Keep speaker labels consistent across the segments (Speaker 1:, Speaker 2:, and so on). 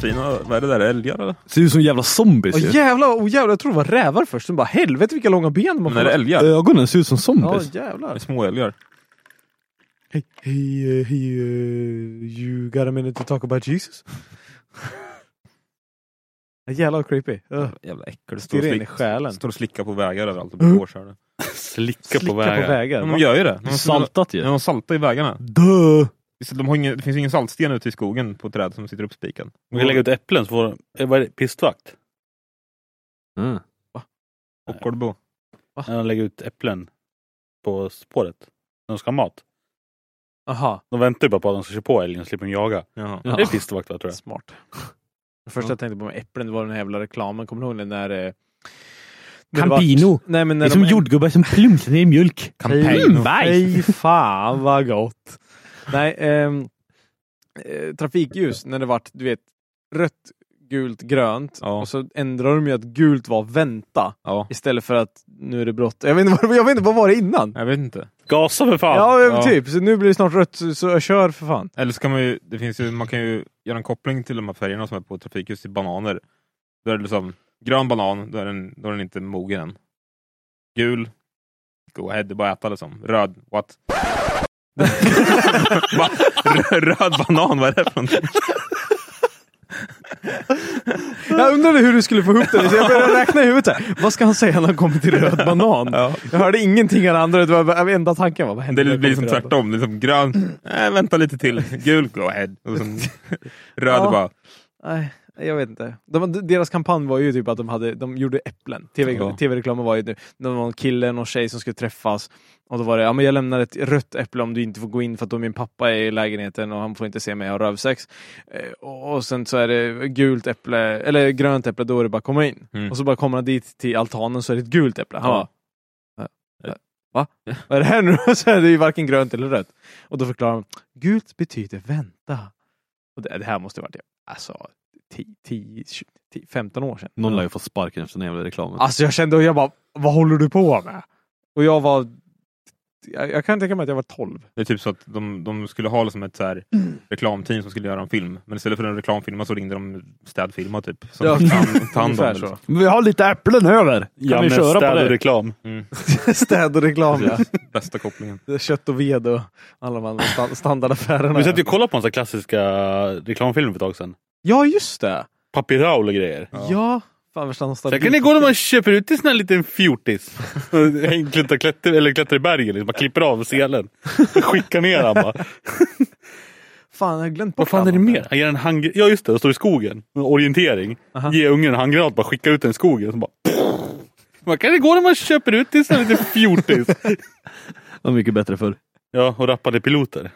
Speaker 1: Fina, vad är det där, älgar eller?
Speaker 2: Ser ut som jävla zombies
Speaker 3: Åh
Speaker 2: ju.
Speaker 3: jävlar, åh jävlar, jag trodde det var rävar först. Sen bara helvete vilka långa ben man
Speaker 1: Men är det älgar? Det
Speaker 2: Ögonen ser ut som
Speaker 3: Ja
Speaker 2: zombies.
Speaker 1: är
Speaker 3: jävlar.
Speaker 1: små älgar.
Speaker 3: Hey, hey, uh, hey, uh, you got a minute to talk about Jesus? jävlar vad creepy. Uh,
Speaker 1: Jävla äckel. Står och,
Speaker 3: Stirrar in i
Speaker 1: slick,
Speaker 3: själen.
Speaker 1: står och slickar på vägar överallt och blir påkörda.
Speaker 2: Slicka
Speaker 3: Slicka på vägar.
Speaker 1: Men
Speaker 3: va?
Speaker 1: de gör ju det. De,
Speaker 2: Saltat
Speaker 1: de,
Speaker 2: ju.
Speaker 1: de saltar i vägarna.
Speaker 2: Dö!
Speaker 1: Visst, De har ingen, det finns ingen saltsten ute i skogen på träd som sitter uppspikad.
Speaker 4: Vi kan lägga ut äpplen så får eh, vad är det, pistvakt.
Speaker 2: Mm.
Speaker 1: Och Kolbo.
Speaker 4: När de lägger ut äpplen på spåret. När de ska ha mat.
Speaker 3: Aha,
Speaker 4: De väntar ju bara på att de ska köra på älgen så slipper de jaga.
Speaker 1: Jaha.
Speaker 2: Ja.
Speaker 4: Det är pistvakt va, tror jag.
Speaker 3: smart. Det första jag tänkte på med äpplen det var den här jävla reklamen. Kommer ni ihåg den där... eh, när det var-
Speaker 2: Campino.
Speaker 3: Nej, men
Speaker 2: Det
Speaker 3: när
Speaker 2: är som
Speaker 3: de-
Speaker 2: jordgubbar som plumsar ner i mjölk.
Speaker 3: Mm,
Speaker 2: Bajs.
Speaker 3: Fy fan vad gott! Nej, ehm, eh, trafikljus när det vart, du vet, rött, gult, grönt.
Speaker 1: Ja.
Speaker 3: Och så ändrade de ju att gult var vänta
Speaker 1: Ja.
Speaker 3: istället för att nu är det brått. Jag vet inte vad, jag vet inte, vad var det innan?
Speaker 1: Jag vet inte.
Speaker 4: Gasa för fan!
Speaker 3: Ja,
Speaker 1: ja.
Speaker 3: typ. Så nu blir det snart rött, så, så jag kör för fan.
Speaker 1: Eller så kan man ju, det finns ju, man kan ju göra en koppling till de här färgerna som är på trafikljus till bananer. Då är det liksom grön banan, då är den, då är den inte mogen än. Gul, go ahead, det är bara att äta liksom. Röd, what? Va? Rö- Röd banan, vad är det för någonting?
Speaker 3: Jag undrade hur du skulle få ihop det. Så jag började räkna i huvudet. så här. Vad ska han säga när han kommer till röd banan?
Speaker 1: Ja.
Speaker 3: Jag hörde ingenting av det andra. Det var bara, enda tanken var vad
Speaker 1: Det
Speaker 3: händer när
Speaker 1: blir
Speaker 3: jag
Speaker 1: liksom
Speaker 3: kommer till röd
Speaker 1: tvärtom, liksom grön, äh, vänta lite till. Gul, go ahead. Och sen, röd
Speaker 3: Ja.
Speaker 1: bara,
Speaker 3: Nej, jag vet inte. De, deras kampanj var ju typ att de, hade, de gjorde äpplen. TV,
Speaker 1: Ja.
Speaker 3: TV-reklamen var ju nu, det var en kille och någon tjej som skulle träffas. Och då var det, ja men jag lämnar ett rött äpple om du inte får gå in för att då min pappa är i lägenheten och han får inte se mig ha rövsex. Eh, och och sen så är det gult äpple, eller grönt äpple, då är det bara komma in.
Speaker 1: Mm.
Speaker 3: Och så bara kommer han dit till altanen så är det ett gult äpple. Han
Speaker 1: Ja.
Speaker 3: bara, "Eh, eh, Va? Vad är det här nu då?" Så är det ju varken grönt eller rött. Och då förklarar han, gult betyder vänta. Och det, det här måste ha varit alltså, 10, 10, 20, 10, 15 år sedan.
Speaker 2: Någon lär ju få sparken efter den jävla reklamen.
Speaker 3: Alltså jag kände, och jag bara, vad håller du på med? Och jag var, jag, jag kan tänka mig att jag var 12.
Speaker 1: Det är typ så att de, de skulle ha liksom ett så här reklamteam som skulle göra en film. Men istället för en reklamfilma så ringde de städfirma typ. Som
Speaker 3: Ja,
Speaker 1: fick ta hand- ta hand om
Speaker 3: ungefär
Speaker 1: det. Liksom.
Speaker 3: så.
Speaker 2: Vi har lite äpplen över. Kan
Speaker 4: Ja,
Speaker 2: vi
Speaker 4: men
Speaker 2: köra på
Speaker 4: städ och
Speaker 2: det?
Speaker 4: reklam.
Speaker 3: Mm. Städ och reklam ja.
Speaker 1: Bästa kopplingen.
Speaker 3: Det är Kött och ved och alla de andra sta- standardaffärerna.
Speaker 4: Vi satt ju och kollade på en sån här klassiska reklamfilm för ett tag sedan.
Speaker 3: Ja just det!
Speaker 4: Pappi Raoul och grejer.
Speaker 3: Ja. Fan värsta
Speaker 4: Sen
Speaker 3: nostalgi.
Speaker 4: kan det gå när man köper ut en sån här liten fjortis. Hängklättra klätter, eller klättrar i bergen. Liksom. Man klipper av selen. Skickar ner han bara.
Speaker 3: Fan jag har glömt bort
Speaker 4: Vad fan är det
Speaker 3: allt.
Speaker 4: mer? Han ger en handgranat. Ja just det, de står i skogen. En Orientering.
Speaker 3: Aha.
Speaker 4: Ge ungen en handgranat, bara skicka ut den i skogen. Så bara... Man kan det gå när man köper ut en sån här liten fjortis.
Speaker 2: Det var mycket bättre förr.
Speaker 4: Ja, och rappade piloter.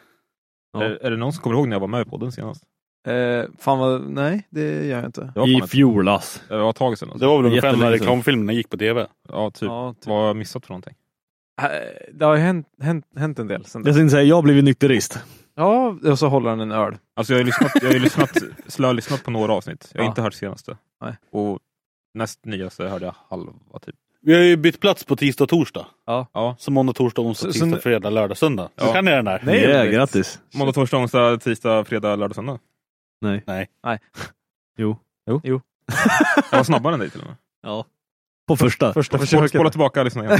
Speaker 2: Ja.
Speaker 1: Är, är det någon som kommer ihåg när jag var med i podden senast?
Speaker 3: Eh, fan vad, nej det gör jag inte.
Speaker 1: Det var,
Speaker 2: I
Speaker 1: fan
Speaker 2: fjolas.
Speaker 1: ett, det var ett tag sedan. Alltså.
Speaker 4: Det var väl ungefär
Speaker 2: Jättelänge
Speaker 4: när
Speaker 2: sedan.
Speaker 4: reklamfilmerna gick på tv.
Speaker 1: Ja, typ.
Speaker 3: Ja, typ.
Speaker 1: Vad har jag missat för någonting?
Speaker 3: Eh, Det har ju hänt, hänt, hänt en del sen
Speaker 2: Jag tänkte säga, jag har blivit nykterist.
Speaker 3: Ja, och så håller han en öl.
Speaker 1: Alltså jag har ju lyssnat, jag har ju lyssnat, slölyssnat på några avsnitt. Jag har
Speaker 3: Ja.
Speaker 1: inte hört senaste.
Speaker 3: Nej.
Speaker 1: Och näst nyaste hörde jag halva typ.
Speaker 4: Vi har ju bytt plats på tisdag och torsdag.
Speaker 3: Ja.
Speaker 1: Ja.
Speaker 4: Så måndag, torsdag, onsdag,
Speaker 3: Så- så
Speaker 4: tisdag,
Speaker 3: nu-
Speaker 4: fredag, lördag, söndag. Så
Speaker 1: Ja.
Speaker 4: kan ni den här.
Speaker 2: Nej, yeah, grattis.
Speaker 1: Måndag, torsdag, onsdag, tisdag, fredag, lördag, söndag.
Speaker 2: Nej.
Speaker 4: Nej.
Speaker 3: Nej.
Speaker 2: Jo. Jo.
Speaker 3: Jo.
Speaker 1: Jag var snabbare än dig till och med.
Speaker 2: Ja. På första.
Speaker 3: Första
Speaker 1: Jag får spola- spola tillbaka och lyssna igen.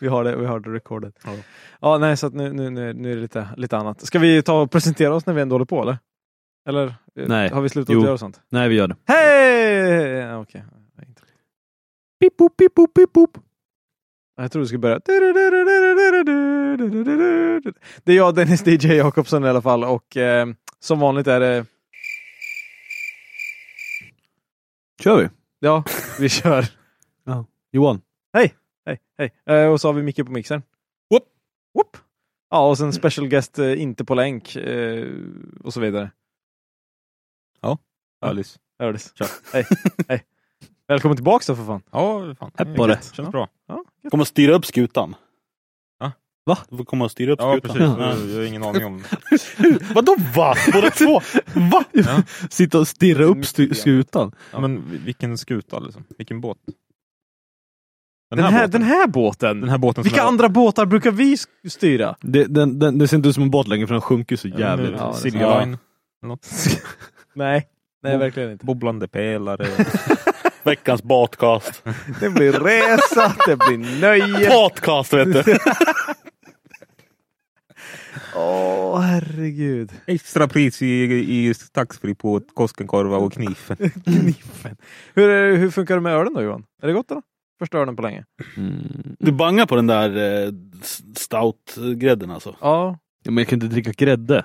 Speaker 3: vi har det, vi har det rekordet.
Speaker 1: Ja.
Speaker 3: Ja. nej, så att nu, nu, nu, nu är det lite, lite annat. Ska vi ta och presentera oss när vi ändå håller på eller? Eller eh,
Speaker 2: Nej.
Speaker 3: har vi slutat
Speaker 2: Jo.
Speaker 3: göra sånt?
Speaker 2: Nej, vi gör det.
Speaker 3: Hej! Ja, Okej.
Speaker 2: Pip, pop, pip, pop, pip, pop.
Speaker 3: Jag tror du ska börja. Det är jag, Dennis DJ Jakobsson i alla fall och eh, som vanligt är det...
Speaker 2: Kör vi.
Speaker 3: Ja, vi kör.
Speaker 2: Johan.
Speaker 3: Hej, hej. Eh, och så har vi Micke på mixern. Whoop. Whoop. Ja, och sen special guest eh, inte på länk eh, och så vidare.
Speaker 1: Alice.
Speaker 3: Hördes. Hej, hej. Välkommen tillbaks då för fan.
Speaker 1: Ja, fan.
Speaker 2: Häpp på det.
Speaker 1: Känns bra.
Speaker 3: Ja, gött.
Speaker 4: Kommer att styra upp skutan.
Speaker 1: Va?
Speaker 2: Va?
Speaker 4: Du får komma och styra upp
Speaker 1: Ja,
Speaker 4: skutan.
Speaker 1: precis. Jag har ingen aning om...
Speaker 4: Vadå va? Båda två? Va?
Speaker 1: Ja.
Speaker 2: Sitta och stirra upp stu- skutan.
Speaker 1: Ja, men vi- vilken skuta liksom? Vilken båt? Den,
Speaker 3: den, här,
Speaker 1: båten.
Speaker 3: den här båten.
Speaker 1: den här båten. som
Speaker 3: Vilka
Speaker 1: jag-
Speaker 3: andra båtar brukar vi sk- styra?
Speaker 2: Det, den, den, det ser inte ut som en båt längre för den sjunker så
Speaker 1: Ja, men
Speaker 2: jävligt.
Speaker 1: nu-
Speaker 3: Ja, det är
Speaker 1: Silja
Speaker 3: sant.
Speaker 1: Line. eller något.
Speaker 3: Nej, nej
Speaker 1: Bo-
Speaker 3: verkligen inte.
Speaker 1: Bobblande pelare.
Speaker 4: Veckans batkast.
Speaker 3: Det blir resa, det blir nöje.
Speaker 4: Batkast vet du.
Speaker 3: Åh, herregud.
Speaker 1: Extra pris i, i taxfree på Koskenkorva och knifen.
Speaker 3: Kniffen. Hur, är det- hur funkar det med ölen då Johan? Är det gott eller? Första ölen på länge.
Speaker 2: Mm.
Speaker 4: Du bangar på den där eh, s- stout-grädden alltså.
Speaker 3: Ja.
Speaker 2: Ja, men jag kan inte dricka grädde.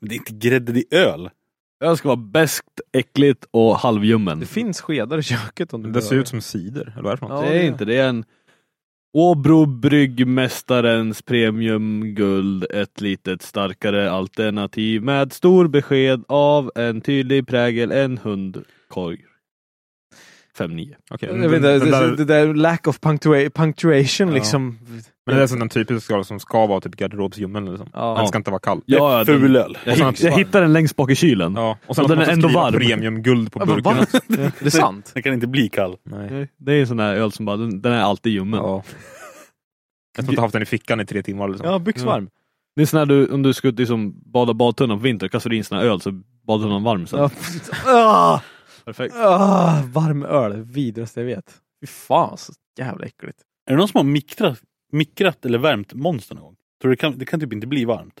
Speaker 4: Men det är inte grädde, det är öl.
Speaker 2: Jag ska vara bäst, äckligt och halvljummen.
Speaker 3: Det finns skedar i köket om du
Speaker 1: Det ser
Speaker 3: behöver.
Speaker 1: ut som cider, eller vad är det för något?
Speaker 3: Ja,
Speaker 2: det är inte. Det är en Åbro Bryggmästarens premiumguld. Ett litet starkare alternativ med stor besked av en tydlig prägel. En hundkorg. 5-9.
Speaker 1: Okej,
Speaker 3: Jag
Speaker 1: den,
Speaker 3: vet
Speaker 1: Mm. den,
Speaker 3: inte, det,
Speaker 1: där,
Speaker 3: det där lack of punctua- punctuation
Speaker 1: Ja.
Speaker 3: liksom.
Speaker 1: men det är som den typiska skala som ska vara typ garderobsljummen. Liksom.
Speaker 3: Ja.
Speaker 1: Den ska inte vara kall.
Speaker 2: Ja,
Speaker 4: det är ful
Speaker 2: den,
Speaker 4: öl.
Speaker 2: jag,
Speaker 1: sen-
Speaker 2: hitt- jag hittade den längst bak i kylen.
Speaker 1: Ja. Och sen
Speaker 2: Och
Speaker 1: att
Speaker 2: den
Speaker 1: man
Speaker 2: är
Speaker 1: får
Speaker 2: ändå
Speaker 1: skriva
Speaker 2: varm.
Speaker 1: premiumguld på
Speaker 3: Ja, men
Speaker 1: burken.
Speaker 3: va? Det är sant.
Speaker 4: Den kan inte bli kall.
Speaker 1: Nej.
Speaker 2: Nej, Det är en sån här öl som bara, den, den är alltid ljummen.
Speaker 1: Ja. Jag tror inte haft den i fickan i tre timmar. Liksom.
Speaker 3: Ja, byxvarm.
Speaker 2: Det är sån här du, om du skulle liksom bada badtunnan på vintern, kastar du in sån här öl så är badtunnan varm sen.
Speaker 3: Ja. Ah,
Speaker 2: Perfekt.
Speaker 3: ah, varm öl, det vidraste jag vet. Fy fan så jävla äckligt.
Speaker 4: Är det någon som har mikrat, mikrat eller värmt monster någon gång? Tror du det kan, det kan typ inte bli varmt.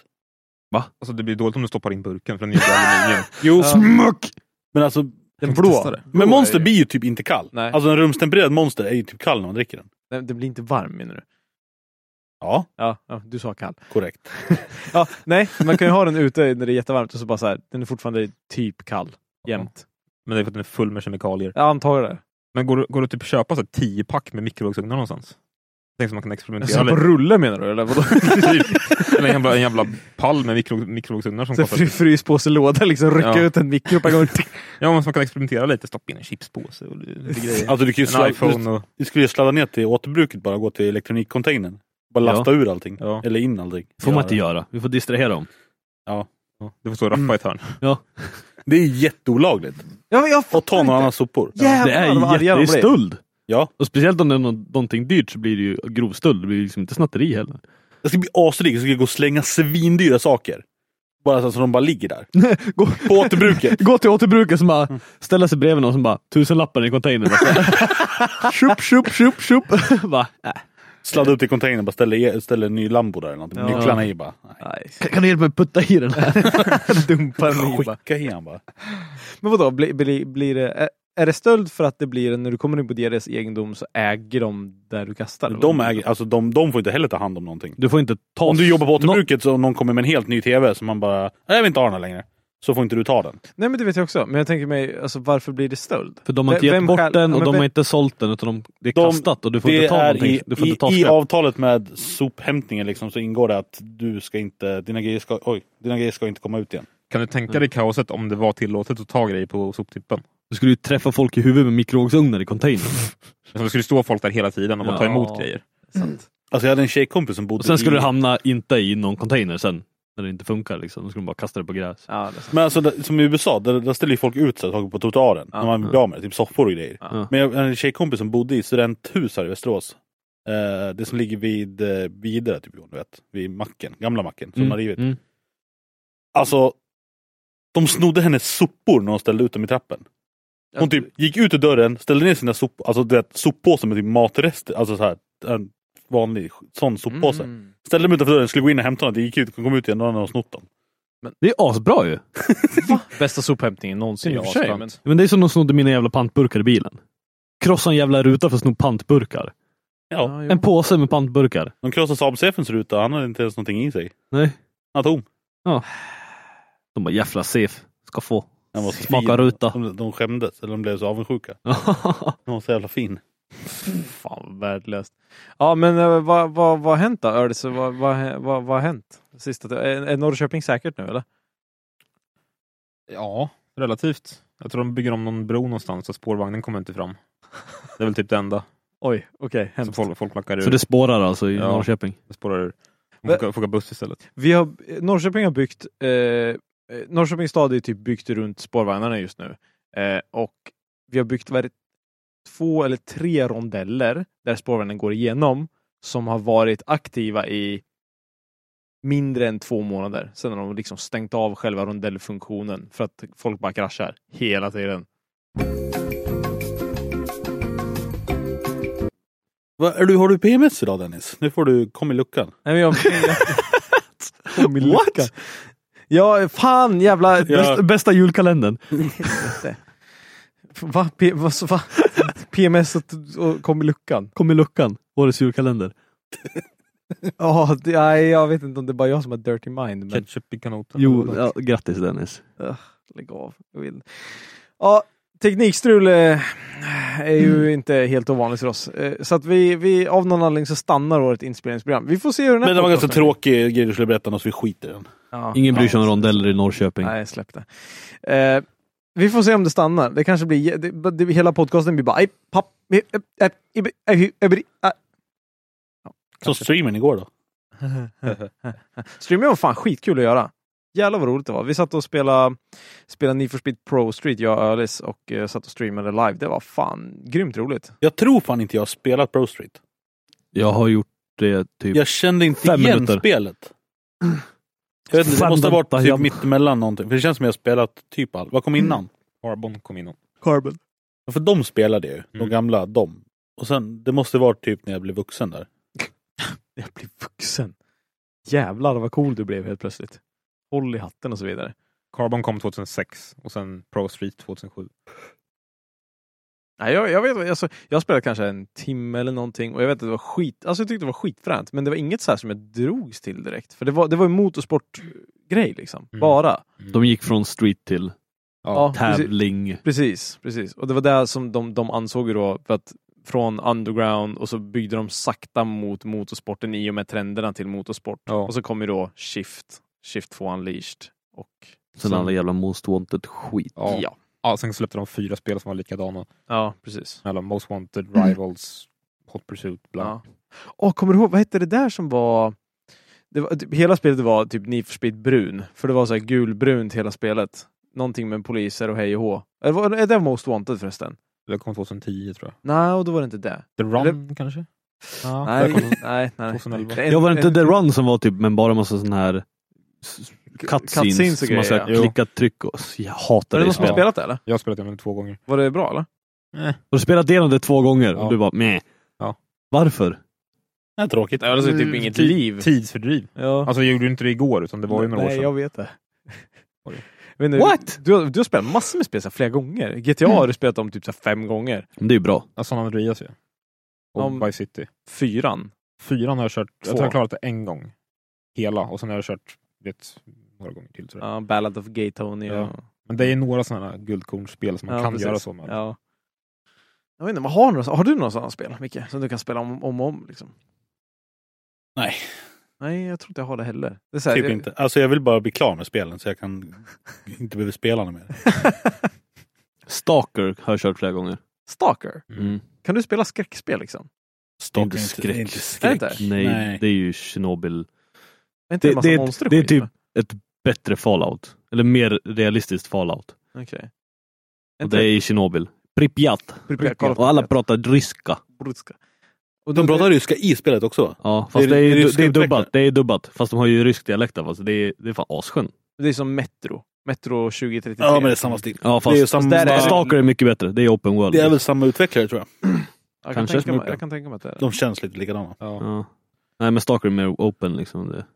Speaker 1: Alltså, det blir dåligt om du stoppar in burken för den är ju aluminium.
Speaker 4: Jo.
Speaker 2: Smuck!
Speaker 4: Men alltså,
Speaker 3: Den
Speaker 1: inte
Speaker 3: blå.
Speaker 1: testa det.
Speaker 3: blå är
Speaker 4: men monster
Speaker 3: ju-
Speaker 4: blir ju typ inte kall.
Speaker 3: Nej.
Speaker 4: Alltså en rumstempererad monster är ju typ kall när man dricker den.
Speaker 3: Nej, Den blir inte varm menar du?
Speaker 4: Ja,
Speaker 3: Ja, ja du sa kall.
Speaker 4: korrekt.
Speaker 3: Ja, nej, man kan ju ha den ute när det är jättevarmt och så bara så här, den är fortfarande typ kall. Jämt.
Speaker 1: Men det är för att den är full med kemikalier.
Speaker 3: Jag antar det.
Speaker 1: Men går, går det typ att köpa så här, tio pack med mikrovågsugnar någonstans? Tänk så man kan experimentera
Speaker 3: Så på
Speaker 1: lite.
Speaker 3: rulle menar du eller vadå?
Speaker 1: Typ. Eller en jävla, en jävla pall med mikro, mikrovågsugnar som
Speaker 3: Så här
Speaker 1: kostar...
Speaker 3: fry- fryspåselåda liksom, rycka
Speaker 1: Ja.
Speaker 3: ut en mikro per gång.
Speaker 1: Ja, men så man kan experimentera lite. Stoppa in en chipspåse och lite grejer.
Speaker 4: Alltså du kan ju
Speaker 1: En
Speaker 4: sladda,
Speaker 1: iPhone och...
Speaker 4: du skulle ju sladda ner till återbruket bara, gå till elektronikcontainern. Bara
Speaker 2: Ja.
Speaker 4: lasta ur allting.
Speaker 1: Ja.
Speaker 4: Eller in allting.
Speaker 2: får man
Speaker 4: Ja,
Speaker 2: inte göra. Vi får distrahera dem.
Speaker 1: Ja, Du får stå och rappa i ett hörn.
Speaker 4: Mm. Det är ju jätteolagligt.
Speaker 3: Ja, men jag
Speaker 4: Och ta någon
Speaker 3: inte.
Speaker 4: annans sopor.
Speaker 2: Det
Speaker 3: Jävlar vad
Speaker 2: är
Speaker 3: arga de blir.
Speaker 2: jättestöld!
Speaker 4: Ja.
Speaker 2: Och speciellt om det är nå- någonting dyrt så blir det ju grov stöld. Det blir liksom inte snatteri heller.
Speaker 4: Jag skulle bli asrik, jag skulle gå och slänga svindyra saker. Bara så att de bara ligger där.
Speaker 2: Gå,
Speaker 4: På återbruket.
Speaker 2: gå till återbruket som bara ställer sig bredvid någon som bara tusenlappen i containern. Bara, Tjup, tjup, tjup, tjup. Bara, äh.
Speaker 4: Sladda upp till containern bara ställer, ställer en ny Lambo där eller någonting.
Speaker 3: Ja.
Speaker 4: Nycklarna i bara. Nej.
Speaker 3: Nej,
Speaker 2: Kan- Kan du hjälpa mig att putta i den här?
Speaker 3: dumpar mig bara.
Speaker 4: Skicka igen bara.
Speaker 3: Men vadå, blir, blir, blir det, är, är det stöld för att det blir, när du kommer in på deras egendom så äger de där du kastar? eller?
Speaker 4: De, äger, alltså, de, de får inte heller ta hand om någonting.
Speaker 2: Du får inte ta...
Speaker 4: Om du jobbar på
Speaker 2: nå-
Speaker 4: återbruket så om någon kommer med en helt ny TV som man bara, nej jag vill inte ha den här längre. Så får inte du ta den.
Speaker 3: Nej men det vet jag också, men jag tänker mig, alltså varför blir det stöld?
Speaker 2: För de har inte
Speaker 3: Vem-
Speaker 2: gett
Speaker 3: vem
Speaker 2: bort
Speaker 3: stjäl-
Speaker 2: den
Speaker 3: Ja,
Speaker 2: och
Speaker 3: men
Speaker 2: de
Speaker 3: vem-
Speaker 2: har inte sålt den utan de, det är
Speaker 4: De-
Speaker 2: kastat och du får inte ta någonting.
Speaker 4: i,
Speaker 2: du får inte ta
Speaker 4: i, i
Speaker 2: skatt.
Speaker 4: avtalet med sophämtningen liksom, så ingår det att du ska inte, dina grejer ska, oj, dina grejer ska inte komma ut igen.
Speaker 1: Kan du
Speaker 2: Mm.
Speaker 1: tänka dig kaoset om det var tillåtet att ta grejer på soptippen?
Speaker 2: Du skulle ju träffa folk i huvudet med mikrovågsugnar i containern.
Speaker 1: Alltså, det skulle stå folk där hela tiden och bara ta
Speaker 2: Ja.
Speaker 1: emot grejer.
Speaker 3: Sant.
Speaker 4: Alltså jag hade en tjejkompis som bodde
Speaker 2: Och sen skulle
Speaker 4: i...
Speaker 2: det hamna inte i någon container sen. När det inte funkar liksom. Då skulle de bara kasta det på gräs.
Speaker 3: Ja, det är sant.
Speaker 4: Men alltså där- som i USA, där, där ställer ju folk ut så här, saker på trottoaren.
Speaker 3: Ja.
Speaker 4: När man blir av med det, typ soffor och grejer.
Speaker 3: Ja.
Speaker 4: Men jag hade en tjejkompis som bodde i studenthus här i Västerås. Eh, det som ligger vid eh, Vidare, typ, du vet. Vid macken, gamla macken som har rivit.
Speaker 2: mm.
Speaker 4: Alltså, de snodde hennes sopor när hon ställde ut dem i trappen. Hon
Speaker 3: Alltså-
Speaker 4: typ gick ut ur dörren, ställde ner sina sopor, alltså du vet, soppåsar med typ matrester, alltså så här, en vanlig sån soppåse.
Speaker 3: Mm.
Speaker 4: Ställde dem utanför dörren, skulle gå in och hämta dem, det gick ut, kom ut igen, någon annan hade snott dem.
Speaker 2: Det är asbra ju.
Speaker 3: Bästa sophämtningen någonsin
Speaker 2: I
Speaker 3: i
Speaker 2: och
Speaker 3: och
Speaker 2: för sig,
Speaker 3: sig, men...
Speaker 2: Men det är som de snodde mina jävla pantburkar i bilen. Krossa en jävla ruta för att sno pantburkar.
Speaker 4: Ja.
Speaker 2: En påse med pantburkar.
Speaker 4: De krossade Saab-chefens ruta, han hade inte ens någonting i sig.
Speaker 2: Nej.
Speaker 4: Han var tom.
Speaker 2: De bara jävla sef. Ska få.
Speaker 4: Han var så
Speaker 2: Smaka
Speaker 4: fin.
Speaker 2: ruta.
Speaker 4: De, de skämdes, eller de blev så avundsjuka. Han var så jävla fin.
Speaker 3: Fan vad värdelöst. Ja men eh, vad, vad, vad har hänt då? Ördes, vad, vad, vad, vad har hänt? Sista, är, är Norrköping säkert nu eller?
Speaker 1: Ja, relativt. Jag tror de bygger om någon bro någonstans så spårvagnen kommer inte fram. Det är väl typ det enda.
Speaker 3: Oj, okej.
Speaker 1: Så
Speaker 3: hemskt.
Speaker 1: folk, folk lackar ur.
Speaker 2: Så det spårar alltså i
Speaker 1: Ja.
Speaker 2: Norrköping.
Speaker 1: Det spårar ur. De
Speaker 3: Men-
Speaker 1: får, åka- får åka buss istället.
Speaker 3: Vi har, eh, Norrköping har byggt, eh, eh, Norrköpings stad är typ byggt runt spårvagnarna just nu. Eh, och vi har byggt vad är det, två eller tre rondeller där spårvagnen går igenom som har varit aktiva i mindre än två månader. Sen har de liksom stängt av själva rondellfunktionen för att folk bara kraschar hela tiden.
Speaker 4: Va, är du, har du PMS idag Dennis? Nu får du, kom i luckan.
Speaker 3: Nej, men jag... Kom i luckan. Ja, fan jävla...
Speaker 4: Ja.
Speaker 2: Bäst- Bästa julkalendern.
Speaker 3: Va? P- vad så- va? PMS och- och kom i luckan?
Speaker 2: Kom i luckan. Årets julkalender.
Speaker 3: Ja, det- nej, jag vet inte om det är bara jag som har dirty mind. Men...
Speaker 1: Ketchup i kanoten.
Speaker 2: Jo, ja, grattis Dennis.
Speaker 3: Lägg av. Jag vill. Ja, teknikstrul eh, är ju inte helt ovanligt för oss. Eh, Så att vi, vi av någon anledning så stannar vårt inspelningsprogram. Vi får se hur den här
Speaker 4: Men det var ganska
Speaker 3: podcasten-
Speaker 4: tråkig grej du skulle berätta om, så vi skiter i den.
Speaker 3: Ja.
Speaker 2: Ingen bryr sig om
Speaker 3: Ja.
Speaker 2: rondeller i Norrköping.
Speaker 3: Nej, släpp det. Eh, vi får se om det stannar. Det kanske blir... jä- Det, det, hela podcasten blir bara... "Aj, papp, eh, eh, eh, eh, eh, eh, eh."
Speaker 4: Så streamen igår då?
Speaker 3: Streaming var fan skitkul att göra. Jävlar vad roligt det var. Vi satt och spelade, spelade Need for Speed Pro Street, jag och Ölis, och eh, satt och streamade live. Det var fan grymt roligt.
Speaker 4: Jag tror fan inte jag har spelat Pro Street.
Speaker 2: Jag har gjort det typ.
Speaker 4: Jag kände inte
Speaker 2: Fem
Speaker 4: igen
Speaker 2: minuter.
Speaker 4: spelet. Jag vet inte, det
Speaker 2: Fan,
Speaker 4: måste ha varit
Speaker 2: vänta,
Speaker 4: typ
Speaker 2: jag-
Speaker 4: mittemellan någonting. För det känns som jag har spelat typ allt. Vad kom innan?
Speaker 1: Carbon kom in. och-
Speaker 3: Mm. Carbon.
Speaker 4: Ja, För de spelade ju, de
Speaker 1: Mm.
Speaker 4: gamla, de. Och sen, det måste vara typ när jag blev vuxen där.
Speaker 3: Jag blev vuxen. Jävlar vad cool du blev helt plötsligt. Håll i hatten och så vidare.
Speaker 1: Carbon kom 2006 och sen Pro Street 2007.
Speaker 3: Nej, jag, jag vet alltså, jag spelade kanske en timme eller någonting och jag vet att det var skit, alltså jag tyckte det var skitfränt men det var inget så här som jag drogs till direkt. För det var, det var ju motorsportgrej liksom,
Speaker 1: Mm.
Speaker 3: bara.
Speaker 2: De gick från street till
Speaker 3: Ja, precis.
Speaker 2: tävling.
Speaker 3: Precis, precis. Och det var det som de, de ansåg ju då, för att från underground och så byggde de sakta mot motorsporten i och med trenderna till motorsport.
Speaker 1: Ja.
Speaker 3: Och så kom ju då Shift, Shift 2 Unleashed. Och
Speaker 2: Sen alla jävla Most Wanted-skit.
Speaker 1: Ja.
Speaker 3: ja.
Speaker 1: Ja, sen släppte de fyra spel som var likadana.
Speaker 3: ja, precis.
Speaker 1: Alla Most Wanted, Rivals, Hot Pursuit, bla.
Speaker 3: Ja. Åh, kommer du ihåg, vad hette det där som var... Det var typ, hela spelet var typ Need for Speed brun, för det var så här gulbrunt hela spelet. Någonting med poliser och hej och hå. Eller var- Är det Most Wanted förresten?
Speaker 1: Det kom 2010 tror jag.
Speaker 3: Nej, och då var det inte det.
Speaker 1: The Run
Speaker 3: Eller-
Speaker 1: kanske?
Speaker 3: nej,
Speaker 1: det kom-
Speaker 3: nej, nej, nej.
Speaker 1: 2011.
Speaker 3: Det är en-
Speaker 2: Jag var det inte
Speaker 3: en-
Speaker 2: The Run som var typ, men bara massa sån här s- cutscenes,
Speaker 3: cutscenes och
Speaker 2: som man
Speaker 3: grejer,
Speaker 2: såhär
Speaker 3: ja.
Speaker 2: klickat tryck och så- jag hatar
Speaker 3: Är det
Speaker 2: det
Speaker 3: någon som har
Speaker 1: Ja.
Speaker 2: spelet.
Speaker 3: spelat det eller?
Speaker 1: Jag har spelat den två gånger.
Speaker 3: Var det bra eller?
Speaker 2: Har du spelat igenom det två gånger
Speaker 1: Ja.
Speaker 2: och du bara meh.
Speaker 1: Ja.
Speaker 2: Varför?
Speaker 4: Det är tråkigt.
Speaker 3: Det var alltså typ inget liv.
Speaker 1: Tidsfördriv.
Speaker 3: Ja.
Speaker 1: Alltså jag gjorde ju inte det igår utan det var ju några
Speaker 3: Nej,
Speaker 1: år sedan.
Speaker 3: jag vet det.
Speaker 1: Oj.
Speaker 3: Men nu,
Speaker 2: What?
Speaker 3: Du, har- du har spelat massor med spel så här, flera gånger. GTA
Speaker 4: Mm.
Speaker 3: har du spelat om typ så här, fem gånger.
Speaker 2: Men Det är ju bra.
Speaker 1: Ja, San Andreas ju. Och
Speaker 3: Om-
Speaker 1: Vice City.
Speaker 3: Fyran.
Speaker 1: Fyran har jag kört, jag
Speaker 3: Två.
Speaker 1: tror jag klarat det en gång. Hela. Och sen har jag kört, vet, några gånger till tror jag.
Speaker 3: Ja, Ballad of Gay Tony. och-
Speaker 1: Ja. Men det är några sådana här guldkornspel som man
Speaker 3: Ja,
Speaker 1: kan
Speaker 3: precis.
Speaker 1: göra så med.
Speaker 3: Ja. Jag vet inte, men har, några, har du några sådana spel, Micke? Som du kan spela om om, och om liksom?
Speaker 4: Nej,
Speaker 3: Nej, jag tror inte jag har det heller. Det är så här,
Speaker 4: typ
Speaker 3: jag,
Speaker 4: inte. Alltså jag vill bara bli klar med spelen så jag kan inte behöva spela något mer.
Speaker 2: Stalker har jag kört flera gånger.
Speaker 3: Stalker.
Speaker 1: Mm.
Speaker 3: Kan du spela skräckspel liksom?
Speaker 4: Stalking
Speaker 2: inte
Speaker 4: är
Speaker 2: skräck.
Speaker 4: är inte
Speaker 3: Är det
Speaker 4: skräck.
Speaker 3: inte?
Speaker 2: Nej,
Speaker 4: Nej.
Speaker 2: det är ju Tjernobyl.
Speaker 3: Är
Speaker 2: Det,
Speaker 3: inte det, en massa
Speaker 2: det, är
Speaker 3: monster
Speaker 2: ett-
Speaker 3: och
Speaker 2: det är
Speaker 3: skit,
Speaker 2: typ
Speaker 3: va?
Speaker 2: ett bättre fallout. Eller mer realistiskt fallout.
Speaker 3: Okej.
Speaker 2: Och
Speaker 3: Inte
Speaker 2: det är i Tjernobyl. Pripyat.
Speaker 3: Pripyat, kolla på
Speaker 2: Och alla
Speaker 3: Pripyat.
Speaker 2: pratar ryska.
Speaker 3: Brutska. Och
Speaker 4: De pratar ryska i spelet också va?
Speaker 2: Ja, fast
Speaker 4: Det
Speaker 2: det
Speaker 4: är-
Speaker 2: är,
Speaker 4: det är
Speaker 2: ju-
Speaker 4: ryska
Speaker 2: det är dubbat.
Speaker 4: utvecklare.
Speaker 2: Det är dubbat. Fast de har ju rysk dialekt där. va? Så det är, det är fan asskön.
Speaker 3: Det är som Metro. Metro 2033.
Speaker 4: Ja men det är samma stil.
Speaker 2: Ja, fast,
Speaker 4: det är ju
Speaker 2: fast
Speaker 4: samma,
Speaker 3: där är-
Speaker 2: Stalker är mycket bättre. Det är open world.
Speaker 4: det är väl samma utvecklare tror jag.
Speaker 3: jag, kan
Speaker 2: kanske
Speaker 3: tänka
Speaker 2: som
Speaker 3: mig,
Speaker 2: gjort
Speaker 3: jag
Speaker 2: det.
Speaker 3: kan tänka mig att det är det.
Speaker 4: De känns lite likadana.
Speaker 1: Ja.
Speaker 2: Ja. Nej men Stalker är mer open liksom. Det.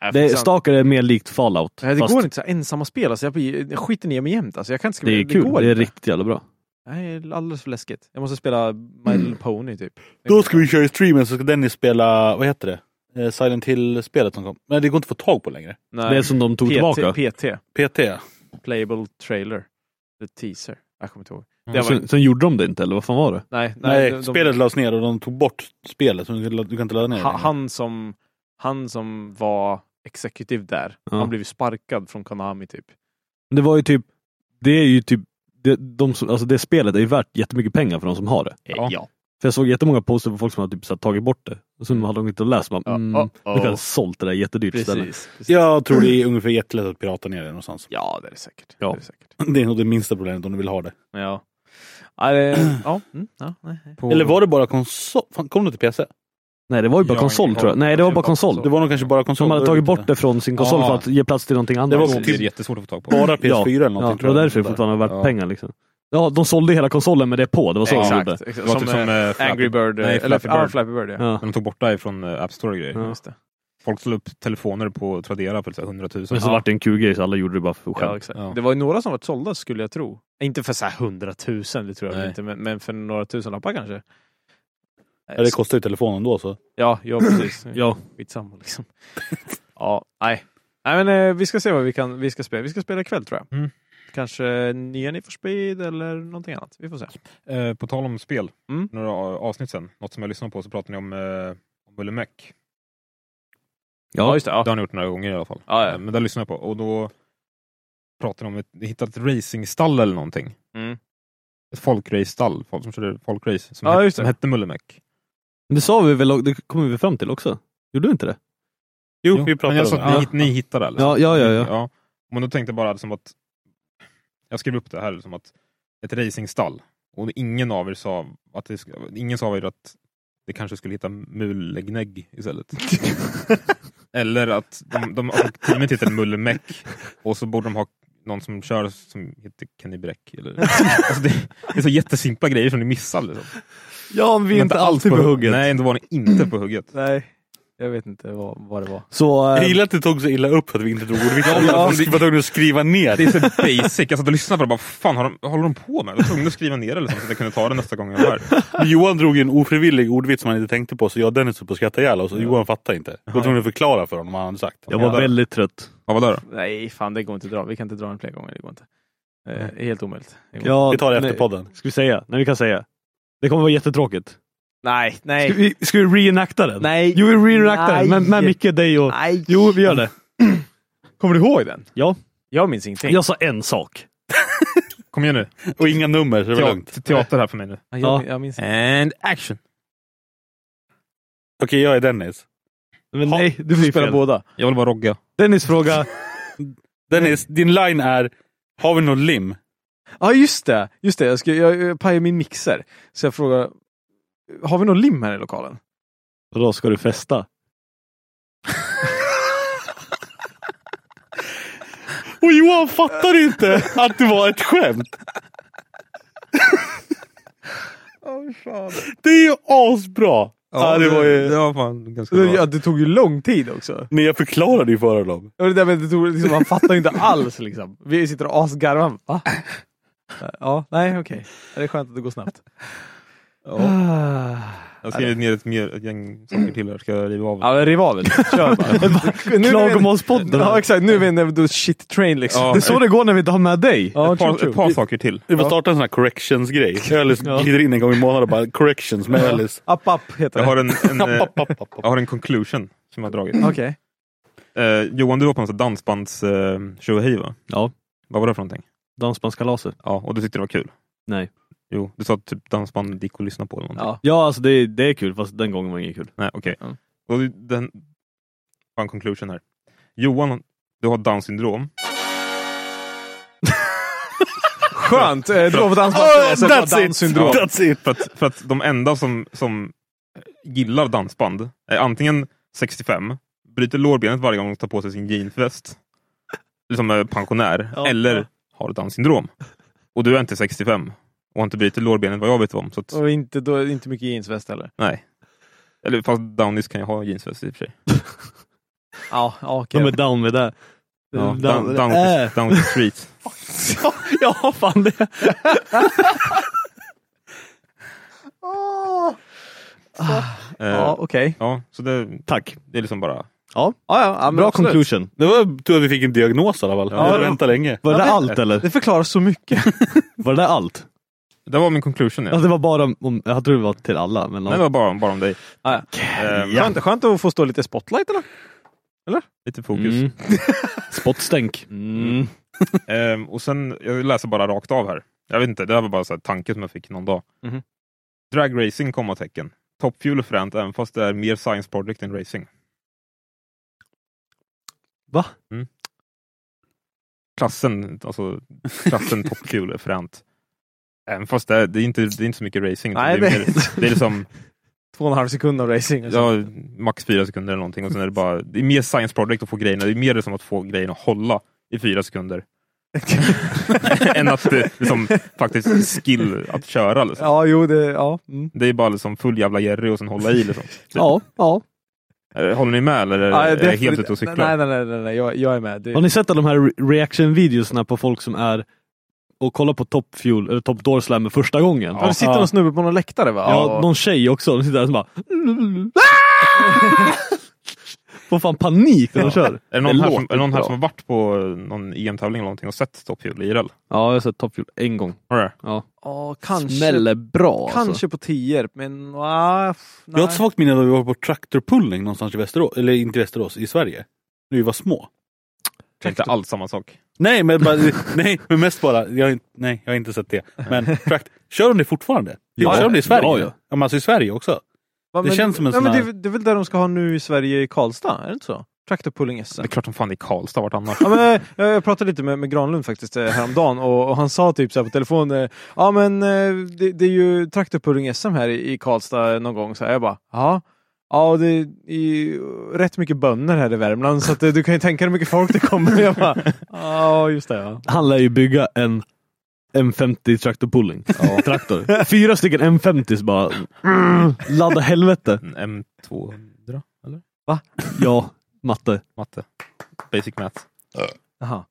Speaker 3: Ja,
Speaker 2: Det,
Speaker 3: fan.
Speaker 2: Stalker är mer likt Fallout.
Speaker 3: Nej, det
Speaker 2: fast
Speaker 3: går inte så här ensamma spel. Alltså, jag blir, jag skiter ner mig jämt. Alltså, jag kan inte skriva.
Speaker 2: det är kul.
Speaker 3: går
Speaker 2: Det är
Speaker 3: inte.
Speaker 2: riktigt jävla bra.
Speaker 3: Nej, det är alldeles för läskigt. Jag måste spela My Little Pony typ.
Speaker 4: Då ska vi köra i streamen så ska Dennis spela, vad heter det? Eh, Silent Hill-spelet som kom. Men det går inte att få tag på längre.
Speaker 3: Nej.
Speaker 2: Det är som de tog
Speaker 3: PT,
Speaker 2: tillbaka.
Speaker 3: PT.
Speaker 4: PT.
Speaker 3: Playable Trailer. The Teaser. Jag kommer inte ihåg.
Speaker 1: Det var-
Speaker 2: sen, sen gjorde de det inte eller vad fan var det?
Speaker 3: Nej, nej,
Speaker 4: Nej,
Speaker 3: de, de,
Speaker 4: spelet lades ner och de tog bort spelet. Så du kan- du kan inte ladda ner det
Speaker 3: ha,
Speaker 4: längre.
Speaker 3: han, som, han som var executive där,
Speaker 2: Ja.
Speaker 3: han blev ju sparkad från Konami typ.
Speaker 2: Men Det var ju typ, det är ju typ, det, de som, alltså det spelet är ju värt jättemycket pengar för de som har det.
Speaker 1: Ja.
Speaker 2: För jag såg jättemånga poster på folk som hade typ så här, tagit bort det. Och sen hade de inte läst. Man,
Speaker 3: Ja,
Speaker 2: mm,
Speaker 3: oh,
Speaker 2: De kan ha
Speaker 3: oh.
Speaker 2: sålt det där jättedyrt istället.
Speaker 3: Precis. precis. Ja.
Speaker 4: Jag tror det är ungefär jättelätt att pirata ner det någonstans.
Speaker 3: det är det säkert.
Speaker 2: Ja.
Speaker 3: Det är det säkert.
Speaker 4: Det är nog det minsta problemet om du vill ha det.
Speaker 3: Ja. Ja, det, ja, mm, ja, nej, nej.
Speaker 1: På-
Speaker 4: Eller var det bara konsol? Fan, kom det till PC?
Speaker 2: Nej det var ju bara
Speaker 1: Ja,
Speaker 2: konsol
Speaker 1: ja.
Speaker 2: tror jag. Nej det var bara konsol.
Speaker 4: Det var nog kanske bara konsol.
Speaker 2: De hade
Speaker 4: då är
Speaker 2: tagit
Speaker 4: det
Speaker 2: bort
Speaker 4: inte.
Speaker 2: det från sin konsol
Speaker 4: Ja.
Speaker 2: för att ge plats till någonting annat.
Speaker 4: Det var
Speaker 1: Det är
Speaker 4: typ-
Speaker 1: jättesvårt att få tag på.
Speaker 4: Bara PS4 eller
Speaker 2: Ja,
Speaker 4: någonting.
Speaker 2: det var därför det fortfarande var värt
Speaker 1: Ja.
Speaker 2: pengar liksom. Ja, de sålde hela konsolen med det på. Det var så de
Speaker 3: Exakt.
Speaker 2: gjorde.
Speaker 3: exakt.
Speaker 1: Det var
Speaker 3: Som,
Speaker 1: typ som eh,
Speaker 3: eh,
Speaker 1: Flappy-
Speaker 3: Angry Bird.
Speaker 1: Nej,
Speaker 3: eh, eller
Speaker 1: Flappy Bird.
Speaker 3: Ja, Flappy Bird ja.
Speaker 2: Ja.
Speaker 1: När de tog bort det från eh, App Store och grejer.
Speaker 2: Ja.
Speaker 3: Just det.
Speaker 1: Folk slog upp telefoner på Tradera för så här 100 000.
Speaker 2: Men så
Speaker 1: Ja.
Speaker 2: vart det en kul grej så alla gjorde det bara för
Speaker 3: Ja,
Speaker 2: skämt.
Speaker 3: exakt.
Speaker 1: Ja.
Speaker 3: Det var ju några som varit sålda skulle jag tro. Inte för såhär hundratusen, det tror jag väl
Speaker 1: Nej.
Speaker 3: inte, men, men för några tusenlappar kanske.
Speaker 4: Ja, det kostar ju telefonen då så.
Speaker 3: Ja, ja precis.
Speaker 2: Ja.
Speaker 3: Skitsamma liksom. ja, nej. Nej men eh, vi ska se vad vi kan vi ska spela. Vi ska spela ikväll tror jag.
Speaker 1: Mm.
Speaker 3: Kanske nya Need for Speed eller någonting annat. Vi får se.
Speaker 1: Eh, på tal om spel,
Speaker 3: Mm.
Speaker 1: några avsnitt sen, något som jag lyssnade på så pratade ni om, eh, om Mulle Meck.
Speaker 3: Ja, just det. Ja.
Speaker 1: Det har ni gjort några gånger i alla fall.
Speaker 3: Ja, ja.
Speaker 1: Eh, Men det lyssnade jag på och då pratade de om ett, hittat ett racingstall eller någonting.
Speaker 3: Mm.
Speaker 1: Ett folkrace-stall, folk som körde folkrace, som,
Speaker 3: Ja,
Speaker 1: het-
Speaker 3: just det.
Speaker 1: som hette Mulle Meck.
Speaker 2: Men Det sa vi väl, och det kom vi fram till också? Gjorde vi inte det?
Speaker 4: Jo,
Speaker 1: Jo,
Speaker 4: vi
Speaker 1: men
Speaker 4: pratade
Speaker 1: jag sa
Speaker 4: om
Speaker 1: att
Speaker 4: det.
Speaker 1: ni, hit- ni hittade det, eller?
Speaker 2: Ja, ja, ja. ja.
Speaker 1: Ja. Men då tänkte jag bara som att... Jag skrev upp det här som att ett racingstall. Och ingen av er sa att det, sk- ingen sa av er att det kanske skulle hitta mulegnägg istället. Eller att de, de och teamet heter Mullemäck och så borde de ha någon som kör som heter Kenny Bräck. Eller, alltså det, det är så jättesimpla grejer som ni missar. Liksom.
Speaker 2: Ja, vi
Speaker 1: De Nej, då var ni inte på hugget.
Speaker 3: Nej, jag vet inte vad, vad det var.
Speaker 2: Så, eh,
Speaker 4: Jag gillar att det tog så illa upp att vi inte drog ordvitsar.
Speaker 1: Ja,
Speaker 4: Vi var tvungna att skriva ner.
Speaker 1: Det är så basic. Jag satt och lyssnade på det och bara, vad fan har de, vad håller de på med? Jag var tvungen att skriva ner det liksom, så att jag kunde ta det nästa gång jag var här.
Speaker 4: Men Johan drog ju en ofrivillig ordvits som han inte tänkte på så jag och Dennis höll på att skratta ihjäl oss och Johan fattade inte. Jag var tvungen att förklara för honom vad han hade sagt.
Speaker 2: jag var väldigt trött.
Speaker 1: Vad var det då?
Speaker 3: Nej, fan det går inte att dra. Vi kan inte dra den fler gånger. Det går inte. Eh,
Speaker 1: Nej.
Speaker 3: det är helt omöjligt. Det går inte.
Speaker 2: Ja,
Speaker 4: Vi tar det efter
Speaker 2: nej.
Speaker 4: podden.
Speaker 2: Ska vi säga? Nej, vi kan säga. Det kommer vara jättetråkigt.
Speaker 3: Nej,
Speaker 2: Ska
Speaker 3: nej.
Speaker 2: vi, ska vi reenacta den?
Speaker 3: Nej.
Speaker 2: Jo, vi reenactar den. Med, med
Speaker 3: Nej.
Speaker 2: Micke, dig och...
Speaker 3: Nej.
Speaker 2: Jo, vi gör det.
Speaker 3: Kommer du ihåg den?
Speaker 2: Ja.
Speaker 3: Jag minns ingenting.
Speaker 2: Jag sa en sak.
Speaker 1: Kom igen nu.
Speaker 4: Och inga nummer så det var lugnt.
Speaker 1: Teater, teater här för mig nu.
Speaker 3: jag,
Speaker 2: Ja.
Speaker 3: jag minns inte.
Speaker 1: And action!
Speaker 4: Okej, jag är Dennis.
Speaker 2: Men nej, du får spela båda.
Speaker 1: Jag vill vara Rogga.
Speaker 2: Dennis fråga.
Speaker 4: Dennis, din line är Har vi någon lim?
Speaker 3: Ja, just det. Just det. Jag, ska, jag, jag pajade min mixer. Så jag frågar, har vi någon lim här i lokalen?
Speaker 2: Och då ska du festa.
Speaker 4: Och Johan fattar inte att det var ett skämt. Oh, Det är ju asbra! Ja, det var ju...
Speaker 1: det var fan ganska bra.
Speaker 3: Ja, det tog ju lång tid också.
Speaker 4: Nej, jag förklarade ju för honom.
Speaker 3: Ja, Det där med, det tog, liksom, man fattar ju inte alls liksom. Vi sitter och asgarvar. Va? Eh, Ja, nej okej. Det är skönt att det går snabbt. Ah.
Speaker 1: Jag skriver ner ett, mer, ett gäng saker till här. Ska jag riva av?
Speaker 3: Ja, men rival. Kör bara. Nu-
Speaker 2: Klagomålspodden.
Speaker 3: Ja, exakt. Nu är vi en the shit train liksom.
Speaker 1: Ja.
Speaker 2: Det är så det går när vi inte har med dig.
Speaker 3: Ja,
Speaker 1: ett, par,
Speaker 3: true,
Speaker 1: ett par
Speaker 3: true.
Speaker 1: saker till.
Speaker 4: Vi får starta en sån här corrections-grej. Alice glider in en gång i månaden och bara corrections med Alice.
Speaker 3: App app heter
Speaker 1: Jag
Speaker 3: det.
Speaker 1: har en, en, eh,
Speaker 4: App, app, app, app.
Speaker 1: jag har en conclusion som jag har dragit.
Speaker 3: Okej.
Speaker 1: Eh, Johan, du var på en sån dansbands eh, tjohej va?
Speaker 2: Ja.
Speaker 1: Vad var det för någonting?
Speaker 2: Dansbandskalaset.
Speaker 1: Ja, och du tyckte det var kul?
Speaker 2: Nej.
Speaker 1: Jo, du sa att typ dansband gick och lyssnade på eller någonting.
Speaker 3: Ja.
Speaker 2: Ja, alltså det, det är kul, fast den gången var det inget kul.
Speaker 1: Nej, okej.
Speaker 3: Mm.
Speaker 1: Och den... Fan, conclusion här. Johan, du har Downs syndrom.
Speaker 3: Skönt! eh, Dra på
Speaker 4: Oh,
Speaker 3: dansmattan
Speaker 4: that's,
Speaker 3: och sätta
Speaker 4: it.
Speaker 3: danssyndrom.
Speaker 4: that's it!
Speaker 1: För att, för att de enda som, som gillar dansband är antingen 65, bryter lårbenet varje gång de tar på sig sin jeansväst, som är pensionär,
Speaker 2: Ja.
Speaker 1: eller har Downs syndrom. Och du är inte 65 och har inte brutit lårbenet vad jag vet om. Så att,
Speaker 3: Och inte, då, inte mycket jeansväst heller.
Speaker 1: nej. Eller fast Downies kan ju ha jeansväst i och för sig.
Speaker 3: Ja, ja, okej.
Speaker 2: De är down med det.
Speaker 1: Ja,
Speaker 2: Down-
Speaker 1: down, down, down,
Speaker 2: Äh.
Speaker 1: down the street.
Speaker 2: ja, fan det.
Speaker 3: Ah.
Speaker 1: Eh,
Speaker 3: Ja, okej.
Speaker 1: Ja, så det,
Speaker 2: Tack.
Speaker 1: det är liksom bara...
Speaker 3: Ja, ja, ja, men
Speaker 2: Bra
Speaker 3: absolut.
Speaker 2: conclusion.
Speaker 4: Det var tur att vi fick en diagnos i alla fall.
Speaker 1: Ja.
Speaker 4: Ja. Vänta länge.
Speaker 2: Var det
Speaker 3: Ja,
Speaker 2: allt eller?
Speaker 3: Det förklarar så mycket.
Speaker 2: Var det allt?
Speaker 1: Det var min conclusion. Ja.
Speaker 2: Ja, det var bara om, jag tror det var till alla. Men
Speaker 1: Nej, det var bara, bara om dig.
Speaker 3: Ja,
Speaker 1: Eh,
Speaker 3: ja. Skönt, skönt att få stå lite i spotlight eller?
Speaker 1: Lite fokus.
Speaker 2: Mm. Spottstänk. Mm.
Speaker 1: Ehm, och sen, jag läser bara rakt av här. Jag vet inte, det här var bara så här tanke som jag fick någon dag.
Speaker 3: Mhm.
Speaker 1: Dragracing, kommatecken. Toppfuel är fränt, även fast det är mer science project än racing.
Speaker 2: Va?
Speaker 1: Mm. Klassen, alltså klassen toppfuel är fränt. Även fast det är, det är, inte, det är inte så mycket racing. utan
Speaker 3: Nej,
Speaker 1: det, är
Speaker 3: det-
Speaker 1: mer, det är liksom
Speaker 3: Två och en halv sekund av racing. liksom. och så.
Speaker 1: ja, max fyra sekunder eller någonting. Och sen är det, bara, det är mer science project att få grejerna. Det är mer som att få grejerna att hålla i fyra sekunder. än att det liksom, faktiskt är skill att köra. Liksom.
Speaker 3: Ja, jo, det... Ja. Mm.
Speaker 1: Det är bara liksom full jävla Jerry och sen hålla i. Liksom.
Speaker 3: Ja, ja.
Speaker 1: Eh, Håller ni med eller är,
Speaker 3: Ja,
Speaker 1: är jag helt
Speaker 3: definitivt-
Speaker 1: ute och cyklar?
Speaker 3: Nej, nej, nej, nej, nej. Jag, jag är med. Det,
Speaker 2: Har ni sett alla de här re- reaction-videorna på folk som är och kollar på Top Fuel, eller Top Door Slammer första gången?
Speaker 3: ja, det sitter någon snubbe på någon läktare va?
Speaker 2: Ja, någon tjej också. De sitter där och bara... Får fan panik när de kör.
Speaker 1: Är det någon,
Speaker 2: Det
Speaker 1: här som, är
Speaker 2: låter
Speaker 1: det någon här
Speaker 2: bra.
Speaker 1: som har varit på eh, någon EM-tävling eller någonting och sett toppjul IRL?
Speaker 2: Ja, jag har sett Top Fuel en gång.
Speaker 1: Har du det?
Speaker 3: Ja, kanske,
Speaker 2: Smäller bra
Speaker 3: kanske
Speaker 2: alltså.
Speaker 3: på Tierp, men... Ah, f-
Speaker 4: Jag har ett
Speaker 3: nej.
Speaker 4: svagt minne av att vi var på traktorpullning någonstans i Västerås, eller inte i Västerås, i Sverige. När vi var små.
Speaker 1: Det är inte alls samma sak.
Speaker 4: Nej, men, bara, nej, men mest bara, jag, har inte- nej, jag har inte sett det. Men trakt, kör de det fortfarande?
Speaker 2: Ja,
Speaker 4: kör de det i
Speaker 2: ja.
Speaker 4: Sverige?
Speaker 2: Ja,
Speaker 4: Ja,
Speaker 2: ja.
Speaker 4: men alltså i Sverige också.
Speaker 3: Va,
Speaker 4: det känns som en
Speaker 3: nej,
Speaker 4: sån
Speaker 3: men det,
Speaker 4: här-
Speaker 3: är- det är väl där de ska ha nu i Sverige, i Karlstad? Är det inte så? Traktorpulling-SM.
Speaker 1: Det är klart som fan det är Karlstad, vart annars?
Speaker 3: Ja, men, eh, jag, jag pratade lite med, med Granlund faktiskt eh, häromdagen och, och han sa typ så här på telefon eh, Ja men eh, det, det är ju traktorpulling-SM här i, i Karlstad någon gång så här. Jag bara ja Ja och det är ju rätt mycket bönder här i Värmland så att, eh, du kan ju tänka dig hur mycket folk det kommer. Jag bara ja just det ja.
Speaker 2: Han lär ju bygga en M50 traktorpulling. Traktor. Fyra stycken M50s bara. Mm, ladda helvete.
Speaker 1: En M200, eller?
Speaker 2: Ja, matte.
Speaker 1: Matte. Basic math.
Speaker 3: Jaha.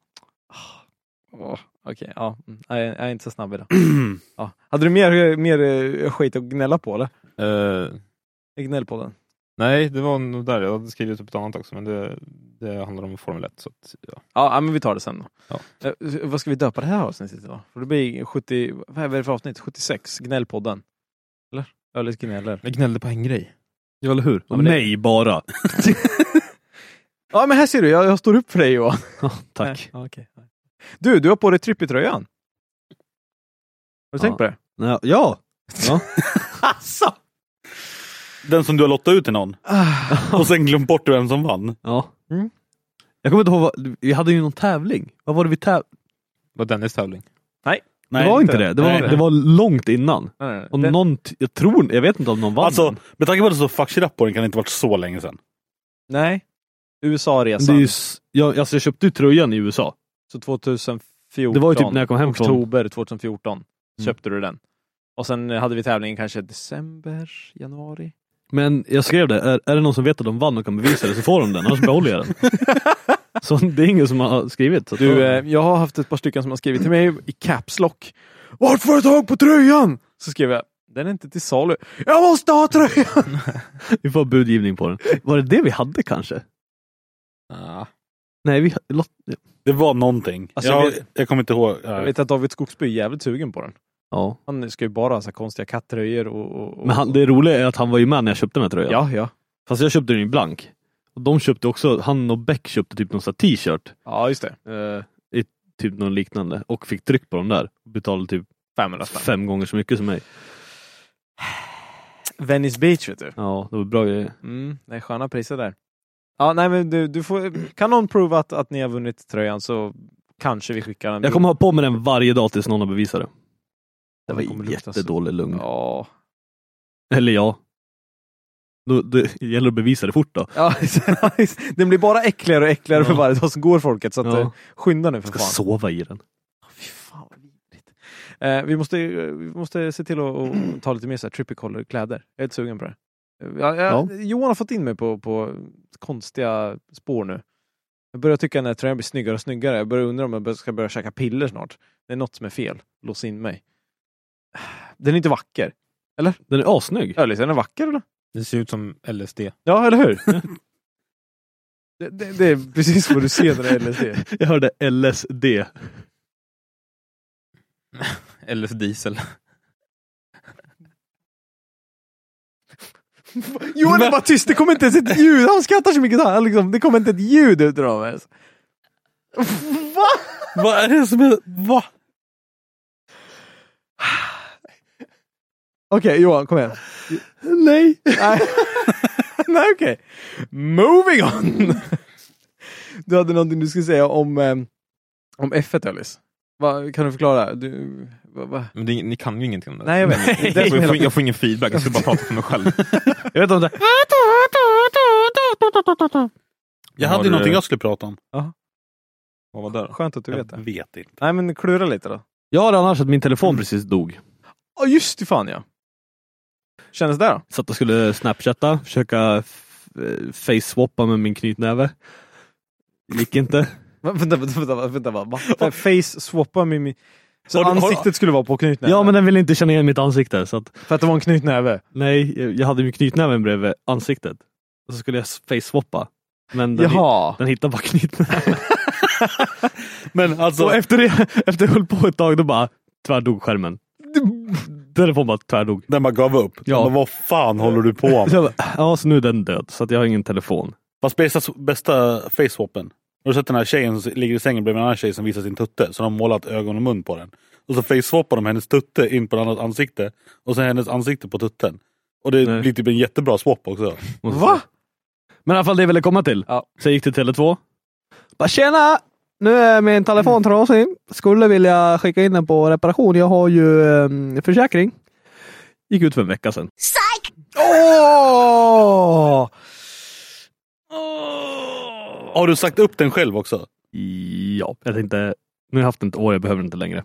Speaker 3: Oh, Okej, ja. Mm, Jag, är- jag är inte så snabb idag. Ja. Hade du mer, mer eh, skit att gnälla på eller?
Speaker 1: Eh,
Speaker 3: Gnäll på den.
Speaker 1: Nej, det var nog där. Jag hade skrivit upp ett annat också, men det, det handlar om Formel 1. Så att, ja.
Speaker 3: Ja, ja, men vi tar det sen då.
Speaker 1: Ja.
Speaker 3: Eh, vad ska vi döpa det här avsnittet då? För det blir 70, vad är det för avsnitt? 76, Gnällpodden. Eller? Ölis gnäller.
Speaker 1: Jag gnällde på en grej.
Speaker 2: Ja, eller hur? Och
Speaker 3: men det-
Speaker 2: mig bara.
Speaker 3: Ja men här ser du, jag, jag står upp för dig Johan.
Speaker 2: Ja, Tack.
Speaker 3: Ja, okej. Du, du har på dig trippeltröjan. Har du tänkt på det?
Speaker 2: Ja. ja.
Speaker 3: Asså!
Speaker 4: Alltså! Den som du har lottat ut till någon. Och sen glömt bort vem som vann.
Speaker 2: ja.
Speaker 3: Mm.
Speaker 2: Jag kommer inte ihåg, vad, vi hade ju någon tävling. Vad var det vi tävlade?
Speaker 1: Det var Dennis tävling.
Speaker 2: Det var inte
Speaker 4: inte.
Speaker 2: det. Det var,
Speaker 4: Nej.
Speaker 2: det var långt innan. Och
Speaker 3: Den,
Speaker 2: någon, t- jag tror, jag vet inte om någon vann.
Speaker 4: Alltså,
Speaker 2: den.
Speaker 4: med tanke på att det står fuck shit up på den kan det inte varit så länge sedan.
Speaker 3: nej.
Speaker 2: Men det är
Speaker 3: USA-resan.
Speaker 2: ju, s- jag, alltså jag köpte ju tröjan i USA.
Speaker 3: Så 2014.
Speaker 2: Det var ju typ när jag kom hem från- Mm.
Speaker 3: Oktober 2014 köpte du den. Och sen eh, hade vi tävlingen kanske december, januari.
Speaker 2: Men jag skrev det, är, är det någon som vet att de vann och kan bevisa det så får de den, annars behåller jag den. Så det är ingen som har skrivit. Så att-
Speaker 3: Du, eh, jag har haft ett par stycken som har skrivit till mig i Caps Lock. Vart får jag tag på tröjan? Så skrev jag, den är inte till salu. Jag måste ha tröjan!
Speaker 2: vi får budgivning på den. Var det det vi hade kanske? Nej, vi lot,
Speaker 4: Det var någonting.
Speaker 3: Alltså,
Speaker 4: jag,
Speaker 3: jag
Speaker 4: jag,
Speaker 3: vet-
Speaker 4: kommer inte ihåg.
Speaker 3: Jag vet att David Skogsby är jävligt sugen på den.
Speaker 2: ja.
Speaker 3: Han ska ju bara ha så här konstiga kattröjor och... och, och
Speaker 2: Men han, det roliga är att han var ju med när jag köpte den här tröjan.
Speaker 3: Ja, ja.
Speaker 2: Fast jag köpte den i blank. Och de köpte också, han och Beck köpte typ någon sån här t-shirt.
Speaker 3: Ja, just det.
Speaker 2: eh, i typ någon liknande och fick tryck på dem där. Betalade typ
Speaker 3: 500 spänn.
Speaker 2: Fem gånger så mycket som mig.
Speaker 3: Venice Beach vet du.
Speaker 2: Ja, det var bra grejer.
Speaker 3: Mm, det är sköna priser där. Ja, nej men du, du får, kan någon prova att, att ni har vunnit tröjan så kanske vi skickar en
Speaker 2: Jag kommer ha på mig den varje dag tills någon har bevisat det. Det
Speaker 3: Det kommer
Speaker 2: var
Speaker 3: lukta så-
Speaker 2: jättedålig lugn.
Speaker 3: Ja.
Speaker 2: Eller ja. Då, det gäller att bevisa det fort då.
Speaker 3: ja den blir bara äckligare och äckligare för
Speaker 2: Ja.
Speaker 3: varje dag som går folket så att,
Speaker 2: Ja.
Speaker 3: eh, skynda nu för
Speaker 2: Jag ska
Speaker 3: fan.
Speaker 2: sova i den.
Speaker 3: Fy fan vad vidrigt. Eh, vi, måste, eh, vi måste se till att att ta lite mer så här trippy color kläder. Jag är lite sugen på det. Eh, Ja, jag, Johan har fått in mig på, på konstiga spår nu. Jag börjar tycka när tröjan blir snyggare och snyggare. Jag börjar undra om jag bör- ska börja käka piller snart. Det är något som är fel. Lås in mig. Den är inte vacker.
Speaker 2: Den är assnygg.
Speaker 3: Öllis, är den vacker eller?
Speaker 1: Det ser ut som LSD.
Speaker 3: Ja, eller hur? det, det, det är precis vad du ser när det är LSD.
Speaker 2: Jag hörde LSD.
Speaker 1: LS diesel.
Speaker 3: Johan är bara tyst, det kommer inte ens ett ljud. Han skrattar så mycket. Han, liksom, det kommer inte ett ljud ut ur dem ens. Va?
Speaker 4: Vad är det som är... Va?
Speaker 3: Okej Johan, kom igen. Nej. Nej, Nej okej. Moving on. Du hade någonting du skulle säga om, eh, om F1 Alice. Va, kan du förklara? Du, va, va?
Speaker 1: Men det, ni kan ju ingenting om det.
Speaker 3: Nej, jag vet. Det är det
Speaker 1: jag,
Speaker 3: som är
Speaker 1: får,
Speaker 3: hela-
Speaker 1: jag får ingen feedback, jag ska bara prata för mig själv.
Speaker 2: Jag vet inte.
Speaker 4: Jag
Speaker 1: Har
Speaker 4: hade ju
Speaker 1: du-
Speaker 4: någonting jag skulle prata om.
Speaker 1: Vad var det då?
Speaker 3: Skönt att du vet
Speaker 4: jag
Speaker 3: det.
Speaker 4: vet inte.
Speaker 3: Nej men klura lite då.
Speaker 2: Jag har annars att min telefon precis dog.
Speaker 3: Mm. Ja just det fan ja. Kändes det då?
Speaker 2: Så att jag skulle snapchatta, försöka f- eh, face-swappa med min knytnäve. Gick inte.
Speaker 3: Va, Vänta, vänta, vänta, vänta, va? va? Face swappa med min... Så
Speaker 2: Har du- har-
Speaker 3: ansiktet skulle vara på knytnäven?
Speaker 2: Ja men den ville inte känna igen mitt ansikte så att
Speaker 3: För att det var en knytnäve?
Speaker 2: nej, jag- jag hade ju knytnäven bredvid ansiktet. Och så skulle jag face-swappa. Men den, hit,
Speaker 3: Jaha.
Speaker 2: den hittade bara knytnäven.
Speaker 4: Men alltså...
Speaker 2: Så efter det, efter jag höll på ett tag då bara tvärdog skärmen. Telefonen bara tvärdog.
Speaker 4: Den bara gav upp.
Speaker 2: Ja.
Speaker 4: Men vad fan håller du på med?
Speaker 2: Så jag bara, ja, så nu är den död, så att jag har ingen telefon.
Speaker 4: Fast bästa, bästa face-swappen. Har du sett den här tjejen som ligger i sängen bredvid en annan tjej som visar sin tutte? Så de har målat ögon och mun på den. Och så face-swappar de hennes tutte in på den andras ansikte. Och sen hennes ansikte på tutten. Och det
Speaker 2: Nej.
Speaker 4: blir typ en jättebra swap också.
Speaker 2: måste jag
Speaker 3: Va?
Speaker 2: säga. Men i alla fall det jag ville komma till.
Speaker 3: Ja.
Speaker 2: Så jag gick till Tele2. Bara tjena! Nu är min telefon trasig. Skulle vilja skicka in den på reparation. Jag har ju ehm, försäkring. Gick ut för en vecka sedan.
Speaker 3: Åh!
Speaker 4: Har du sagt upp den själv också?
Speaker 2: Ja, jag tänkte nu har jag haft den ett år, jag behöver den inte längre.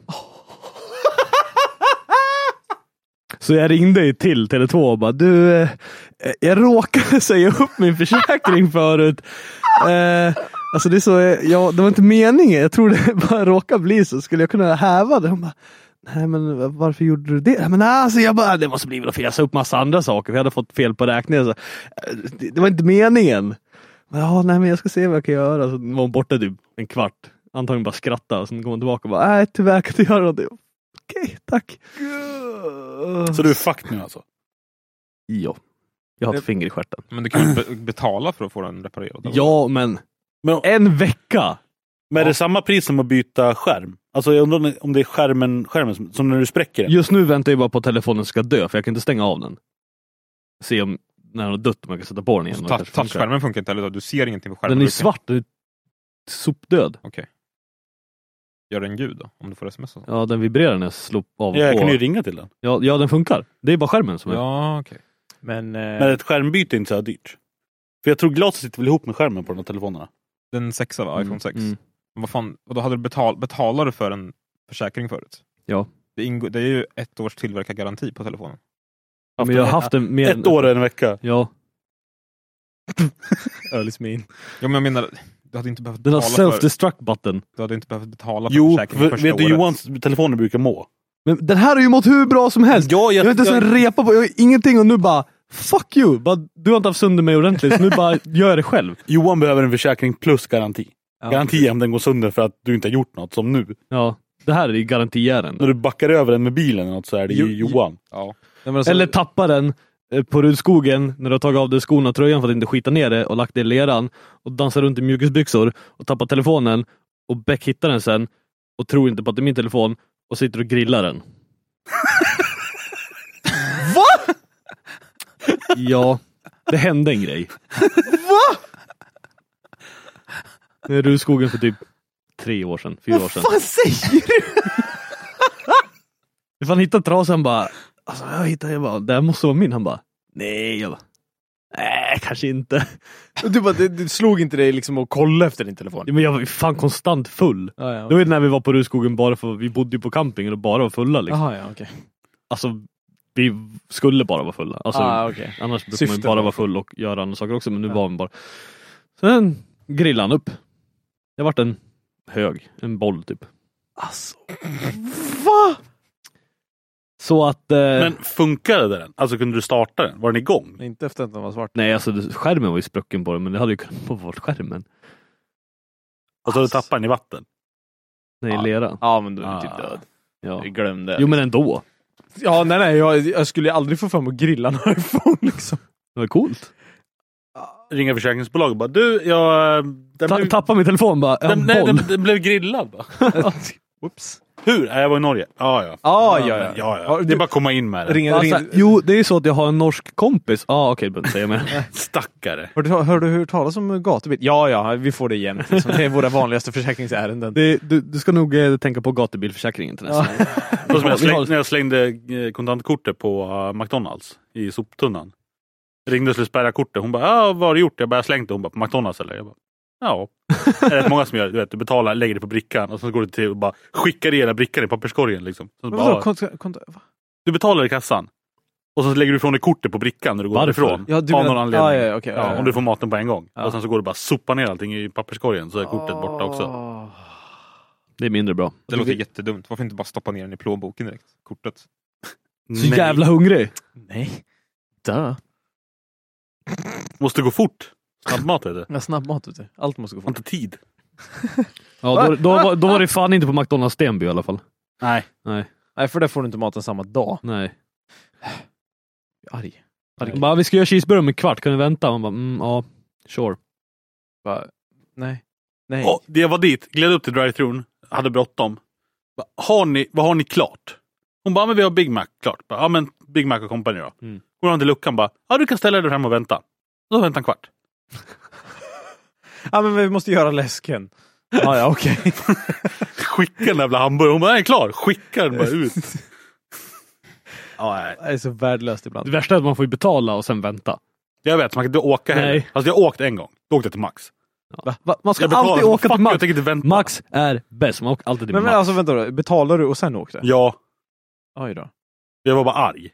Speaker 2: Så jag ringde ju till Tele2 och bara du, eh, jag råkade säga upp min försäkring förut. Eh, alltså det är så, eh, ja, det var inte meningen, jag tror det bara råkade bli så. Skulle jag kunna häva det? Hon bara, nej men varför gjorde du det? Nej, Men nej, alltså jag bara, det måste bli väl att jag sa upp massa andra saker, vi hade fått fel på räkningen. Så, eh, det, det var inte meningen. Ja, nej men jag ska se vad jag kan göra. Så var hon borta typ en kvart. Antagligen bara skratta. Sen kom hon tillbaka och bara, nej tyvärr kan jag inte göra någonting. Okej, tack.
Speaker 4: Så du är fucked nu alltså?
Speaker 2: Ja. Jag har ett finger i stjärten.
Speaker 1: Men du kan ju be- betala för att få den reparerad. Alltså, eller?
Speaker 2: Ja, men
Speaker 4: Men,
Speaker 2: en vecka!
Speaker 4: men är det samma pris som att byta skärm? Alltså jag undrar om det- om det är skärmen, skärmen som, som när du spräcker den?
Speaker 2: Just nu väntar jag bara på att telefonen ska dö, för jag kan inte stänga av den. Se om, när den har dött, om jag kan sätta på den
Speaker 1: Och
Speaker 2: igen.
Speaker 1: så
Speaker 2: och
Speaker 1: touch-
Speaker 2: kanske funkar.
Speaker 1: Touchskärmen funkar inte heller, då. du ser ingenting på skärmen.
Speaker 2: Den är ju
Speaker 1: Du kan-
Speaker 2: svart, den är sopdöd.
Speaker 1: Gör den ljud då, om du får sms och sånt.
Speaker 2: Ja, den vibrerar när jag slår av och
Speaker 4: Ja, jag kan ju
Speaker 2: på.
Speaker 4: ringa till den.
Speaker 2: Ja, ja, den funkar. Det är bara skärmen som är...
Speaker 1: Ja, okej.
Speaker 3: Men, eh,
Speaker 4: Men ett skärmbyte är inte så här dyrt. För jag tror glaset sitter väl ihop med skärmen på de här telefonerna?
Speaker 1: Den 6 va? iPhone 6.
Speaker 2: Mm.
Speaker 1: Men vad fan, och då hade du betal, betalar du för en försäkring förut?
Speaker 2: Ja.
Speaker 1: Det, ingår, det är ju ett års tillverkargaranti på telefonen.
Speaker 2: Ja, Men jag har haft den mer än...
Speaker 4: Ett år och en vecka.
Speaker 2: Ja.
Speaker 3: Ölis min.
Speaker 1: Ja, men jag menar, du hade inte behövt
Speaker 2: Den har
Speaker 1: betala, för,
Speaker 2: self-destruct button.
Speaker 1: du hade inte behövt betala för
Speaker 4: Jo,
Speaker 1: försäkringen
Speaker 4: för,
Speaker 1: första
Speaker 4: vet du
Speaker 1: året.
Speaker 4: Johans telefoner brukar må?
Speaker 2: Men den här har ju mått hur bra som helst.
Speaker 4: Ja,
Speaker 2: Jag har inte ens en repa på, jag har ingenting och nu bara fuck you. Bara, du har inte haft sönder mig ordentligt så nu bara gör jag det själv.
Speaker 4: Johan behöver en försäkring plus garanti.
Speaker 2: Ja.
Speaker 4: garanti om den går sönder för att du inte har gjort något, som nu.
Speaker 2: Ja, det här är ju garantiärende.
Speaker 4: När du backar över den med bilen eller något så är det ju
Speaker 1: Jo-
Speaker 4: Johan.
Speaker 1: Ja.
Speaker 3: Nej, men alltså,
Speaker 2: Eller tappa den eh, på Rudskogen när du har tagit av dig skorna och tröjan för att inte skita ner det och lagt det i leran och dansar runt i mjukisbyxor och tappar telefonen och Beck hittar den sen och tror inte på att det är min telefon och sitter och grillar den. Ja, det hände en grej. Va? I Ruskogen för typ tre år sedan, fyra år sedan.
Speaker 3: Vad säger du?
Speaker 2: Vi fan hittade trasan bara, alltså jag hittade, jag bara, det här måste vara min. Han bara, nej. Jag bara, nej kanske inte.
Speaker 3: Du bara, det, det slog inte dig liksom att kolla efter din telefon?
Speaker 2: Ja, Men jag var ju fan konstant full.
Speaker 3: Ja, ja,
Speaker 2: Det
Speaker 3: okej.
Speaker 2: var ju när vi var på Ruskogen bara för vi bodde ju på campingen och bara var fulla liksom.
Speaker 3: Jaha, ja, okej.
Speaker 2: Alltså, vi skulle bara vara fulla. Alltså,
Speaker 3: ah, okej.
Speaker 2: Annars brukar man ju
Speaker 3: Syftet
Speaker 2: bara
Speaker 3: var-
Speaker 2: vara full och göra andra saker också, men nu
Speaker 3: Ja.
Speaker 2: var man bara... Sen grillade han upp. Det vart en hög, en boll typ.
Speaker 3: Alltså, va?
Speaker 2: Så att... Eh,
Speaker 4: Men funkade den? Alltså kunde du starta den? Var den igång?
Speaker 3: Inte efter att den var svart.
Speaker 2: Nej, alltså det- skärmen var ju sprucken på den, men det hade ju kunnat vara skärmen.
Speaker 4: Alltså du
Speaker 3: Ass.
Speaker 4: tappade den i vatten?
Speaker 2: Nej,
Speaker 3: Ja.
Speaker 2: lera.
Speaker 3: Ja, men då är
Speaker 2: Ah.
Speaker 3: du typ död.
Speaker 2: Ja.
Speaker 3: Jag glömde.
Speaker 2: Jo, men ändå.
Speaker 3: Ja, nej, nej, jag, jag skulle aldrig få fram att grilla en iPhone liksom.
Speaker 2: Det var coolt.
Speaker 4: Ringa försäkringsbolaget och bara du, jag... eh, Den
Speaker 2: Ta
Speaker 4: blev,
Speaker 2: Tappade min telefon bara.
Speaker 4: den,
Speaker 2: en
Speaker 4: nej,
Speaker 2: boll.
Speaker 4: den, den blev grillad bara.
Speaker 3: Oops.
Speaker 4: Hur? Nej, jag var i Norge. Ja, ja.
Speaker 3: Ah, ja,
Speaker 4: men-
Speaker 3: ja.
Speaker 4: ja, ja. Det är bara att komma in med den.
Speaker 3: Ring, ring.
Speaker 2: Alltså, jo, det är ju så att jag har en norsk kompis. Ja, ah, okej, okay, säga mer.
Speaker 4: Stackare.
Speaker 3: Har du, hör du hört talas om gatubil? Ja, ja, vi får det jämt. Liksom. Det är våra vanligaste försäkringsärenden.
Speaker 2: Det, du, du ska nog eh, tänka på gatubilförsäkringen till nästa gång.
Speaker 4: Det var som jag
Speaker 2: Vi har-
Speaker 4: släng, när jag slängde eh, kontantkortet på eh, McDonalds i soptunnan. Ringde och skulle spärra kortet. Hon bara, ah, vad har du gjort? Jag bara, jag slängt det. Hon bara, på McDonalds eller? Jag bara, ja. Det är rätt många som gör det. Du, vet, du betalar, lägger det på brickan och så går du till och bara skickar i hela brickan i papperskorgen. Liksom. Så
Speaker 3: Men
Speaker 4: bara,
Speaker 3: vadå,
Speaker 4: "Ah,
Speaker 3: kontra, kontra, va?
Speaker 4: du betalar i kassan. Och så lägger du ifrån dig kortet på brickan när du går
Speaker 2: Varför?
Speaker 4: ifrån.
Speaker 3: Ja, du
Speaker 4: av
Speaker 3: menar- Ah,
Speaker 4: någon anledning.
Speaker 3: Ja, ja, okej,
Speaker 4: ja,
Speaker 3: ja, ja.
Speaker 4: Om du får maten på en gång.
Speaker 3: Ja.
Speaker 4: Och sen så går du bara sopa ner allting i papperskorgen så är kortet borta också.
Speaker 2: Det är mindre bra.
Speaker 1: Det låter jättedumt. Varför inte bara stoppa ner den i plånboken direkt? Kortet.
Speaker 2: Så jävla hungrig.
Speaker 3: Nej. Dö.
Speaker 4: Måste gå fort. Snabbmat heter det.
Speaker 3: Jag har snabbmat ute. Allt måste gå
Speaker 4: Har
Speaker 3: fort.
Speaker 4: inte tid.
Speaker 2: Ja, då, då, var- då var det fan inte på McDonalds Stenby i alla fall.
Speaker 4: Nej.
Speaker 3: Nej, för där får du inte maten samma
Speaker 4: Mm,
Speaker 3: dag.
Speaker 2: Nej.
Speaker 3: Arg.
Speaker 2: De Bara, vi ska göra cheeseburgare om en kvart, kan du vänta? Man bara, mm, ja, sure.
Speaker 3: Bara, nej. Nej.
Speaker 4: Och det jag var dit, gled upp till drive-thrun, hade bråttom. Bara, Har ni, vad har ni klart? Hon bara, "Ja, men vi har Big Mac klart. Bara, Ja men Big Mac och company då.
Speaker 2: Mm.
Speaker 4: Går han till luckan bara, ja du kan ställa dig där hemma och vänta. Och så väntar en kvart.
Speaker 3: Ja, men vi måste göra läsken. Ah, Ja, ja, okej.
Speaker 4: Skicka den där jävla hamburgaren. Hon bara, den är klar. Skicka den bara ut. ja, nej.
Speaker 3: Det är så värdelöst ibland.
Speaker 2: Det värsta är att man får ju betala och sen vänta.
Speaker 4: Jag vet, man kan inte åka heller.
Speaker 2: Nej.
Speaker 4: Alltså jag har åkt en gång. Då åkte jag till Max.
Speaker 2: Ja. Va? Man ska
Speaker 4: Jag betalar,
Speaker 2: alltid
Speaker 4: men
Speaker 2: åka
Speaker 4: fuck,
Speaker 2: till Max.
Speaker 4: Jag tänker inte vänta.
Speaker 2: Max är bäst, man åker alltid till
Speaker 3: Men, men
Speaker 2: Max.
Speaker 3: alltså vänta då, betalar du och sen åkte?
Speaker 4: Ja,
Speaker 3: Oj då.
Speaker 4: jag var bara arg.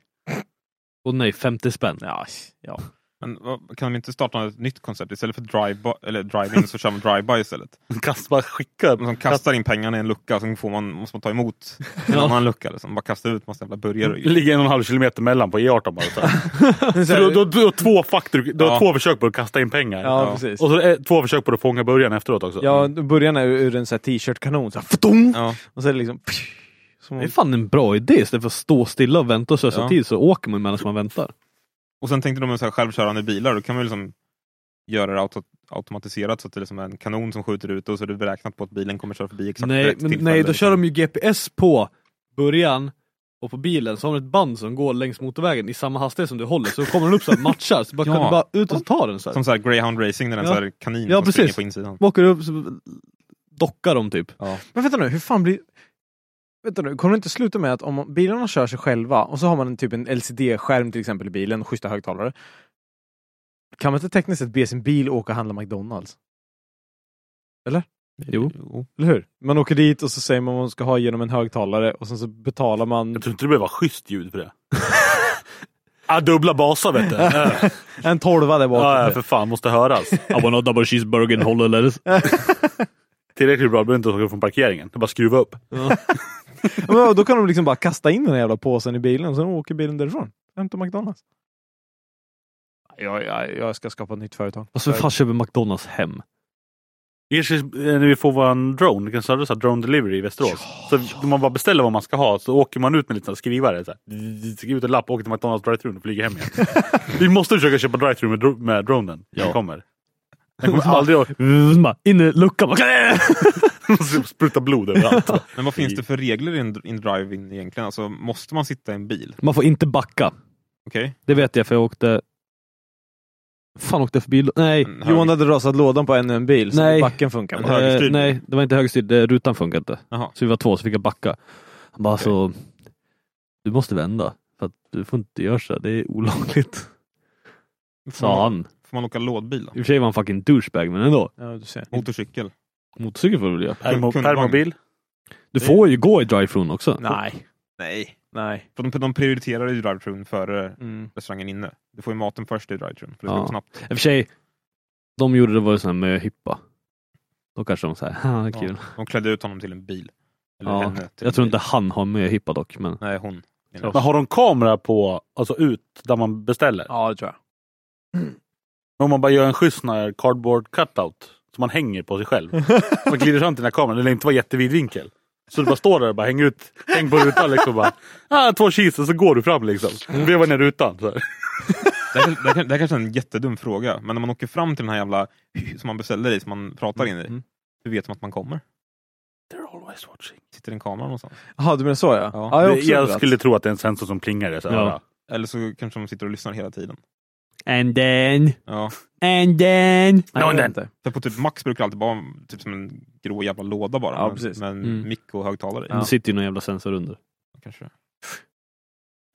Speaker 2: Åh nej, 50 spänn.
Speaker 3: Ja, ja.
Speaker 1: Men vad- kan de inte starta ett nytt koncept? Istället för drive-by, eller drive-in så kör man drive-by istället.
Speaker 4: Kast, bara skicka.
Speaker 1: Man som kastar in pengarna i en lucka, sen får man, måste man ta emot i en
Speaker 2: Ja.
Speaker 1: annan lucka. Liksom. Bara kastar ut massa jävla burgare.
Speaker 4: Ligger en och en halv kilometer mellan på E18 bara. Så här.
Speaker 3: Men
Speaker 4: Så
Speaker 3: så här-
Speaker 4: du, du, du har två fack, du, du har
Speaker 1: Ja.
Speaker 4: två försök på att kasta in pengar.
Speaker 3: Ja, precis.
Speaker 4: Och så är, två försök på att fånga början efteråt också.
Speaker 3: Ja, början är ur ur en sån här t-shirt-kanon. Så här, ftung!
Speaker 1: Ja.
Speaker 3: och så är det liksom... Som
Speaker 2: Det är fan en bra idé. Istället för att stå stilla och vänta och slösa
Speaker 1: Ja.
Speaker 2: tid så åker man medan man väntar.
Speaker 1: Och sen tänkte de med så här självkörande bilar, då kan man ju liksom göra det auto- automatiserat så att det liksom är en kanon som skjuter ut och så är det beräknat på att bilen kommer köra förbi exakt
Speaker 2: Nej,
Speaker 1: rätt
Speaker 2: men,
Speaker 1: tillfälle,
Speaker 2: nej, då
Speaker 1: liksom.
Speaker 2: kör de ju GPS på början och på bilen så har de ett band som går längs motorvägen i samma hastighet som du håller. Så kommer den upp så här, matchar, så bara,
Speaker 1: Ja.
Speaker 2: kan du bara ut och ta den så här.
Speaker 1: Som så här Greyhound Racing, när den
Speaker 2: Ja.
Speaker 1: så här kanin
Speaker 2: Ja,
Speaker 1: som springer
Speaker 2: precis.
Speaker 1: på insidan.
Speaker 2: De åker upp, så dockar de typ.
Speaker 3: Men vänta nu, hur fan blir... Vänta nu, kommer det inte sluta med att om bilarna kör sig själva och så har man en, typ en LCD-skärm till exempel i bilen, schyssta högtalare. Kan man inte tekniskt sett be sin bil åka och handla McDonalds?
Speaker 2: Jo.
Speaker 3: Eller hur? Man åker dit och så säger man vad man ska ha genom en högtalare och sen så betalar man
Speaker 4: Jag tror inte det behöver vara schysst ljud för det. ah, dubbla basar vet du. Äh,
Speaker 3: en tolva där bak.
Speaker 4: ja, ja, för fan, måste höras.
Speaker 2: I want a double cheeseburger in Hollands.
Speaker 4: Tillräckligt bra, du behöver inte åka från parkeringen. Det är bara att skruva upp.
Speaker 3: Men då kan de liksom bara kasta in den här jävla påsen i bilen och sen åker bilen därifrån. Hämtar McDonalds. Jag, jag, jag ska skapa ett nytt företag.
Speaker 2: Alltså vem fan köper McDonalds hem?
Speaker 4: Erst, eh, När vi får vår drone, du kan serva så här drone delivery i Västerås. så man bara beställer vad man ska ha så åker man ut med en liten skrivare. Så här, skriver ut en lapp, åker till McDonalds drive-through och flyger hem igen. vi måste försöka köpa drive-through med, dro- med dronen. Den kommer. Den kommer aldrig att
Speaker 2: Som bara, In i luckan bara...
Speaker 4: spruta blod överallt.
Speaker 1: Men vad finns det för regler i en, i en drive-in egentligen? Alltså, måste man sitta i en bil?
Speaker 2: Man får inte backa.
Speaker 1: Okej?
Speaker 2: Det vet jag för jag åkte fan åkte jag förbi? lå- Nej.
Speaker 1: En
Speaker 3: Johan
Speaker 1: höger-
Speaker 3: hade rasat lådan på ännu en bil, så
Speaker 2: Nej.
Speaker 3: backen funkar
Speaker 1: En
Speaker 3: bara.
Speaker 1: högerstyrd
Speaker 2: Eh,
Speaker 1: bil.
Speaker 2: nej, det var inte högerstyrd. eh, Rutan funkade inte.
Speaker 1: Jaha.
Speaker 2: Så vi var två, så fick jag backa. Han bara så, du måste vända. För att du får inte göra så, här, det är olagligt.
Speaker 1: Får man-
Speaker 2: Sa han.
Speaker 1: Får man åka lådbil då?
Speaker 2: I och för sig var han fucking douchebag, men ändå.
Speaker 3: Ja, du ser.
Speaker 1: Motorcykel?
Speaker 2: Motorcykel får du väl göra.
Speaker 4: Permo,
Speaker 1: Kundvagn.
Speaker 4: permobil.
Speaker 2: Du får ju gå i drive-through också.
Speaker 3: Nej.
Speaker 1: Nej.
Speaker 3: Nej.
Speaker 1: För de, de prioriterar ju drive före
Speaker 3: Mm.
Speaker 1: restaurangen inne. Du får ju maten först i drive för det ska
Speaker 2: Ja.
Speaker 1: gå snabbt.
Speaker 2: I och för sig, de gjorde det var ju sån här möhippa. Då kanske de såhär, haha
Speaker 1: Ja.
Speaker 2: kul.
Speaker 1: De klädde ut honom till en bil. Eller
Speaker 2: Ja,
Speaker 1: henne till en
Speaker 2: Jag tror
Speaker 1: bil.
Speaker 2: inte han har möhippa dock, men
Speaker 1: Nej, hon.
Speaker 4: Men har de kamera på, alltså ut, där man beställer?
Speaker 3: Ja, det tror jag.
Speaker 4: Om man bara gör en schysst sån här cardboard cutout som man hänger på sig själv. Man glider fram till den här kameran, den lär inte vara jättevid vinkel. Så du bara står där och bara hänger ut, häng på rutan liksom. Bara, ah, två kisor så går du fram liksom. Vevar ner rutan. Så här.
Speaker 1: Det här, det, här, det här kanske är en jättedum fråga, men när man åker fram till den här jävla som man beställer i, som man pratar in i,
Speaker 3: Mm.
Speaker 1: hur vet man att man kommer?
Speaker 4: They're always watching.
Speaker 1: Sitter en kamera någonstans?
Speaker 3: Jaha, du menar så ja?
Speaker 1: Ja.
Speaker 3: ja jag har
Speaker 4: Jag,
Speaker 3: också undrat.
Speaker 4: skulle tro att det är en sensor som plingar i dess
Speaker 3: Alltså,
Speaker 2: Ja.
Speaker 4: öra.
Speaker 1: Eller så kanske de sitter och lyssnar hela tiden.
Speaker 2: And then,
Speaker 1: Ja.
Speaker 2: and then.
Speaker 3: Nej,
Speaker 4: No,
Speaker 3: jag vet
Speaker 4: den.
Speaker 3: inte.
Speaker 1: För på typ Max brukar det alltid vara typ som en grå jävla låda bara,
Speaker 3: Ja,
Speaker 1: med,
Speaker 3: precis.
Speaker 1: med en
Speaker 2: Mm.
Speaker 1: mick och högtalare i.
Speaker 2: Det sitter ju någon jävla sensor under.
Speaker 1: Kanske.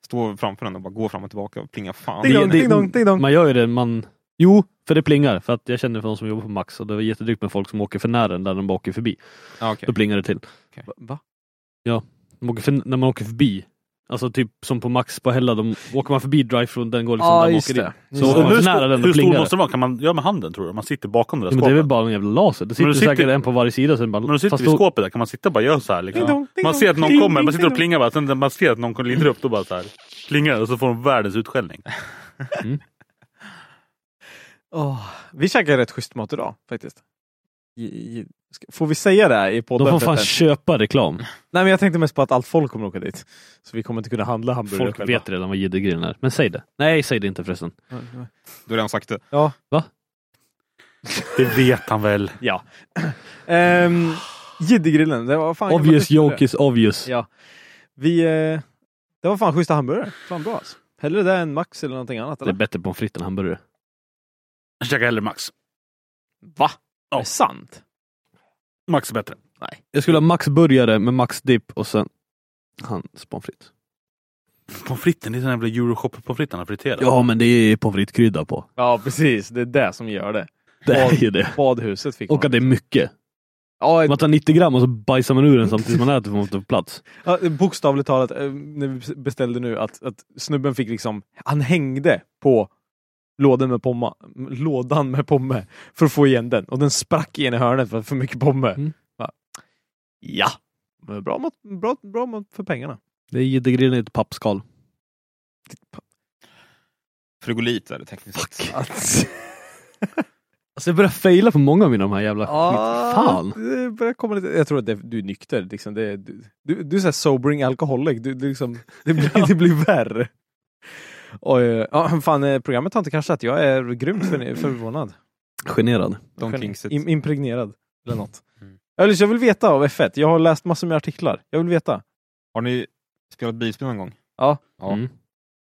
Speaker 1: Stå framför den och bara gå fram och tillbaka och plinga fan.
Speaker 3: Ding
Speaker 2: Det-
Speaker 3: dong,
Speaker 2: det-
Speaker 3: ding dong, ding dong.
Speaker 2: Man gör ju det, man... Jo, för det plingar. För att jag känner för någon som jobbar på Max och det är jättedrygt med folk som åker för nära den där de bara åker förbi.
Speaker 1: Ja, okej.
Speaker 2: Då plingar det till.
Speaker 3: Va?
Speaker 2: De åker för, när man åker förbi. Alltså typ som på Max på Hella, de, åker man förbi drive-through, den går liksom
Speaker 3: Ja,
Speaker 2: där de
Speaker 3: just
Speaker 2: åker
Speaker 3: det.
Speaker 2: in.
Speaker 3: Just
Speaker 2: Så
Speaker 3: det.
Speaker 2: åker man
Speaker 4: hur
Speaker 2: för nära
Speaker 4: stor,
Speaker 2: den då
Speaker 4: hur stor
Speaker 2: plingar det.
Speaker 4: måste den vara? Kan man göra med handen tror du? Om man sitter bakom det där
Speaker 2: Ja, men det är väl
Speaker 4: skåpet.
Speaker 2: bara en jävla laser? Det sitter,
Speaker 4: du sitter-
Speaker 2: säkert en på varje sida. Sen bara,
Speaker 4: När du sitter
Speaker 2: fast
Speaker 4: vid
Speaker 2: då-
Speaker 4: skåpet där, kan man sitta och bara göra så här? Liksom? Man ser att någon kommer, man sitter och plingar bara. Sen när man ser att någon glider upp, då bara så här. Plingar och så får de världens utskällning.
Speaker 2: Mm.
Speaker 3: Åh, vi käkade rätt schysst mat idag faktiskt. I, i, ska- får vi säga det här i podden?
Speaker 2: De får
Speaker 3: för
Speaker 2: fan
Speaker 3: att-
Speaker 2: köpa reklam.
Speaker 3: Nej men jag tänkte mest på att allt folk kommer åka dit. Så vi kommer inte kunna handla hamburgare
Speaker 2: Folk vet redan vad jiddergrillen är. Men säg det. Nej, säg det inte förresten.
Speaker 3: vet.
Speaker 1: Du har redan sagt det.
Speaker 4: Det vet han väl.
Speaker 3: Ja. Ehm, Jiddergrillen, det var fan... gamla
Speaker 2: Obvious
Speaker 3: schyssta
Speaker 2: joke is obvious.
Speaker 3: Ja. Vi, eh, det var fan schyssta hamburgare. Fan bra alltså. Hellre det än Max eller någonting annat
Speaker 2: Det är
Speaker 3: eller?
Speaker 2: bättre pommes frites än hamburgare.
Speaker 4: Käka hellre Max.
Speaker 3: Va? Är det sant?
Speaker 4: Max är bättre.
Speaker 2: Jag skulle ha Max burgare med Max dipp och sen hans pommes frites.
Speaker 4: Pommes fritesen, det är sån jävla euroshop-pommes fritesen han friterar.
Speaker 2: Ja, men det är pommes frites-krydda på.
Speaker 3: Ja precis, det är det som gör det.
Speaker 2: Det är ju det.
Speaker 3: Badhuset fick
Speaker 2: Och att
Speaker 3: man.
Speaker 2: det är mycket.
Speaker 3: Ja,
Speaker 2: Man tar 90 gram och så bajsar man ur den samtidigt som man äter för man måste få plats.
Speaker 3: Ja, bokstavligt talat, eh, när vi beställde nu, att, att snubben fick liksom, han hängde på lådan med, pomma, lådan med pomme för att få igen den. Och den sprack i ena hörnet för för mycket pomme.
Speaker 2: Mm.
Speaker 3: Va? Ja, Men bra mat, bra, bra mat för pengarna.
Speaker 2: Det är jiddergrillen i ett pappskal.
Speaker 1: Frugolit är det tekniskt sett.
Speaker 3: Att...
Speaker 2: Alltså jag börjar faila på många av mina de här jävla skit. Fan!
Speaker 3: Det börjar komma lite, jag tror att det, du är nykter. Liksom. Det, du, du, du är såhär sobering alcoholic. Du, du liksom, det, blir, det blir värre. Oj, oj, oj. ja, fan, eh, programmet har inte kraschat. Jag är grymt förne- förvånad.
Speaker 2: Generad.
Speaker 1: Don Kings
Speaker 3: Im, impregnerad. Eller något.
Speaker 1: Mm.
Speaker 3: Eller så jag vill veta av F1. Jag har läst massor med artiklar. Jag vill veta.
Speaker 1: Har ni spelat bilspel någon gång?
Speaker 3: Ja.
Speaker 1: ja.
Speaker 2: Mm.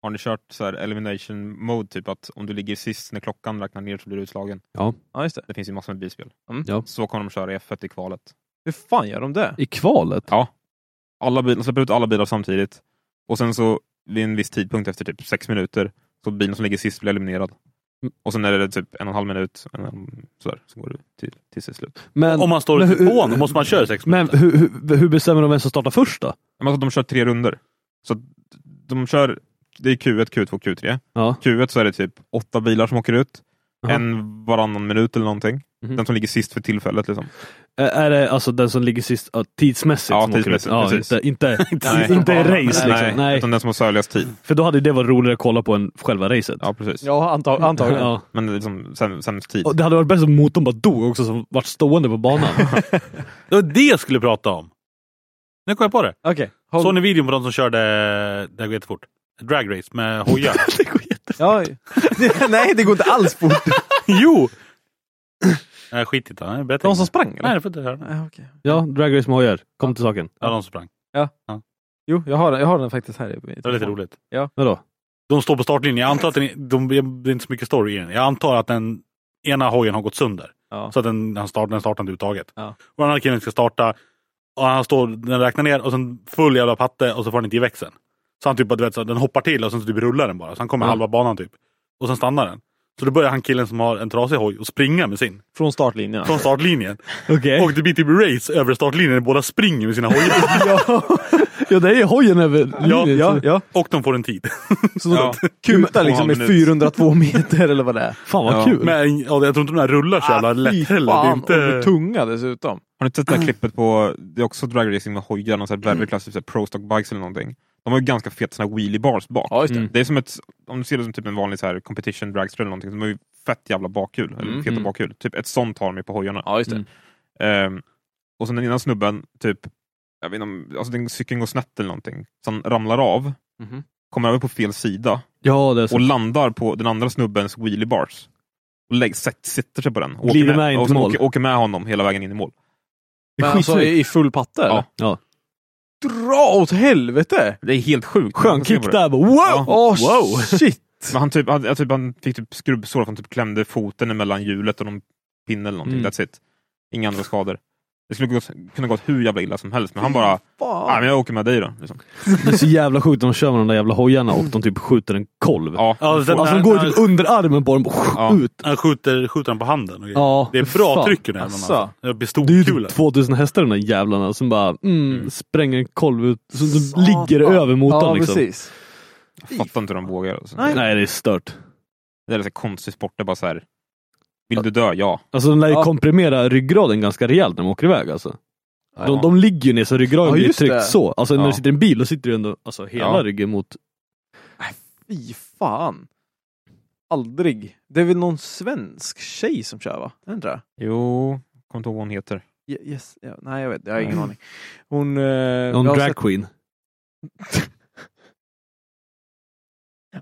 Speaker 1: Har ni kört så här elimination mode, typ att om du ligger sist när klockan räknar ner så blir du utslagen?
Speaker 3: Ja, just det.
Speaker 1: Det finns ju massor med bilspel.
Speaker 3: Mm.
Speaker 2: Ja.
Speaker 1: Så kommer de köra i F1 i kvalet.
Speaker 3: Hur fan gör de det?
Speaker 2: I kvalet?
Speaker 1: Ja. Alla bilar, släpper ut alla bilar samtidigt och sen så vid en viss tidpunkt efter typ sex minuter så bilen som ligger sist blir eliminerad.
Speaker 2: Mm.
Speaker 1: Och sen är det typ en och en halv minut, en, en, sådär, så går det till, tills det är slut.
Speaker 2: Men,
Speaker 4: Om man står i
Speaker 2: Men hur-
Speaker 4: depån då måste man köra i sex
Speaker 2: men
Speaker 4: minuter.
Speaker 2: hur, hur, hur bestämmer de vem som startar först då?
Speaker 1: Men alltså, de kör tre runder. Så att de kör, det är Q1, Q2, Q3.
Speaker 2: Ja.
Speaker 1: Q1 så är det typ åtta bilar som åker ut.
Speaker 2: Jaha.
Speaker 1: En varannan minut eller någonting.
Speaker 2: Mhm.
Speaker 1: Den som ligger sist för tillfället. Liksom.
Speaker 2: Ä- Är det alltså den som ligger sist ja, tidsmässigt?
Speaker 1: Ja,
Speaker 2: som åker ut?
Speaker 1: tidsmässigt,
Speaker 2: Ja,
Speaker 1: precis.
Speaker 2: inte, inte,
Speaker 1: Nej.
Speaker 2: inte, inte race liksom. Nej.
Speaker 1: Nej, Utan den som har sörligast tid.
Speaker 2: För då hade det varit roligare att kolla på än själva racet.
Speaker 1: Ja, precis.
Speaker 3: Ja, antag antagligen.
Speaker 2: Ja.
Speaker 1: Men det är liksom säm- sämst tid.
Speaker 2: Och det hade varit bäst om motorn bara dog också, som vart stående på banan.
Speaker 4: Det var det jag skulle prata om. Nu kom jag på det.
Speaker 3: Okej.
Speaker 4: Såg
Speaker 3: Håll...
Speaker 4: ni videon på de som körde, det här går jättefort, dragrace med hojar?
Speaker 2: det går jätte...
Speaker 3: Ja. Nej, det går inte alls fort.
Speaker 4: jo! Nej, skit i det. Nej, berätta
Speaker 3: De
Speaker 4: inte.
Speaker 3: som sprang eller?
Speaker 4: Nej, det får inte höra.
Speaker 3: Nej, okej.
Speaker 2: Ja, Drag Race med hojar. Kom till saken.
Speaker 4: Ja, de som sprang.
Speaker 3: Jo, jag har, den- jag har den faktiskt här. i-
Speaker 4: Det var lite roligt.
Speaker 2: Vadå?
Speaker 4: De står på startlinjen. Jag antar att den, de, det är inte så mycket story i den. Jag antar att den ena hojen har gått sönder.
Speaker 3: Ja.
Speaker 4: Så att den, han start, den startar inte överhuvudtaget.
Speaker 3: Ja.
Speaker 4: Och den andra killen ska starta. Och han står, den räknar ner och sen full jävla patte och så får den inte i växeln. Så han typ bara, du vet, så den hoppar till och sen så typ rullar den bara. Så han kommer
Speaker 3: Ja.
Speaker 4: halva banan typ. Och sen stannar den. Så då börjar han killen som har en trasig hoj och springa med sin.
Speaker 3: Från startlinjen.
Speaker 4: Från startlinjen.
Speaker 3: Okej.
Speaker 4: Och det blir typ race över startlinjen. Båda springer med sina hojar.
Speaker 2: ja. ja, det är ju hojen över
Speaker 4: Ja,
Speaker 2: linjen,
Speaker 3: Ja,
Speaker 2: så-
Speaker 3: ja.
Speaker 4: och de får en tid.
Speaker 3: Så de
Speaker 1: Ja.
Speaker 3: kutar
Speaker 1: Två och en
Speaker 3: liksom med
Speaker 1: halv minut.
Speaker 3: 402 meter eller vad det är.
Speaker 2: Fan vad
Speaker 1: Ja.
Speaker 2: kul.
Speaker 4: Men ja, jag tror inte de här rullar så jävla lätt heller. Det är
Speaker 3: Ah, Fan, och med
Speaker 4: inte...
Speaker 3: tunga dessutom.
Speaker 1: Har ni inte sett det här klippet på, det är också dragracing med hojar, någon sån här
Speaker 3: Mm.
Speaker 1: väldigt klassisk så här pro stock bikes eller någonting. De har ju ganska feta såna här wheelie bars bak.
Speaker 3: Ja, just det.
Speaker 1: Det är som ett, om du ser det som typ en vanlig så här competition dragster eller någonting, de har ju fett jävla bakhjul, eller
Speaker 3: Mm.
Speaker 1: feta
Speaker 3: Mm.
Speaker 1: bakhjul. Typ ett sånt har de ju på hojarna.
Speaker 3: Ja, just det.
Speaker 2: Mm.
Speaker 1: Ehm, och sen den ena snubben, typ, jag vet inte om, alltså den cykeln går snett eller någonting, så han ramlar av,
Speaker 3: Mhm.
Speaker 1: kommer över på fel sida
Speaker 2: Ja, det är så.
Speaker 1: och landar på den andra snubbens wheelie bars. Och lägg, sätt, sätter sig på den. Och
Speaker 2: Glider med in
Speaker 1: och
Speaker 2: till
Speaker 1: sen
Speaker 2: mål.
Speaker 1: åker, åker med honom hela vägen in i mål.
Speaker 3: Men alltså i i full patte eller?
Speaker 2: Ja.
Speaker 3: Dra åt helvete!
Speaker 1: Det är helt sjukt.
Speaker 2: Skön kick där. bara, Wow!
Speaker 1: Ja.
Speaker 3: Åh
Speaker 2: Wow.
Speaker 3: shit!
Speaker 1: Men han, typ, han, jag typ, han fick typ skrubbsår för han typ klämde foten emellan hjulet och någon pinne eller någonting.
Speaker 2: Mm.
Speaker 1: That's it. Inga andra skador. Det skulle gått, kunna gått hur jävla illa som helst, men han bara ah, men jag åker med dig då. Liksom.
Speaker 2: Det är så jävla sjukt när de kör med de där jävla hojarna och de typ skjuter en kolv.
Speaker 1: Ja.
Speaker 4: Ja, sen,
Speaker 2: Alltså de går ju typ under armen på dem och
Speaker 1: Ja.
Speaker 2: skjut.
Speaker 4: Han skjuter, skjuter han på handen. och grejer.
Speaker 2: Ja,
Speaker 4: det
Speaker 2: för
Speaker 4: är bra
Speaker 2: fan.
Speaker 4: tryck i den här.
Speaker 3: Asså.
Speaker 4: Alltså. Det är
Speaker 2: Det är ju
Speaker 4: Pistolkula.
Speaker 2: typ 2000 hästar de där jävlarna som bara mm, spränger en kolv ut. Så de
Speaker 3: Satan.
Speaker 2: ligger över mot
Speaker 3: Ja,
Speaker 2: dem liksom.
Speaker 3: precis.
Speaker 1: Jag fattar inte hur de vågar. Alltså.
Speaker 2: Nej. Nej, det är stört.
Speaker 1: Det är en konstig sport, det är bara så här. Vill du dö? Ja.
Speaker 2: Alltså de lär ju
Speaker 3: Ja.
Speaker 2: komprimera ryggraden ganska rejält när de åker iväg alltså. De, de ligger ju ner så ryggraden
Speaker 3: Ja,
Speaker 2: blir ju
Speaker 3: just
Speaker 2: tryckt
Speaker 3: det.
Speaker 2: så. Alltså när
Speaker 1: Ja.
Speaker 2: du sitter i en bil då sitter du ändå alltså, hela
Speaker 1: Ja.
Speaker 2: ryggen mot...
Speaker 3: Fy fan. Aldrig. Det är väl någon svensk tjej som kör va? Är det inte det?
Speaker 1: Jo, kommer inte ihåg vad hon heter.
Speaker 3: Ye- Yes, ja, nej jag vet, jag har ingen
Speaker 1: Mm.
Speaker 3: aning. Hon... Eh, jag
Speaker 2: Någon
Speaker 3: har
Speaker 2: drag
Speaker 3: sett-
Speaker 2: queen.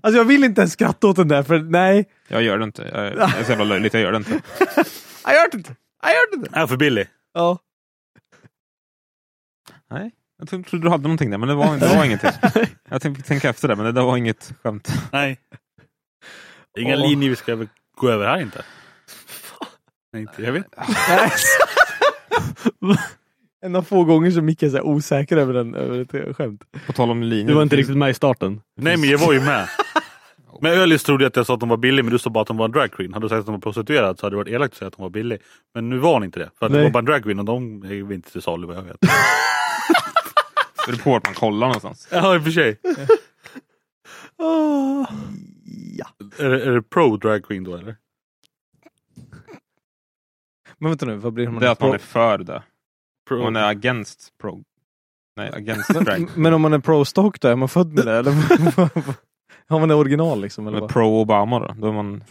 Speaker 3: Alltså jag vill inte ens skratta åt den där för nej.
Speaker 1: Jag gör det inte. Jag jag är så jävla löjligt, jag gör det inte.
Speaker 3: Jag hört inte! Jag hört inte!
Speaker 4: Är för billig.
Speaker 3: Ja.
Speaker 1: Jag tro- trodde du hade någonting där, men det var, det var ingenting. Jag tänkte tänka efter det, men det där var inget skämt.
Speaker 4: Nej. Det är Inga
Speaker 3: Åh.
Speaker 4: linjer vi ska över- gå över här inte. Nej, inte. Jag vet.
Speaker 3: en av få gånger som Micke är så här osäker över, den, över ett skämt.
Speaker 1: På tal om linjer.
Speaker 2: Du var inte
Speaker 1: det finns-
Speaker 2: riktigt med i starten.
Speaker 4: Nej men jag var ju med. Med Ölis trodde jag att jag sa att de var billig men du sa bara att de var en drag queen. Hade du sagt att de var prostituerad så hade det varit elakt att säga att de var billig. Men nu var hon inte det. För att det
Speaker 3: Nej.
Speaker 4: var bara en drag queen och de är inte till salu vad jag vet.
Speaker 1: Beror på vart man kollar någonstans.
Speaker 4: Ja i och för sig.
Speaker 3: Ja.
Speaker 4: Är det, är det pro drag queen då eller?
Speaker 3: Men vänta nu, vad blir det? om
Speaker 1: Det är att man är
Speaker 3: pro-
Speaker 1: för det.
Speaker 4: Pro.
Speaker 1: Man är against pro... Nej, against drag.
Speaker 3: Men om man är pro-stock då, är man född med det? Eller har man det original liksom? Eller
Speaker 1: Eller
Speaker 3: vad?
Speaker 1: pro Obama då. då är man...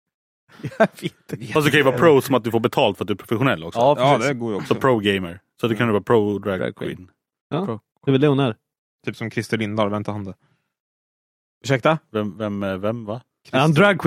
Speaker 3: Jag vet inte.
Speaker 4: Fast det kan ju vara pro som att du får betalt för att du är professionell också.
Speaker 3: Ja,
Speaker 1: Ja,
Speaker 3: precis.
Speaker 1: det går ju också.
Speaker 4: Så pro gamer. Så det kan ju vara pro drag,
Speaker 3: Drag queen.
Speaker 4: queen.
Speaker 2: Det är väl det hon är.
Speaker 1: Typ som Christer Lindahl, vänta han det.
Speaker 3: Ursäkta?
Speaker 4: Vem, vem, eh, vem va?
Speaker 2: Är han drag queen?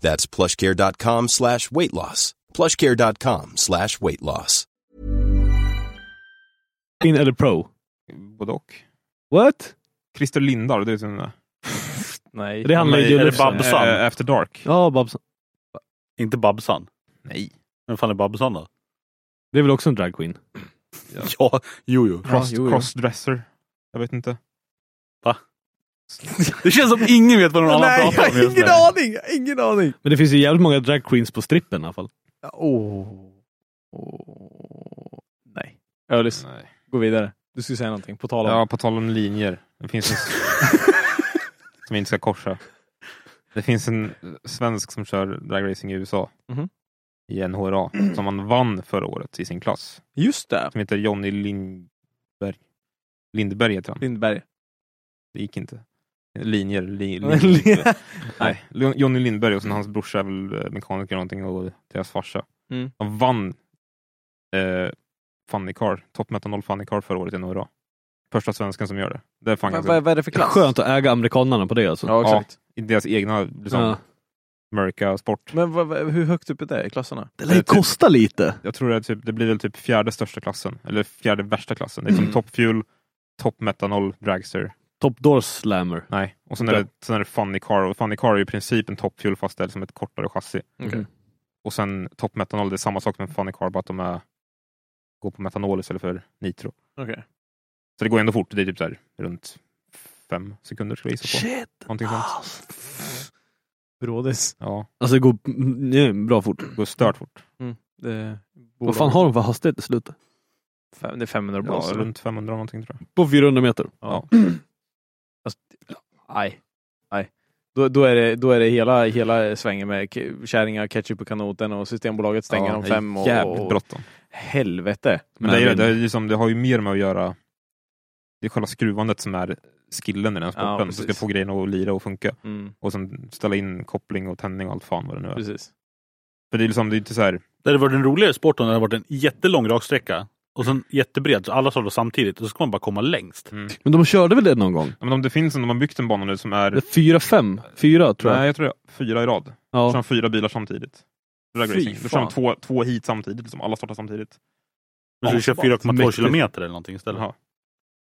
Speaker 5: That's plushcare.com slash weight loss. Plushcare.com slash weight loss.
Speaker 2: In eller pro?
Speaker 1: Både och.
Speaker 2: What?
Speaker 1: Christer Lindahl, det är som eh,
Speaker 3: Nej.
Speaker 2: Det handlar
Speaker 4: Nej,
Speaker 2: ju
Speaker 4: är det
Speaker 2: om
Speaker 4: Babs? Babsan.
Speaker 1: eh, After Dark.
Speaker 2: Ja, Babsan.
Speaker 4: Inte Babsan.
Speaker 1: Nej.
Speaker 4: Vem fan är Babsan då?
Speaker 2: Det är väl också en dragqueen?
Speaker 4: Ja, jo jo.
Speaker 1: Cross,
Speaker 3: Ja, jo, jo.
Speaker 1: crossdresser. Jag vet inte.
Speaker 4: Det känns som ingen vet vad någon annan pratar om just nu.
Speaker 3: aning! Jag har ingen aning!
Speaker 2: Men det finns ju jävligt många dragqueens på strippen i alla fall.
Speaker 3: Åh. Åh. Nej. Ölis,
Speaker 1: Nej.
Speaker 3: gå vidare. Du skulle säga någonting, på tal om...
Speaker 1: Ja, på tal om linjer. Det finns en som vi inte ska korsa. Det finns en svensk som kör dragracing i USA.
Speaker 3: Mhm.
Speaker 1: I NHRA. Som han vann förra året i sin klass.
Speaker 3: Just det!
Speaker 1: Som heter Jonny Lindberg. Lindberg heter han.
Speaker 3: Lindberg.
Speaker 1: Det gick inte. Linjer. Li, linjer.
Speaker 3: Lindberg.
Speaker 1: Nej, Lon- Johnny Lindberg och sen hans brorsa är väl eh, mekaniker eller någonting och deras farsa.
Speaker 3: Mm.
Speaker 1: De vann eh, Funny Car, Top Metal Noll Funny Car förra året i Norra. Första svensken som gör det. Det är fan
Speaker 3: Vad
Speaker 1: ganska,
Speaker 3: vad är det för klass?
Speaker 2: Skönt att äga amerikanarna på det alltså.
Speaker 3: Ja, exakt.
Speaker 1: i deras egna liksom,
Speaker 2: Ja.
Speaker 1: mörka sport.
Speaker 3: Men vad- vad- hur högt upp är det i klasserna?
Speaker 2: Det lär ju kosta lite.
Speaker 1: typ- Jag tror det, är typ, det blir väl typ fjärde största klassen, eller fjärde värsta klassen. Det är som
Speaker 3: Mm.
Speaker 1: Top Fuel, Top Metanol, Dragster.
Speaker 2: Top Door Slammer.
Speaker 1: Nej. Och sen är, det, sen är det Funny Car, och Funny Car är i princip en Top Fuel fast det är som ett kortare chassi.
Speaker 2: Mm.
Speaker 3: Okej.
Speaker 1: Och sen top metanol, det är samma sak med Funny Car, bara att de är, går på metanol istället för nitro.
Speaker 3: Okej.
Speaker 1: Så det går ändå fort, det är typ så här runt fem sekunder skulle jag gissa på.
Speaker 2: Shit! Ah.
Speaker 1: Någonting sånt.
Speaker 3: Brådis.
Speaker 1: Ja,
Speaker 2: Alltså det går mm, nej, bra fort.
Speaker 1: det går stört fort.
Speaker 3: Mm, Det
Speaker 2: Vad fan har de för hastighet i slutet?
Speaker 3: Fem- Det är 500
Speaker 1: Ja,
Speaker 3: blås. eller?
Speaker 1: runt 500 någonting tror jag.
Speaker 2: På 400 meter.
Speaker 1: Ja.
Speaker 3: Nej. Nej. Då, då, är det, då är det hela, hela svängen med k- kärringar, ketchup och kanoten och Systembolaget stänger
Speaker 1: ja,
Speaker 3: om
Speaker 1: det är
Speaker 3: fem och...
Speaker 1: Jävligt
Speaker 3: och-
Speaker 1: bråttom.
Speaker 3: Helvete.
Speaker 1: Men det, är, ju- det, är ju som, det har ju mer med att göra, det är själva skruvandet som är skillen i den här
Speaker 3: Ja,
Speaker 1: sporten, som ska
Speaker 3: precis.
Speaker 1: få grejen att lira och funka.
Speaker 3: Mm,
Speaker 1: Och sen ställa in koppling och tändning och allt fan vad det nu är.
Speaker 3: precis.
Speaker 1: För det är liksom, det är inte så här,
Speaker 4: Det hade varit en roligare sport om det hade varit en jättelång raksträcka och sen jättebred, så alla sålde samtidigt och så ska man bara komma längst.
Speaker 1: Mm.
Speaker 2: Men de körde väl det någon gång?
Speaker 1: ja, men om det finns en, de har byggt en bana nu som är,
Speaker 2: Det är Fyra, fem? Fyra tror jag.
Speaker 1: nej jag tror det är fyra i rad. Då kör
Speaker 2: Ja.
Speaker 1: de fyra bilar samtidigt. Drag
Speaker 3: Fy
Speaker 1: racing. Då kör de
Speaker 3: fan.
Speaker 1: två, två hit samtidigt, liksom. alla startar samtidigt.
Speaker 4: Men så du kör
Speaker 1: Ja,
Speaker 4: 4,2
Speaker 1: mäktigt.
Speaker 4: kilometer eller någonting istället.
Speaker 1: Jaha.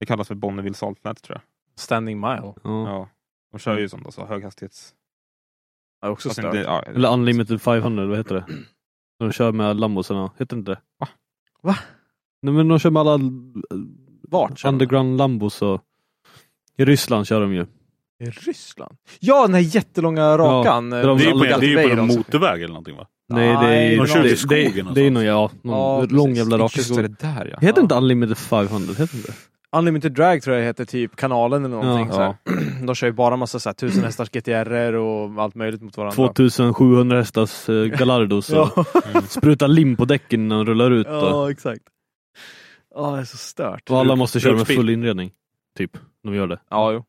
Speaker 1: Det kallas för Bonneville Saltnät tror jag.
Speaker 3: Standing mile.
Speaker 2: ja.
Speaker 1: Ja. De kör ju sånt alltså, höghastighets...
Speaker 3: Det är också
Speaker 1: Fast
Speaker 3: stört.
Speaker 1: inte- ja.
Speaker 2: Eller Unlimited 500, vad heter det? De kör med lambosarna, heter det inte det?
Speaker 1: Va?
Speaker 3: Va?
Speaker 2: Nej men de kör med alla eh,
Speaker 3: Vart kör de?
Speaker 2: underground lambos och... I Ryssland kör de ju.
Speaker 3: I Ryssland? Ja, den här jättelånga rakan.
Speaker 2: där de-
Speaker 4: Det är ju
Speaker 3: Alla
Speaker 4: på, det är ju på
Speaker 3: Gatway
Speaker 4: en
Speaker 3: också.
Speaker 4: motorväg eller någonting va?
Speaker 2: alltså. Nej, det
Speaker 3: Nej,
Speaker 2: är...
Speaker 3: de
Speaker 4: kör
Speaker 2: det,
Speaker 4: i skogen
Speaker 2: det, det,
Speaker 4: någonstans.
Speaker 2: är någon, ja, någon
Speaker 3: Ja, precis.
Speaker 2: lång jävla rak
Speaker 1: Just det,
Speaker 2: skog.
Speaker 1: det där ja.
Speaker 2: Heter
Speaker 3: Ja.
Speaker 2: inte Unlimited 500? Heter det?
Speaker 3: Unlimited Drag tror jag heter, typ kanalen eller någonting.
Speaker 2: Ja.
Speaker 3: så här. De kör ju bara massa så här, tusen hästars GTR och allt möjligt mot varandra.
Speaker 2: 2700 hästars eh, Gallardo så
Speaker 3: Ja,
Speaker 2: sprutar lim på däcken när de rullar ut. Och,
Speaker 3: ja exakt. Ja, det är så stört.
Speaker 2: och alla måste köra med
Speaker 4: Rutspil.
Speaker 2: full inredning. Typ. De gör det.
Speaker 3: Ja, jo.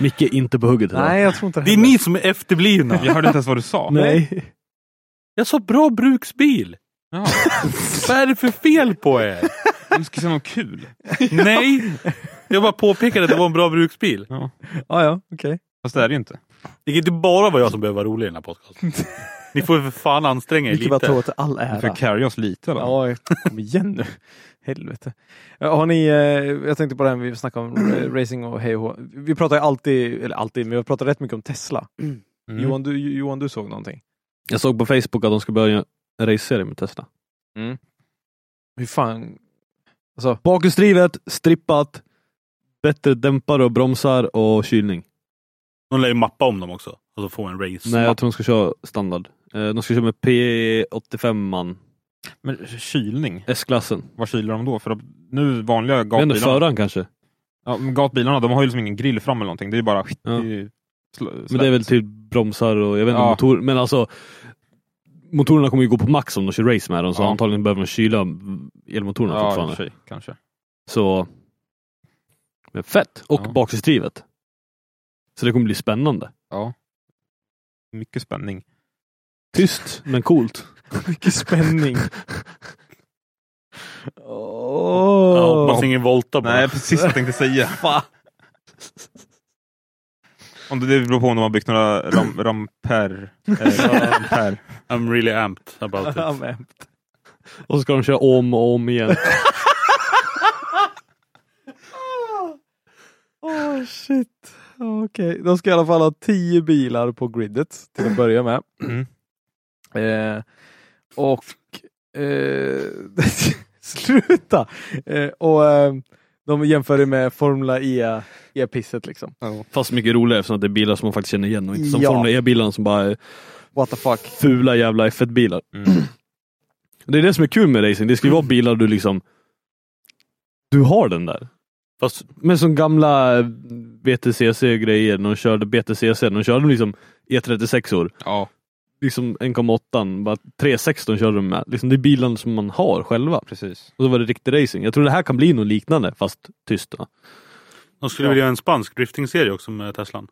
Speaker 2: Micke är inte på hugget idag.
Speaker 3: Nej, jag tror inte
Speaker 4: Det är
Speaker 3: heller.
Speaker 4: ni som är efterblivna.
Speaker 1: Jag hörde inte ens vad du sa.
Speaker 2: Nej.
Speaker 4: Jag sa bra bruksbil.
Speaker 1: Ja.
Speaker 4: Vad är det för fel på er?
Speaker 1: Du ska säga något kul.
Speaker 4: Nej, jag bara påpekade att det var en bra bruksbil.
Speaker 3: Ja, ja, okej.
Speaker 1: Fast det är det ju inte.
Speaker 4: Det kan inte bara vara jag som behöver vara rolig i den här podcasten. Ni får ju för fan anstränga er
Speaker 3: Vilket bara
Speaker 4: lite.
Speaker 3: tog till all
Speaker 1: Du
Speaker 3: ära.
Speaker 1: får carry oss lite eller?
Speaker 3: Ja, kom igen nu. Helvete. Ja, Har ni, eh, jag tänkte på det här vi snackade om eh, racing och hej och hå. Vi pratar ju alltid, eller alltid, men vi pratar rätt mycket om Tesla.
Speaker 1: Mm.
Speaker 3: Johan, du, Johan, du såg någonting.
Speaker 2: Jag såg på Facebook att de ska börja en raceserie med Tesla.
Speaker 1: Mm.
Speaker 3: Hur fan... Alltså,
Speaker 2: Bakhjulsdrivet, strippat, bättre dämpare och bromsar och kylning.
Speaker 4: De lär ju mappa om dem också. Och så få en race.
Speaker 2: Nej, jag tror de ska köra standard. Eh, De ska köra med E P85-man,
Speaker 1: Men kylning,
Speaker 2: S-klassen.
Speaker 1: vad kyler de då? För de, nu vanliga
Speaker 2: Jag vet inte,
Speaker 1: gatbilarna,
Speaker 2: föraren kanske?
Speaker 1: ja, men gatbilarna, de har ju liksom ingen grill fram eller någonting. Det är ju bara...
Speaker 2: Ja.
Speaker 1: Det är ju sl-
Speaker 2: Men det är
Speaker 1: slätt.
Speaker 2: väl typ bromsar och jag vet inte,
Speaker 1: Ja.
Speaker 2: motor, men alltså Motorerna kommer ju gå på max om de kör race med dem, så
Speaker 1: Ja.
Speaker 2: antagligen behöver de kyla elmotorerna
Speaker 1: ja, i och för
Speaker 2: fortfarande.
Speaker 1: sig, kanske.
Speaker 2: Så... Men fett! Och
Speaker 1: Ja.
Speaker 2: bakhjulsdrivet. Så det kommer bli spännande.
Speaker 1: Ja. Mycket spänning.
Speaker 2: Tyst, men coolt.
Speaker 3: mycket spänning.
Speaker 4: Ja,
Speaker 3: Åh!
Speaker 4: hoppas ingen volta på
Speaker 1: Nej,
Speaker 4: den.
Speaker 1: precis vad jag tänkte säga. Om det det beror på om de har byggt några ram, ramper. Eh, ramper.
Speaker 4: I'm really amped about it.
Speaker 3: Ja, men.
Speaker 2: Och så ska de köra om och om igen.
Speaker 3: Åh shit. Okej, de ska i alla fall ha 10 bilar på gridet till att börja med.
Speaker 1: Mm.
Speaker 3: Eh, och... Eh, sluta! Eh, och eh, de jämför det med Formula E- E-pisset liksom.
Speaker 2: Fast mycket roligare eftersom att det är bilar som man faktiskt känner igen och inte som
Speaker 3: Ja.
Speaker 2: Formel E-bilarna som bara är
Speaker 3: What the fuck.
Speaker 2: fula jävla F1-bilar.
Speaker 1: Mm.
Speaker 2: Det är det som är kul med racing. Det ska ju vara bilar du liksom... Du har den där.
Speaker 4: Fast
Speaker 2: Men som gamla BTCC-grejer, när de körde BTCC, när de körde liksom E36-or.
Speaker 1: Ja.
Speaker 2: Liksom 1,8, bara 316 körde de med. Liksom det är bilen som man har själva.
Speaker 1: Precis.
Speaker 2: Och så var det riktig racing. Jag tror det här kan bli något liknande, fast tyst. va?
Speaker 4: de skulle vilja göra en spansk driftingserie också med Teslan.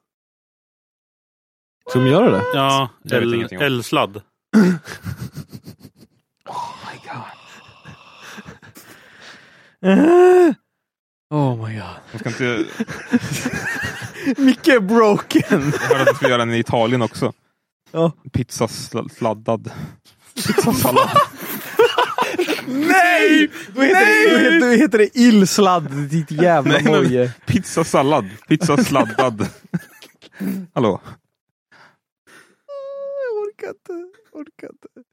Speaker 2: Ska de göra det?
Speaker 4: Ja,
Speaker 1: Det vet jag
Speaker 4: L-
Speaker 1: ingenting om.
Speaker 4: L-sladd.
Speaker 3: Eh, Oh my god.
Speaker 1: De ska inte...
Speaker 3: Micke är broken!
Speaker 1: Jag hörde att de ska göra en i Italien också.
Speaker 3: Ja.
Speaker 1: Pizza sl- sladdad. Pizzasallad.
Speaker 3: Nej! Då heter, Det, då heter, då heter det illsladd, ditt jävla
Speaker 1: Nej, men-
Speaker 3: moje.
Speaker 1: Pizzasallad. Pizza sladdad. Hallå.
Speaker 3: Jag orkar inte. Jag orkar inte.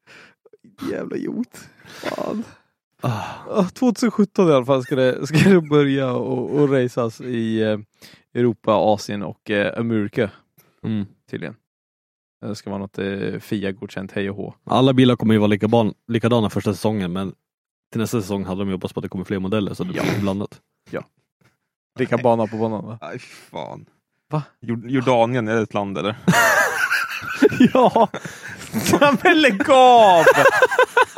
Speaker 3: Jävla idiot. Fan. Ja, 2017 i alla fall ska det, ska det börja och, och racas i eh, Europa, Asien och eh, Amerika
Speaker 2: Mm.
Speaker 3: tydligen. Det ska vara något eh, Fia-godkänt hej och hå.
Speaker 2: Alla bilar kommer ju vara likadan, likadana första säsongen, men till nästa säsong hade de ju hoppats på att det kommer fler modeller, så det blir lite blandat.
Speaker 3: Lika bana på banan va?
Speaker 1: Aj, fan.
Speaker 3: Va?
Speaker 1: Jord- Jordanien, är det ett land eller?
Speaker 3: ja! Men lägg av!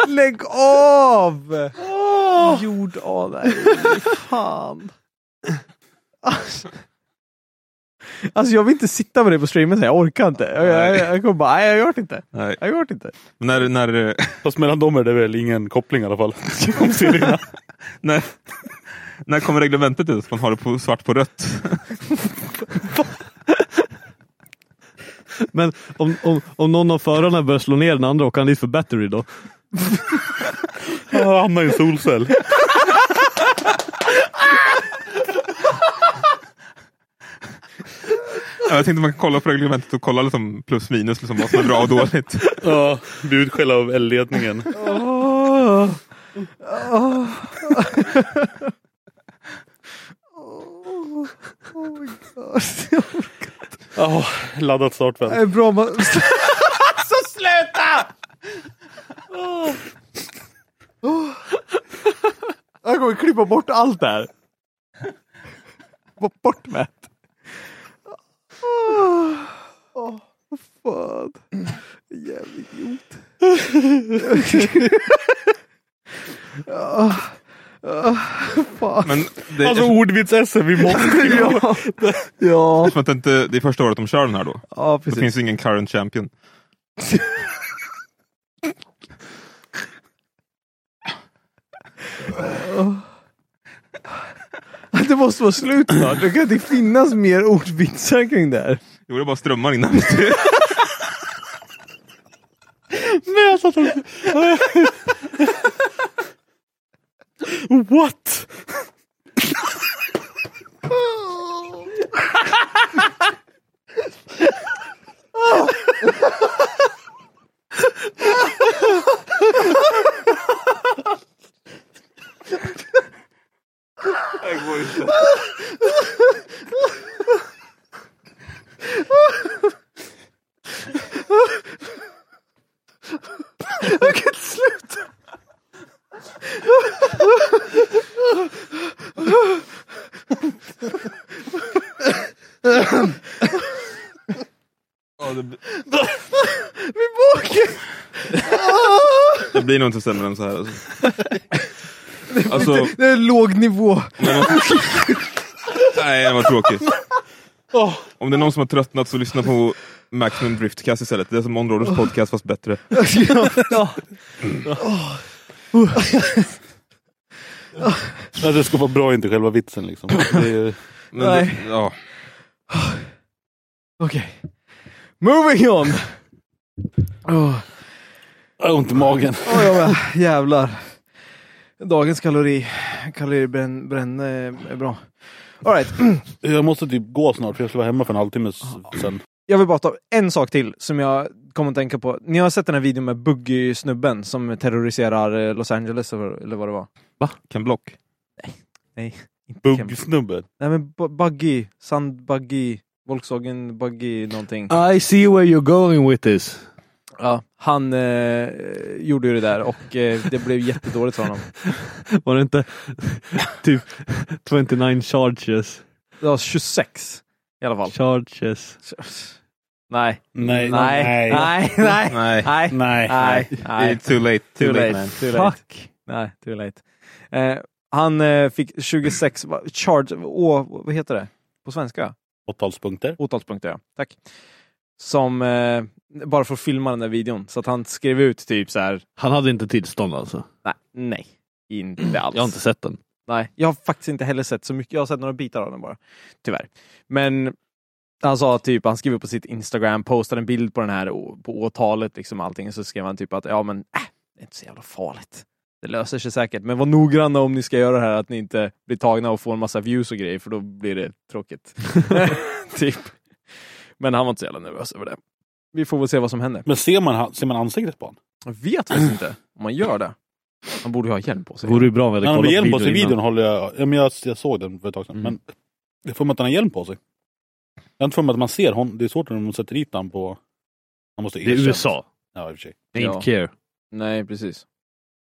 Speaker 3: Lägg av! Jord av dig. Fan. Alltså jag vill inte sitta med dig på streamen så jag orkar inte. Jag, jag, jag kommer bara, nej jag gör det inte.
Speaker 1: Nej.
Speaker 3: Jag gör det inte.
Speaker 1: Men när, när, eh,
Speaker 4: Fast mellan dem är det väl ingen koppling i alla fall. Om serierna.
Speaker 1: när, när kommer reglementet ut? Man har det på svart på rött.
Speaker 2: Men om, om, om någon av förarna börjar slå ner den andra, åker han dit för battery då?
Speaker 4: Han hamnar i en solcell.
Speaker 1: Ja, Jag tänkte man kan kolla på reglementet och kolla liksom plus minus, liksom vad som är bra och dåligt.
Speaker 4: Ja, blir utskälld av elledningen.
Speaker 3: Åh. Åh. Oh. Åh. Oh my god.
Speaker 4: Oh, laddat startfält.
Speaker 3: Nej, bra man... Så sluta! Åh. Åh. Jag kommer klippa bort allt där. Bort- Bort med Åh, Åh, vad fan. Jävla idiot. Åh, åh, Fan.
Speaker 1: Men det,
Speaker 4: Alltså
Speaker 1: eftersom,
Speaker 4: ordvits-SM, vi måste ju...
Speaker 3: Ja. Ja.
Speaker 1: eftersom att det, inte, det är första året de kör den här då.
Speaker 3: ja,
Speaker 1: Det
Speaker 3: precis.
Speaker 1: finns ju ingen current champion.
Speaker 3: Det måste vara slut snart. Det kan inte finnas mer ordvitsar kring det här.
Speaker 1: Jo, det bara strömmar in. här.
Speaker 4: Nej, jag satt och... What?
Speaker 3: Jag kan inte sluta. Min båge!
Speaker 1: Det blir nog inte sämre än så här. Alltså. Alltså,
Speaker 3: Det är låg nivå.
Speaker 1: nej, det var tråkigt. Om det är någon som har tröttnat så lyssna på Maximum Driftcast istället. Det är som Onroaders podcast fast bättre.
Speaker 4: Nej, det ska vara bra, inte själva vitsen liksom. Det är...
Speaker 1: Men
Speaker 3: Nej.
Speaker 1: Det, ja.
Speaker 3: Okej. Moving on! Åh,
Speaker 4: Jag har ont i magen.
Speaker 3: åh, jag med. jävlar. Dagens kalori, kaloribränn är bra. All right.
Speaker 4: Jag måste typ gå snart för jag ska vara hemma för en halvtimme s- sen.
Speaker 3: Jag vill bara ta en sak till som jag kommer att tänka på. Ni har sett den här videon med Buggy-snubben som terroriserar eh, Los Angeles eller eller vad det var?
Speaker 1: Va? Ken Block?
Speaker 4: Buggsnubben.
Speaker 3: Nej men bu- Buggy, Sand Buggy, Volkswagen Buggy
Speaker 4: Ah.
Speaker 3: någonting.
Speaker 2: I see where you're going with this.
Speaker 3: Ja, han eh, gjorde ju det där och eh, det blev jättedåligt för honom.
Speaker 2: Var det inte typ 29 charges?
Speaker 3: Det var 26 i alla fall.
Speaker 2: Charges.
Speaker 3: Nej,
Speaker 4: Nej.
Speaker 3: nej, nej, nej,
Speaker 1: Nej.
Speaker 3: nej,
Speaker 4: Nej.
Speaker 3: nej, nej.
Speaker 1: It's too late. Too, late, man.
Speaker 3: Too late. Fuck. Nej, too late. Eh, han eh, fick 26 va- charge, å, vad heter det på svenska?
Speaker 4: Åtalspunkter.
Speaker 3: Åtalspunkter, ja. Tack. Som, eh, bara för att filma den där videon. Så att han skrev ut typ så här.
Speaker 2: Han hade inte tillstånd alltså.
Speaker 3: nej, nej, inte alls.
Speaker 2: Jag har inte sett den.
Speaker 3: Nej, jag har faktiskt inte heller sett så mycket. Jag har sett några bitar av den bara. Tyvärr. Men han sa typ, han skrev upp på sitt Instagram, postade en bild på den här, å- på åtalet liksom och allting. Så skrev han typ att, ja men, äh, det är inte så jävla farligt. Det löser sig säkert. Men var noggranna om ni ska göra det här, att ni inte blir tagna och får en massa views och grejer, för då blir det tråkigt. typ. Men han var inte så jävla nervös över det. Vi får väl se vad som händer.
Speaker 4: Men ser man, han- ser man ansiktet på honom?
Speaker 3: Jag vet faktiskt inte om man gör det. Man borde ju ha hjälm på sig.
Speaker 2: Vore ju bra om vi
Speaker 4: Han
Speaker 2: hade
Speaker 4: har hjälm på
Speaker 2: kollat
Speaker 4: sig i
Speaker 2: videon
Speaker 4: videon
Speaker 2: innan.
Speaker 4: håller jag... Ja, men jag, jag såg den för ett tag sedan.
Speaker 3: Mm.
Speaker 4: Men jag får mig att han har hjälm på sig. Jag har inte för mig att man ser honom. Det är svårt när de sätter dit honom på... Han måste
Speaker 2: Det är
Speaker 4: erkännas.
Speaker 2: USA.
Speaker 4: Ja, i och för sig.
Speaker 2: They
Speaker 3: Ja.
Speaker 2: Don't care.
Speaker 3: Nej, precis.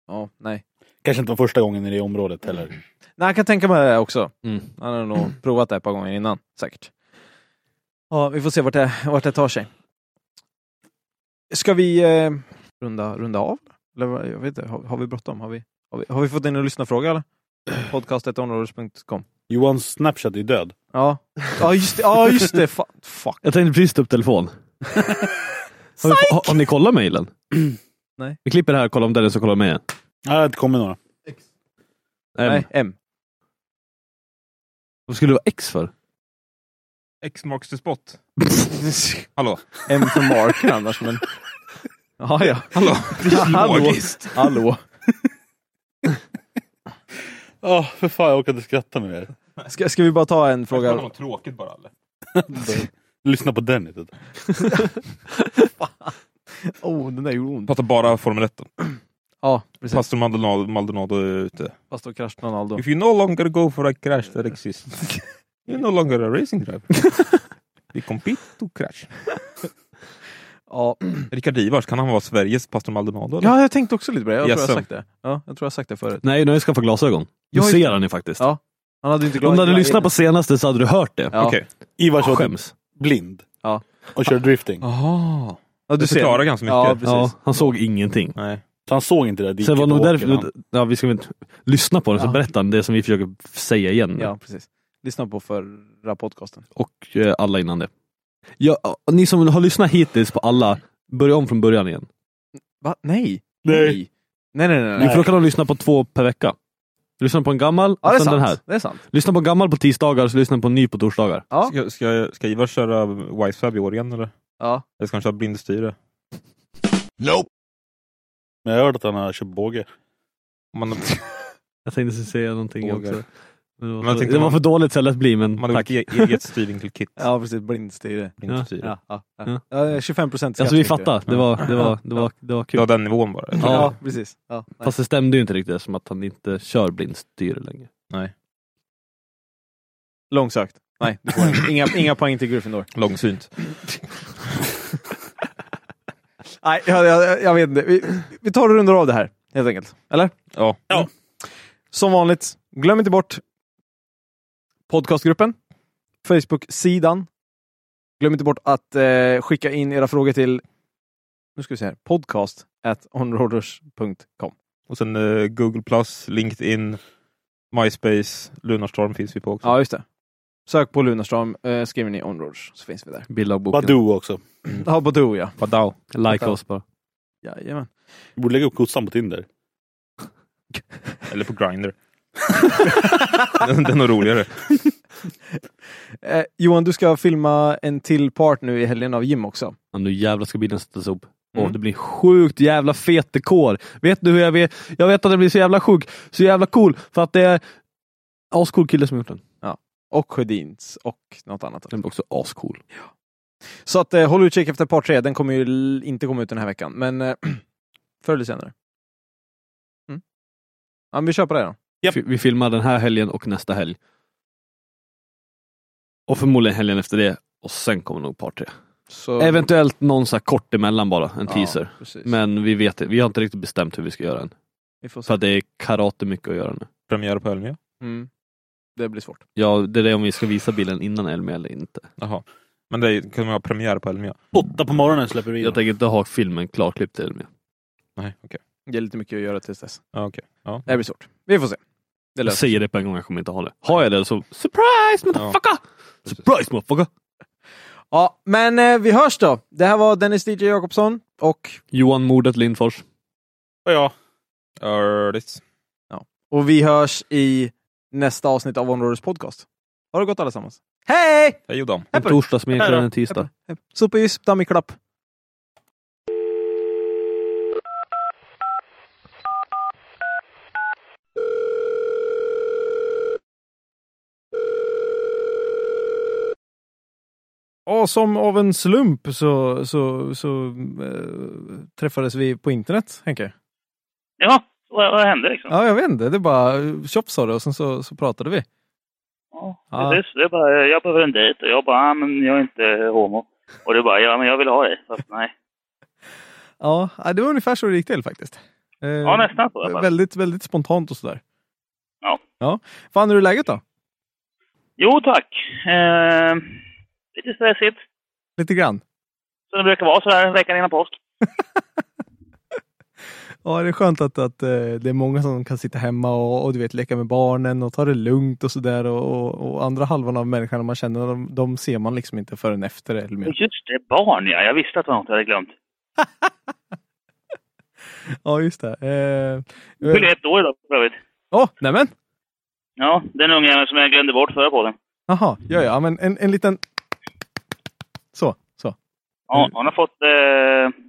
Speaker 3: Ja, nej.
Speaker 4: Kanske inte var första gången i det området heller.
Speaker 3: Nej, jag kan tänka mig det också.
Speaker 2: Mm.
Speaker 3: Han har nog provat det ett par gånger innan, säkert. Ja, vi får se vart det, vart det tar sig. Ska vi eh, runda, runda av? Eller vad- jag vet inte, har, har vi bråttom? Har vi, har, vi, har vi fått in en lyssnarfråga eller? Podcast.onrollers.com
Speaker 4: Johans Snapchat är död.
Speaker 3: Ja, ja just det, ja, just det. Fa- fuck.
Speaker 2: Jag tänkte precis ta upp telefon. Har, vi, har, har ni kollat mejlen?
Speaker 3: Nej.
Speaker 2: Vi klipper det här och kollar om Dennis har kollat mejlen.
Speaker 4: Nej, det har inte kommit några.
Speaker 2: M.
Speaker 3: Nej, M.
Speaker 2: Vad skulle det vara X för?
Speaker 1: X marks the spot. Hallå?
Speaker 3: M för Marker annars men... Ja, ja.
Speaker 1: Hallå? Det är
Speaker 3: Hallå.
Speaker 1: logiskt.
Speaker 3: Hallå.
Speaker 4: Ja, för fan jag orkar inte skratta nu. mer.
Speaker 3: Ska, ska vi bara ta en
Speaker 1: Fråga...
Speaker 3: fråga?
Speaker 1: något tråkigt bara eller?
Speaker 4: Lyssna på den lite.
Speaker 3: Oh, den där gjorde ont.
Speaker 1: Pratar bara Formel 1 då.
Speaker 3: Ja, precis.
Speaker 1: Pastor Maldonado, Maldonado är ute.
Speaker 3: Pastor Crash Ronaldo.
Speaker 1: If you no longer go for a crash that exists, you're no longer a racing driver. We compete to crash.
Speaker 3: Ja.
Speaker 1: Rickard Ivars, kan han vara Sveriges Pastor Maldonado? Eller?
Speaker 3: ja, jag tänkte också lite på det. Jag
Speaker 1: Yes,
Speaker 3: tror jag
Speaker 1: sir.
Speaker 3: har sagt det. Ja, jag tror jag har sagt det förut.
Speaker 2: Nej, nu har jag skaffat glasögon. Nu
Speaker 3: Jag har ju-
Speaker 2: ser han ju faktiskt.
Speaker 3: Ja, Han hade inte
Speaker 2: Om du hade lyssnat på senaste så hade du hört det.
Speaker 3: Ja.
Speaker 1: Okej,
Speaker 4: Ivar
Speaker 2: Jag
Speaker 4: kör typ
Speaker 2: skäms.
Speaker 4: blind.
Speaker 3: Ja.
Speaker 4: Och kör drifting.
Speaker 3: Jaha. Ja,
Speaker 1: det
Speaker 3: du
Speaker 1: förklarar ganska mycket.
Speaker 3: Ja, precis.
Speaker 2: Ja, han såg ingenting.
Speaker 1: Nej.
Speaker 4: Så han såg inte det där diket.
Speaker 2: Sen var
Speaker 4: på
Speaker 2: nog
Speaker 4: åkern,
Speaker 2: därför,
Speaker 4: han.
Speaker 2: ja, vi ska väl inte lyssna på den,
Speaker 3: Ja.
Speaker 2: så berättar han det som vi försöker säga igen.
Speaker 3: Ja, precis. Lyssna på förra podcasten.
Speaker 2: Och eh, alla innan det. Ja, och ni som har lyssnat hittills på alla, börja om från början igen.
Speaker 3: Va? Nej.
Speaker 4: Nej.
Speaker 3: Nej, nej, nej.
Speaker 2: Jo,
Speaker 3: nej.
Speaker 2: För då kan de lyssna på två per vecka. Lyssna på en gammal,
Speaker 3: Ja,
Speaker 2: och
Speaker 3: det är
Speaker 2: sen Alltså, den här.
Speaker 3: sant. Det är sant.
Speaker 2: Lyssna på en gammal på tisdagar, så lyssna på en ny på torsdagar.
Speaker 3: Ja.
Speaker 1: Ska, ska, ska Ivar köra Wisefab i år igen eller?
Speaker 3: Ja.
Speaker 1: Eller ska han köra blindstyre?
Speaker 4: Men jag har hört att han har köpt båge.
Speaker 1: Om Man,
Speaker 2: Jag tänkte säga någonting
Speaker 1: Vågar.
Speaker 2: också. Men det var,
Speaker 1: Men jag
Speaker 2: för,
Speaker 1: tänkte
Speaker 2: det var
Speaker 1: man-
Speaker 2: för dåligt så jag lät bli, men
Speaker 1: man har
Speaker 2: tack.
Speaker 1: gjort e- eget styrning till kit.
Speaker 3: Ja, precis. Blindstyre.
Speaker 1: Blindstyre.
Speaker 3: Ja, ja, ja.
Speaker 2: Ja.
Speaker 3: ja. 25 procent
Speaker 2: Mm. Alltså vi fattar, det var, det var, det var, det var
Speaker 1: Det
Speaker 2: kul.
Speaker 1: var den nivån bara.
Speaker 3: Ja,
Speaker 2: Ja.
Speaker 3: precis. Ja, nej.
Speaker 2: Fast det stämde ju inte riktigt eftersom att han inte kör blindstyre längre.
Speaker 3: Långsökt. Nej, du får inga, inga poäng till Gryffindor.
Speaker 1: Långsynt.
Speaker 3: Nej, jag, jag, jag vet inte. Vi, vi tar och rundar av det här, helt enkelt. Eller?
Speaker 1: Ja.
Speaker 3: Ja. Som vanligt, glöm inte bort podcastgruppen, Facebook-sidan. Glöm inte bort att eh, skicka in era frågor till nu ska vi se här, podcast at onroaders.com.
Speaker 1: Och sen eh, Google+, Plus, LinkedIn, MySpace, Lunarstorm finns vi på också.
Speaker 3: Ja, just det. Sök på Lunarstorm, eh, skriver ni onroaders så finns vi där.
Speaker 2: Bilda och boken.
Speaker 4: Badoo också.
Speaker 3: Ja, på du ja.
Speaker 1: Badao.
Speaker 2: Like oss bara.
Speaker 3: Jajamän.
Speaker 4: Du borde lägga upp kossan på Tinder.
Speaker 1: Eller på Grindr. den, den är roligare.
Speaker 3: Eh, Johan, du ska filma en till part nu i helgen av Jim också.
Speaker 2: Ja, nu jävlar ska bilden sättas upp. Åh,
Speaker 3: Mm.
Speaker 2: det blir sjukt jävla fetekår. Vet du hur jag vet? Jag vet att den blir så jävla sjuk, så jävla cool, för att det är ascool kille som gjort den.
Speaker 3: Och Sjödins och något annat.
Speaker 2: Den är också ascool.
Speaker 3: Så att, eh, håll utkik efter part 3. Den kommer ju l- inte komma ut den här veckan, men eh, förr eller senare. Mm. Ja, men vi kör på det då.
Speaker 4: Japp.
Speaker 2: Fi- Vi filmar den här helgen och nästa helg. Och förmodligen helgen efter det. Och sen kommer nog part tre.
Speaker 3: Så...
Speaker 2: Eventuellt någon så här kort emellan bara, en teaser.
Speaker 3: Ja, precis.
Speaker 2: Men vi vet vi har inte riktigt bestämt hur vi ska göra än.
Speaker 3: Vi får se.
Speaker 2: För att det är karate mycket att göra nu.
Speaker 1: Premiär på Elmia?
Speaker 3: Mm. Det blir svårt.
Speaker 2: Ja, det är det om vi ska visa bilden innan Elmia eller inte.
Speaker 1: Jaha. Men det är- kunde man ha premiär på Elmia?
Speaker 4: Åtta på morgonen släpper vi in.
Speaker 2: Jag tänker inte ha filmen klarklippt till Elmia.
Speaker 1: Nej, okej.
Speaker 3: Det är lite mycket att göra tills dess.
Speaker 1: Ja, okej. Ja.
Speaker 3: Det blir svårt. Vi får se. Det
Speaker 2: Jag
Speaker 3: löser
Speaker 2: säger det på en gång, jag kommer inte ha det. Har jag det så, surprise motherfucker! Surprise motherfucker!
Speaker 3: Ja, men eh, vi hörs då. Det här var Dennis DJ Jakobsson och,
Speaker 2: Johan mordet Lindfors.
Speaker 4: Och ja,
Speaker 1: Ördis.
Speaker 3: och vi hörs i nästa avsnitt av Områdets podcast. Ha det gott allesammans. Hej!
Speaker 1: Hej Jodan.
Speaker 2: En
Speaker 3: Hepp.
Speaker 2: torsdag som
Speaker 3: Hej
Speaker 2: heter
Speaker 3: då.
Speaker 2: en tisdag.
Speaker 3: Superjyss, damm i klapp. Ja, som av en slump så, så, så eh, träffades vi på internet, Henke.
Speaker 6: Ja, vad, vad hände liksom?
Speaker 3: Ja, jag vet inte. Det bara eh, tjoff sa det och sen så, så pratade vi.
Speaker 6: Ja,
Speaker 3: Ja.
Speaker 6: Precis, det är bara, jag behöver en dejt och jag bara, ah, men jag är inte homo. Och du bara, ja men jag vill ha dig. Fast nej.
Speaker 3: Ja, ja, det var ungefär så det gick till faktiskt. Eh,
Speaker 6: Ja, nästan så i alla fall.
Speaker 3: Väldigt, väldigt spontant och sådär.
Speaker 6: Ja.
Speaker 3: ja. Fan, hur är läget då?
Speaker 6: Jo tack. Eh, lite stressigt.
Speaker 3: Lite grann?
Speaker 6: Som det brukar vara sådär veckan innan påsk.
Speaker 3: Ja, det är skönt att, att eh, det är många som kan sitta hemma och, och du vet, leka med barnen och ta det lugnt och sådär. Och, och, och andra halvan av människan man känner, de, de ser man liksom inte förrän efter eller
Speaker 6: Och
Speaker 3: mer.
Speaker 6: just det, barn ja. Jag visste att det var något jag hade glömt.
Speaker 3: Ja, just det. Eh,
Speaker 6: Jag fyller ett år idag för övrigt.
Speaker 3: Åh, nämen!
Speaker 6: Ja, den ungen som jag glömde bort förra podden.
Speaker 3: Jaha, ja, ja, men en, en liten... Så, så. Mm.
Speaker 6: Ja, hon har fått eh,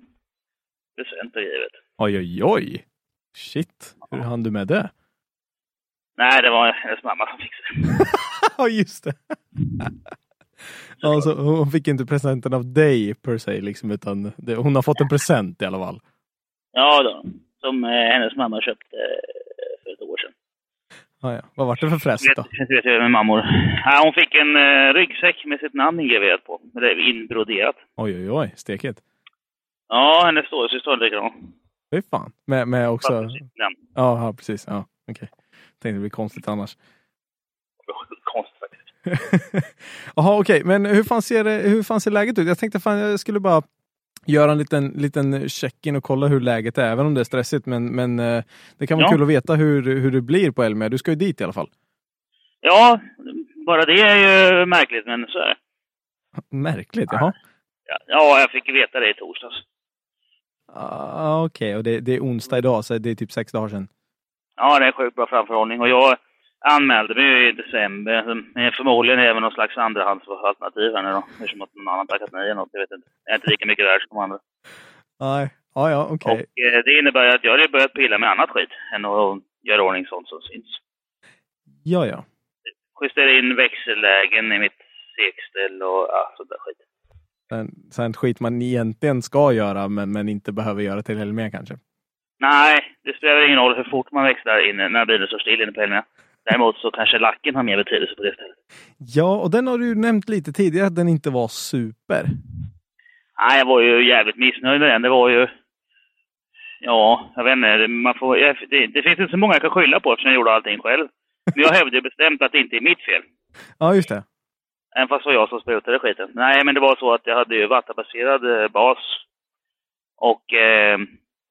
Speaker 6: presenter givet.
Speaker 3: Oj, oj, oj! Shit, hur hann du med det?
Speaker 6: Nej, det var hennes mamma som fixade det.
Speaker 3: Ja, just det. alltså, hon fick inte presenten av dig per se, liksom, utan det, hon har fått en present i alla fall.
Speaker 6: Ja då. Som eh, hennes mamma köpte eh, för ett år sedan.
Speaker 3: Ja, ja. Vad var det för fräs då?
Speaker 6: Vet, vet jag med mammor. Ja, hon fick en eh, ryggsäck med sitt namn ingraverat på. Eller inbroderat.
Speaker 3: Oj, oj, oj, steket.
Speaker 6: Ja, hennes storasyster har en likadan.
Speaker 3: Fy fan. Med, med också...
Speaker 6: Fast med sitt namn.
Speaker 3: Ja, ja, precis. Ja, okej. Tänkte det blir konstigt annars.
Speaker 6: Konstigt faktiskt.
Speaker 3: Jaha, okej. Men hur fan, ser det, hur fan ser läget ut? Jag tänkte fan jag skulle bara göra en liten, liten check-in och kolla hur läget är, även om det är stressigt. Men, men eh, det kan vara
Speaker 6: Ja.
Speaker 3: kul att veta hur, hur det blir på Elmia. Du ska ju dit i alla fall.
Speaker 6: Ja, bara det är ju märkligt, men så är det.
Speaker 3: Märkligt, jaha.
Speaker 6: Ja, ja, jag fick veta det i torsdags.
Speaker 3: Ah, Okej, och det, det är onsdag idag, så det är typ sex dagar sedan.
Speaker 6: Ja, det är sjukt bra framförhållning. Och jag anmälde mig ju i december. Men Förmodligen även någon slags andrahandsalternativ här nu då. Eftersom att någon annan tackat nej eller något. Jag vet inte. Jag är inte lika mycket värd som de andra.
Speaker 3: Nej, Ah, ja, ja, okej.
Speaker 6: Och eh, det innebär ju att jag har börjat pilla med annat skit än att göra i ordning sånt som syns.
Speaker 3: Ja, ja.
Speaker 6: Justera in växellägen i mitt segställ och ja, sånt där skit.
Speaker 3: Sen, sen skit man egentligen ska göra, men, men inte behöver göra till Elmia kanske.
Speaker 6: Nej, det spelar ingen roll hur fort man växlar in när bilen står still inne på Elmia. Däremot så kanske lacken har mer betydelse på det stället.
Speaker 3: Ja, och den har du ju nämnt lite tidigare att den inte var super.
Speaker 6: Nej, jag var ju jävligt missnöjd med den. Det var ju... Ja, jag vet inte. Man får... jag- det, det finns inte så många jag kan skylla på eftersom jag gjorde allting själv. Men jag hävdar ju bestämt att det inte är mitt fel.
Speaker 3: Ja, just det.
Speaker 6: Även fast det var jag som sprutade skiten. Nej, men det var så att jag hade ju vattenbaserad eh, bas. Och eh,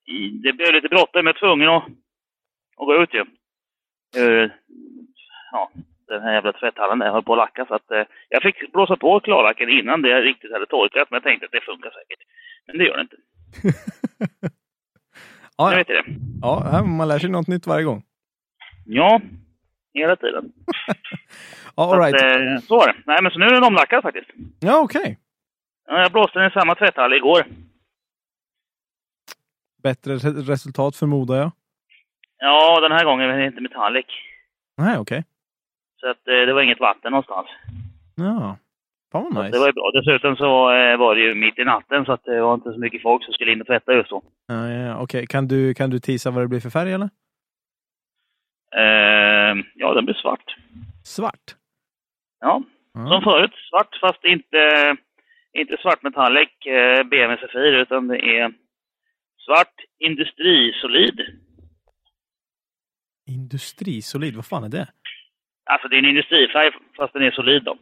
Speaker 6: i- det blev lite bråttom. Jag var tvungen att, att gå ut ju. Ur, ja, den här jävla tvätthallen där höll på att lacka. Så att, eh, jag fick blåsa på klarlacken innan det riktigt hade torkat. Men jag tänkte att det funkar säkert. Men det gör det inte.
Speaker 3: Ja,
Speaker 6: Jag
Speaker 3: ja.
Speaker 6: vet det.
Speaker 3: ja här- man lär sig något nytt varje gång.
Speaker 6: Ja. Hela tiden.
Speaker 3: All
Speaker 6: Så
Speaker 3: right.
Speaker 6: Att, eh, så var det. Nej, men så nu är den omlackad faktiskt.
Speaker 3: Ja, okej.
Speaker 6: Ja, Jag blåste den i samma tvätthall igår.
Speaker 3: Bättre re- resultat förmodar jag.
Speaker 6: Ja, den här gången är det inte metallic.
Speaker 3: Nej, okej.
Speaker 6: Så att, eh, det var inget vatten någonstans.
Speaker 3: Ja. Fan
Speaker 6: Så
Speaker 3: vad
Speaker 6: att
Speaker 3: nice.
Speaker 6: Det var ju bra. Dessutom så eh, var det ju mitt i natten så att det var inte så mycket folk som skulle in och tvätta just då.
Speaker 3: Ja, ja, ja. Okej, kan du, kan du tisa vad det blir för färg eller?
Speaker 6: Eh, ja, den blev svart.
Speaker 3: Svart?
Speaker 6: Ja, som förut. Svart, fast inte, inte svart metallic eh, BMW Safir, utan det är svart industrisolid.
Speaker 3: Industrisolid, vad fan är det?
Speaker 6: Alltså det är en industrifärg, fast den är solid då.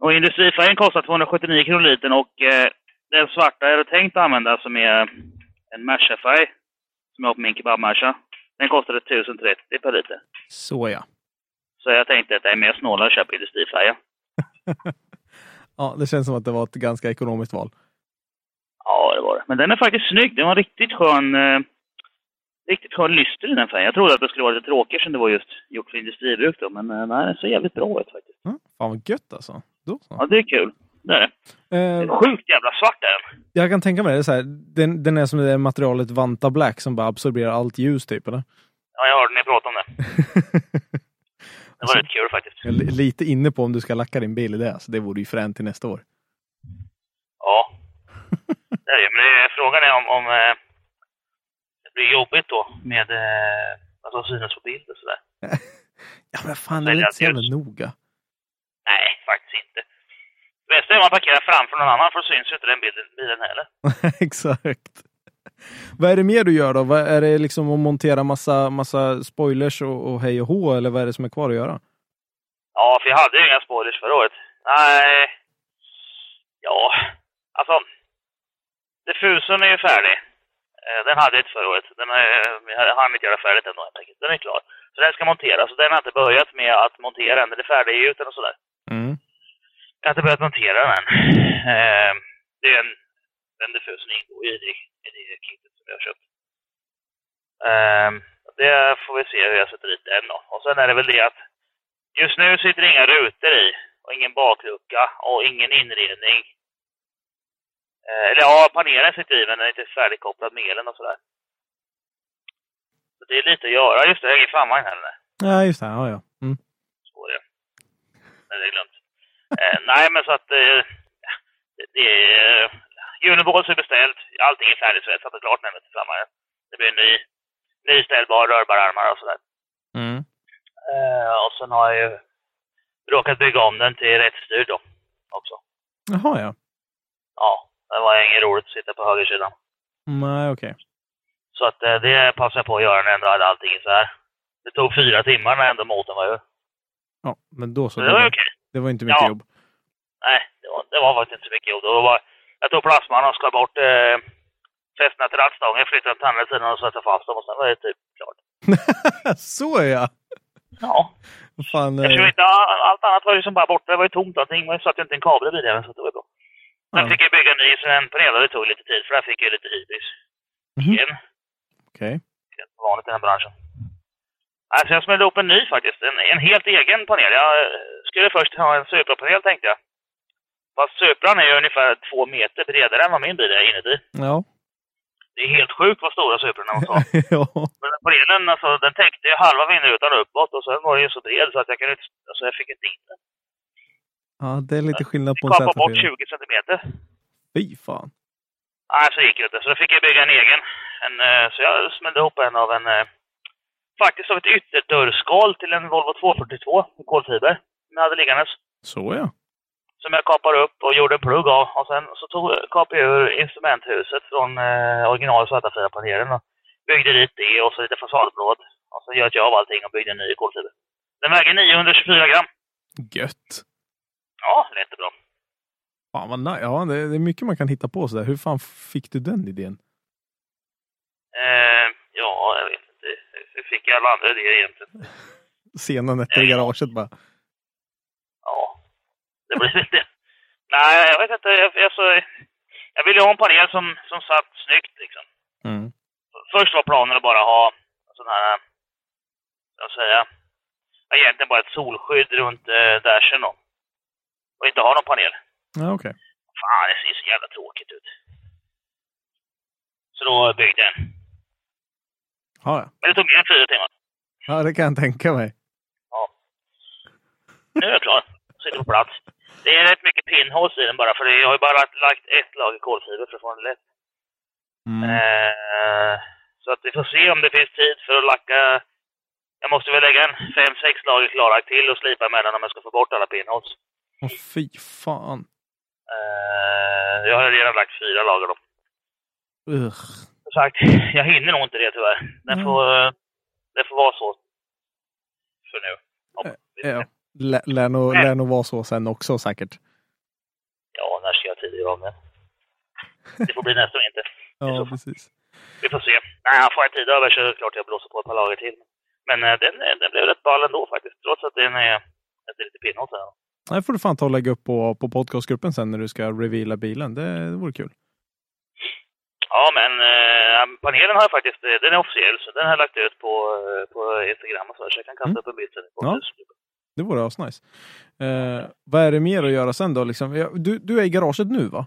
Speaker 6: Och industrifärgen kostar 279 kronor litern och eh, den svarta jag hade tänkt använda som är en Merca-färg, som jag har på min kebabmerca, den kostade 1030 per liter.
Speaker 3: Såja.
Speaker 6: Så jag tänkte att nej, men jag snålar och köper industrifärgen.
Speaker 3: Ja, det känns som att det var ett ganska ekonomiskt val.
Speaker 6: Ja, det var det. Men den är faktiskt snygg. Den var riktigt skön, eh, riktigt skön lyster i den färgen. Jag trodde att det skulle vara lite tråkigare som det var just gjort för industribruk då, men eh, nej, den ser jävligt bra ut faktiskt.
Speaker 3: Mm, Fan vad gött alltså. Då så.
Speaker 6: Ja, det är kul. Det är det.
Speaker 3: Eh,
Speaker 6: Sjukt jävla svart är den.
Speaker 3: jag kan tänka mig det, det är så här, den, den är som det där materialet Vanta Black som bara absorberar allt ljus typ eller?
Speaker 6: Ja, jag hörde ni prata om det. Det var rätt kul faktiskt.
Speaker 3: Jag är li- lite inne på om du ska lacka din bil i det, alltså, det vore ju fränt till nästa år.
Speaker 6: Ja. Det är det. Men det är, frågan är om, om eh, det blir jobbigt då med eh, att de synas på bild och sådär.
Speaker 3: Ja men fan, det
Speaker 6: Sälja
Speaker 3: är inte så jävla
Speaker 6: ljus.
Speaker 3: noga.
Speaker 6: Nej, faktiskt inte. Det bästa är om man parkerar framför någon annan för då syns ju inte den bilden, bilen heller.
Speaker 3: Exakt. Vad är det mer du gör då? Vad är det liksom att montera massa, massa spoilers och, och hej och hå eller vad är det som är kvar att göra?
Speaker 6: Ja, för jag hade ju inga spoilers förra året. Nej. Ja, alltså. Diffusen är ju färdig. Eh, Den hade jag inte förra året. Den har jag- jag hann inte göra färdigt än då, helt enkelt. Den är klar. Så den ska monteras. Och den har jag inte börjat med att montera än. Den är färdig i den och sådär.
Speaker 3: Mm.
Speaker 6: Jag har inte börjat montera den än. Eh, Det är en, den diffusen ingår ju i det, i det kittet som jag har köpt. Eh, Det får vi se hur jag sätter dit den då. Och sen är det väl det att Just nu sitter det inga rutor i och ingen baklucka och ingen inredning. Eh, eller ja, panelen sitter i men den är inte färdigkopplad med elen och sådär. Så det är lite att göra. Just det, jag har ingen framvagn heller.
Speaker 3: Nej, just det. Ja, ja. Mm.
Speaker 6: Så var det. Nej, det är glömt. Eh, nej, men så att eh, det- det är... Eh, Unibås är beställt. Allting är färdigsvetsat och klart nämligen till framvagnen. Det blir en ny, ny ställbar rörbara armar och sådär.
Speaker 3: Mm.
Speaker 6: Eh, och sen har jag ju råkat bygga om den till rättstyrd då också.
Speaker 3: Jaha, ja.
Speaker 6: Ja, det var inget roligt att sitta på högersidan.
Speaker 3: Mm, Nej, okej.
Speaker 6: Så att eh, det passade jag på att göra när jag ändå hade allting så här. Det tog fyra timmar när ändå motorn var ur.
Speaker 3: Ja, men då så.
Speaker 6: Så det var ju okej.
Speaker 3: det var inte mycket
Speaker 6: Ja.
Speaker 3: jobb.
Speaker 6: Nej, det var, det var faktiskt inte så mycket jobb. Det var bara, jag tog plasman och skar bort eh, fästena till rattstången, flyttade dem till andra sidan och satte fast dem och sen var det typ klart.
Speaker 3: så ja.
Speaker 6: Ja,
Speaker 3: Vad Fan,
Speaker 6: jag tror
Speaker 3: eh,
Speaker 6: inte, all- allt annat var ju som bara borta. Det var ju tomt allting. Man satt ju inte en kabel i bilen så att det var ju bra. Sen
Speaker 3: Ja.
Speaker 6: fick jag bygga en ny, så den bredare tog lite tid för där fick jag ju lite hybris.
Speaker 3: Mhm.
Speaker 6: Igen.
Speaker 3: Okej.
Speaker 6: helt vanligt i den här branschen. Alltså jag smällde upp en ny faktiskt, en, en helt egen panel. Jag eh, skulle först ha en Supra-panel tänkte jag. Fast Supran är ju ungefär två meter bredare än vad min bil är inuti.
Speaker 3: Ja.
Speaker 6: Det är helt sjukt vad stora Suprorna måste vara.
Speaker 3: ja.
Speaker 6: Men den panelen, alltså den täckte ju halva vindrutan uppåt och sen var den ju så bred så att jag kunde inte, alltså jag fick inte in den.
Speaker 3: Ja, det är lite skillnad på en
Speaker 6: Kapade bort
Speaker 3: Z4.
Speaker 6: 20 centimeter.
Speaker 3: Fy fan.
Speaker 6: Nej, så gick det inte. Så då fick jag bygga en egen. En, eh, så jag smällde ihop en av en... eh, Faktiskt av ett ytterdörrskal till en Volvo 242 i kolfiber. Som jag hade liggandes.
Speaker 3: Så ja.
Speaker 6: Som jag kapade upp och gjorde en plugg av. Och sen så tog, kapade jag ur instrumenthuset från eh, original svarta fina panelen. Och byggde dit det och så lite fasadblad. Och så göt jag av allting och byggde en ny i kolfiber. Den väger 924 gram.
Speaker 3: Gött.
Speaker 6: Ja, det är inte bra.
Speaker 3: Fan vad nice. Ja, det, det är mycket man kan hitta på sådär. Hur fan fick du den idén?
Speaker 6: Eh, ja, jag vet inte. Hur fick jag alla andra idéer egentligen?
Speaker 3: Sena nätter i garaget bara.
Speaker 6: Ja, det blir väl det. Nej, jag vet inte. Jag, alltså, jag ville ha en panel som, som satt snyggt. Liksom.
Speaker 3: Mm.
Speaker 6: Först var planen att bara ha en sån här, vad ska jag säga, Ja, Egentligen bara ett solskydd runt eh, dashen då. Och inte ha någon panel.
Speaker 3: Ja, okej.
Speaker 6: Fan, det ser så jävla tråkigt ut. Så då byggde jag en.
Speaker 3: Ja, ja.
Speaker 6: Men det tog mer än fyra timmar.
Speaker 3: ja, det kan jag tänka mig.
Speaker 6: Nu är jag klar. Sitter på plats. Det är rätt mycket pinnhåls i den bara, för jag har ju bara lagt, lagt ett lager kolfiber för att få den lätt. Mm. Eh, så att vi får se om det finns tid för att lacka. Jag måste väl lägga en fem, sex lager klarlack till och slipa emellan om jag ska få bort alla pinnhåls.
Speaker 3: Åh fy fan.
Speaker 6: Eh, jag har redan lagt fyra lager då.
Speaker 3: Ugh.
Speaker 6: Som sagt, jag hinner nog inte det tyvärr. Det
Speaker 3: Mm.
Speaker 6: får, eh, det får vara så. För nu.
Speaker 3: Eh, Ja. Lär, lär, nog, lär nog vara så sen också säkert.
Speaker 6: Ja, när ska jag tidigare av med? Det får bli nästa vinter.
Speaker 3: Ja, precis.
Speaker 6: Vi får se. Nej, får jag tid över så är det klart jag blåser på ett par lager till. Men eh, den, eh, den blev rätt ball ändå faktiskt, trots att den är, att det är lite pinnhål så här.
Speaker 3: Det får du fan ta och lägga upp på, på podcastgruppen sen när du ska reveala bilen. Det, det vore kul.
Speaker 6: Ja, men eh, panelen har jag faktiskt, eh, den är officiell, så den har jag lagt ut på, eh, på Instagram och så, här, så jag kan kasta upp en bild sen. på
Speaker 3: Ja.
Speaker 6: Facebookgruppen.
Speaker 3: Det vore asnice. Eh, vad är det mer att göra sen då? Liksom, Ja, du, du är i garaget nu va?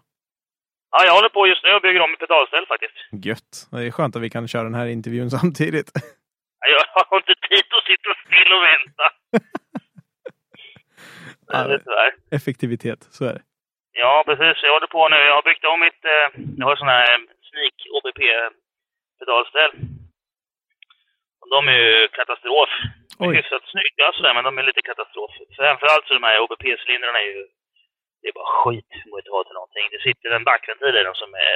Speaker 6: Ja, jag håller på just nu och bygger om ett pedalställ faktiskt.
Speaker 3: Gött. Det är skönt att vi kan köra den här intervjun samtidigt.
Speaker 6: Nej, Jag har inte tid att sitta still och vänta.
Speaker 3: Ja,
Speaker 6: Det är tyvärr.
Speaker 3: Effektivitet, så är det.
Speaker 6: Ja, precis. Jag håller på nu. Jag har byggt om mitt... Eh, jag har sådana här Sneak OBP-pedalställ. Och De är ju katastrof. De är
Speaker 3: Oj.
Speaker 6: hyfsat snygga sådär, men de är lite katastrof. Framförallt så de här OBP-cylindrarna är ju... Det är bara skit. De går inte att ha till någonting. Det sitter en backventil i den som är...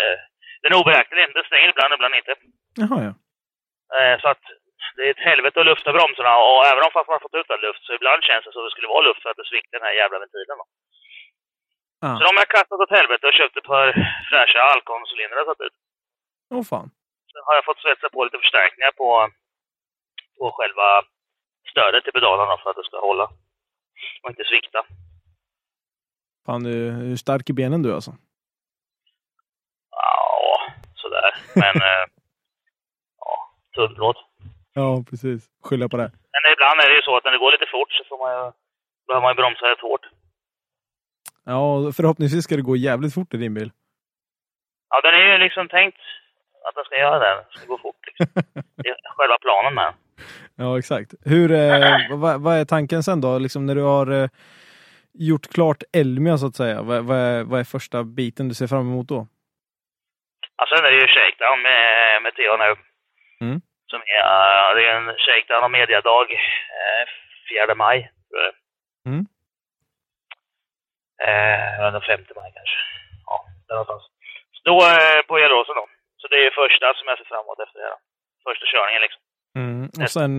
Speaker 6: Den är oberäknelig. Den stänger ibland, ibland inte.
Speaker 3: Jaha ja.
Speaker 6: Eh, så att det är ett helvete att lufta bromsarna och även om fast man har fått ut all luft så ibland känns det som det skulle vara luft för att det svinkar den här jävla ventilen. Då.
Speaker 3: Ah.
Speaker 6: Så de har jag kastat åt helvete och köpt ett par fräscha Alcon-cylindrar och satt ut.
Speaker 3: Åh fan.
Speaker 6: Sen har jag fått svetsa på lite förstärkningar på, på själva stödet till pedalerna för att det ska hålla och inte svikta.
Speaker 3: Fan, du du är stark i benen du alltså.
Speaker 6: Ja, sådär. Men eh, ja, tunnplåt.
Speaker 3: Ja, precis. Skylla på det.
Speaker 6: Men ibland är det ju så att när det går lite fort så får man ju, behöver man ju bromsa rätt hårt.
Speaker 3: Ja, förhoppningsvis ska det gå jävligt fort i din bil.
Speaker 6: Ja, den är ju liksom tänkt att den ska göra det. Den ska gå fort liksom. Det är själva planen med den.
Speaker 3: Ja, exakt. Hur, eh, vad, vad är tanken sen då? Liksom när du har eh, gjort klart Elmia så att säga. Vad, vad, är, vad är första biten du ser fram emot då?
Speaker 6: Ja, Alltså, sen är det ju shakedown med, med Theo nu.
Speaker 3: Mm.
Speaker 6: Som är, eh, det är en shakedown och mediadag eh, 4 maj. tror jag.
Speaker 3: Mm.
Speaker 6: Eh, eller 5 maj kanske. Ja, där någonstans. Så då eh, på Gelleråsen då. Så det är ju första som jag ser fram emot efter det här. då. Första körningen liksom.
Speaker 3: Mm, Och sen,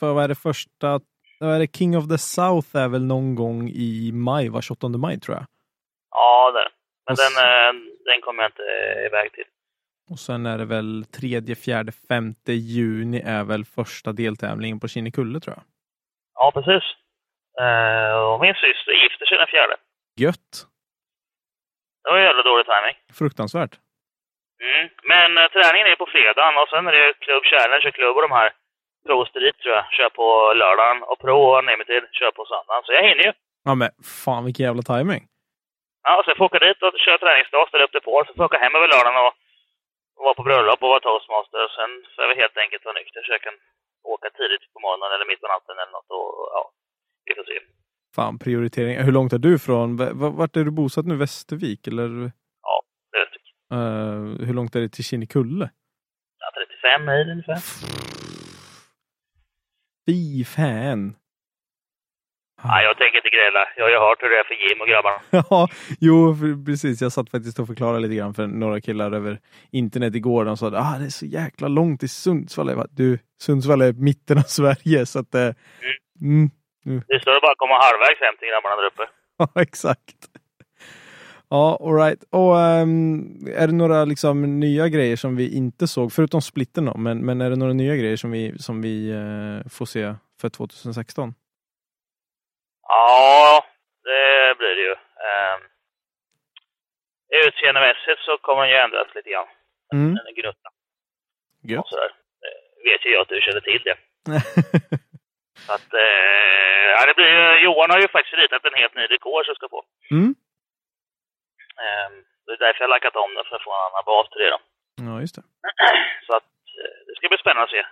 Speaker 3: för vad är det första? Vad är det? King of the South är väl någon gång i maj, var 28 maj tror jag.
Speaker 6: Ja, där. Men
Speaker 3: Och
Speaker 6: den,
Speaker 3: sen-
Speaker 6: eh, den kommer jag inte eh, iväg till.
Speaker 3: Och sen är det väl 3, 4, 5 juni är väl första deltävlingen på Kinnekulle tror jag.
Speaker 6: Ja, precis. Eh, och min syster gifter sig den fjärde.
Speaker 3: Gött!
Speaker 6: Det var ju jävla dålig timing.
Speaker 3: Fruktansvärt.
Speaker 6: Mm. Men eh, träningen är på fredagen och sen är det Club Challenge och Club och de här. Pro Street tror jag kör på lördagen och Pro och Unlimited kör på söndagen. Så jag hinner ju.
Speaker 3: Ja men fan vilken jävla timing.
Speaker 6: Ja, så jag får åka dit och köra träningsdag, ställa upp det på. Så får jag åka hem över lördagen och, och vara på bröllop och vara toastmaster. Och sen får jag väl helt enkelt vara nykter så jag kan åka tidigt på morgonen eller mitt på natten eller något. Och, ja, vi får se.
Speaker 3: Fan prioritering. Hur långt är du från? v- v- Vart är du bosatt nu? Västervik eller?
Speaker 6: Ja, Västervik.
Speaker 3: Eh, hur långt är det till Kinnekulle?
Speaker 6: Ja, 35 mil ungefär.
Speaker 3: Fy fan!
Speaker 6: Nej, jag tänker inte gräla. Jag har ju hört hur det är för Jim och grabbarna.
Speaker 3: Ja, jo för- precis. Jag satt faktiskt och förklarade lite grann för några killar över internet igår. De sa att ah, det är så jäkla långt till Sundsvall. Jag bara, du, Sundsvall är mitten av Sverige så att... eh, Mm,
Speaker 6: Det står bara att komma halvvägs hem till grabbarna där uppe.
Speaker 3: ja, exakt. Ja, alright. Och ehm, är det några liksom, nya grejer som vi inte såg, förutom splitten då, men, men är det några nya grejer som vi, som vi eh, får se för 2016?
Speaker 6: Ja, det blir det ju. Um, utseendemässigt så kommer den ju ändras lite grann.
Speaker 3: Mm.
Speaker 6: Den är gnutta
Speaker 3: Gött.
Speaker 6: och sådär. Eh, vet ju jag att du känner till det. Så att, eh, ja, det blir, ju- Johan har ju faktiskt ritat en helt ny dekor som ska på.
Speaker 3: Mm.
Speaker 6: Ehm, det är därför jag har lackat om den, för att få en annan bas till det då.
Speaker 3: Ja, just det.
Speaker 6: Så att, eh, det ska bli spännande att se.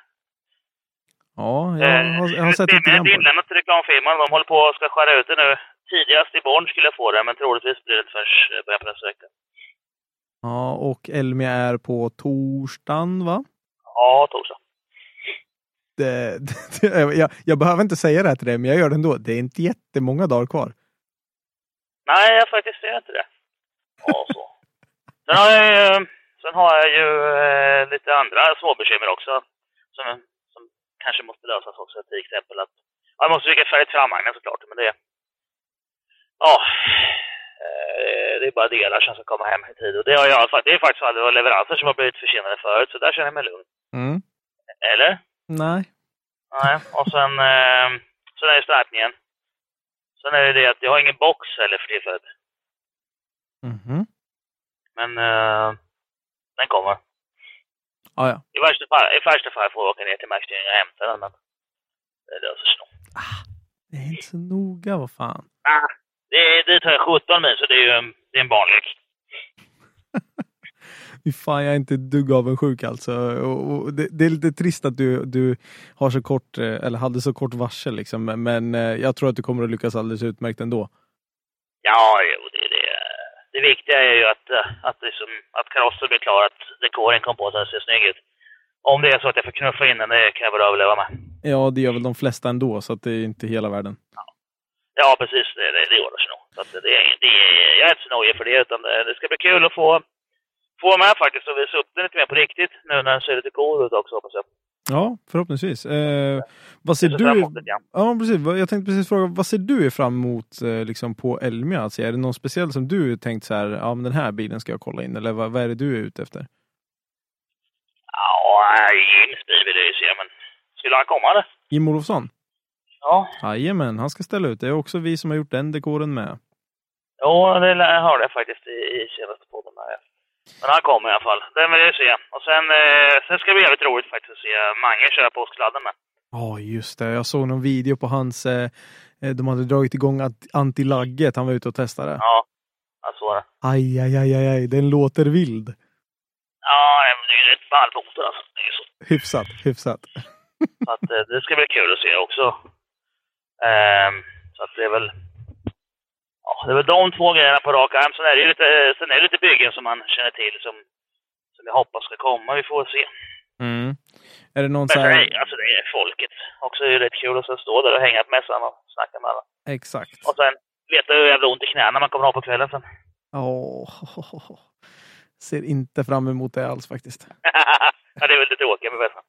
Speaker 3: Ja,
Speaker 6: Eh,
Speaker 3: jag har, jag har sett lite grann
Speaker 6: Jag
Speaker 3: på det.
Speaker 6: inlämnat till reklamfirman. De håller på och ska skära ut det nu. Tidigast imorgon skulle jag få det, men troligtvis blir det inte förrän eh, början på nästa vecka.
Speaker 3: Ja, och Elmia är på torsdagen, va?
Speaker 6: Ja, torsdag.
Speaker 3: Det, det, jag, jag behöver inte säga det här till dig, men jag gör det ändå. Det är inte jättemånga dagar kvar.
Speaker 6: Nej, jag faktiskt gör inte det. Ja, så. Sen har jag ju, eh, sen har jag ju eh, lite andra småbekymmer också. Som, som kanske måste lösas också. Till exempel att ja, jag måste rycka färdigt framvagnen såklart. Men det... Ja. eh, Det är bara delar som ska komma hem i tid. Och det, har jag, fa- det är faktiskt aldrig några leveranser som har blivit försenade förut. Så där känner jag mig lugn.
Speaker 3: Mm.
Speaker 6: Eller?
Speaker 3: Nej.
Speaker 6: Nej, och sen, eh, sen är det snärpningen. Sen är det det att jag har ingen box heller för tillfället.
Speaker 3: Mhm.
Speaker 6: Men eh, den kommer.
Speaker 3: Ah, Ja, ja.
Speaker 6: I värsta fall, i värsta fall får jag åka ner till Maxstyrning och hämta den, men det löser sig nog.
Speaker 3: Det är inte så noga, vad fan.
Speaker 6: Det, är- det tar jag 17 mil, så det är ju en, det är en barnlek.
Speaker 3: Fy fan, jag är inte ett dugg avundsjuk alltså. Och, och det, det är lite trist att du, du har så kort, eh, eller hade så kort varsel liksom. Men- Men eh, jag tror att du kommer att lyckas alldeles utmärkt ändå.
Speaker 6: Ja, jo, det är det. Det viktiga är ju att, eh, att, det som, att karossen blir klar, att dekoren kom på så den ser snygg ut. Om det är så att jag får knuffa in den, det kan jag väl överleva med.
Speaker 3: Ja, det gör väl de flesta ändå, så att det är inte hela världen.
Speaker 6: Ja, precis. Det, det, det ordnar sig nog. Så att det, är- det, är- jag är inte så nojig för det, utan det, det ska bli kul att få, få med faktiskt och visa upp den lite mer på riktigt nu när den ser lite cool ut också, hoppas jag.
Speaker 3: Ja, förhoppningsvis. Eh, vad ser
Speaker 6: Så fram
Speaker 3: du?
Speaker 6: emot det, ja.
Speaker 3: Ja, precis. Vad- Jag tänkte precis fråga, vad ser du fram emot eh, liksom på Elmia? Alltså, är det någon speciell som du tänkt så här, ja men den här bilen ska jag kolla in, eller vad, vad är det du är ute efter?
Speaker 6: Ja, Jims bil vill jag ju se, men skulle han komma eller?
Speaker 3: Jim Olofsson?
Speaker 6: Ja.
Speaker 3: Jajamän, han ska ställa ut. Det är också vi som har gjort den dekoren med.
Speaker 6: Jo, det lär- hörde jag faktiskt i, i senaste podden här. ja. Men han kommer i alla fall. Den vill jag ju se. Och sen, eh, sen ska det bli jävligt roligt faktiskt att se Mange köra på åsksladden med.
Speaker 3: Ja, just det. Jag såg någon video på hans, eh, eh, de hade dragit igång att- antilagget, han var ute och testade.
Speaker 6: Ja, jag såg det.
Speaker 3: Aj, aj, aj, aj, aj, den låter vild.
Speaker 6: Ja, nej, men det är ju rätt ball motor alltså. Det är ju så.
Speaker 3: Hyfsat, hyfsat.
Speaker 6: så att, eh, det ska bli kul att se också. Ehm, så att det är väl... Ja, det är väl de två grejerna på rak arm. Sen är det ju lite, eh, sen är det lite byggen som man känner till som, som jag hoppas ska komma. Vi får se.
Speaker 3: Mm. Är det någon så
Speaker 6: Men
Speaker 3: här...
Speaker 6: nej, alltså det är folket. Också är det rätt kul att sen stå där och hänga på mässan och snacka med alla.
Speaker 3: Exakt.
Speaker 6: Och sen veta hur jävla ont i knäna man kommer ha på kvällen sen.
Speaker 3: Åh, Ser inte fram emot det alls faktiskt.
Speaker 6: ja, det är väl det tråkiga med mässan.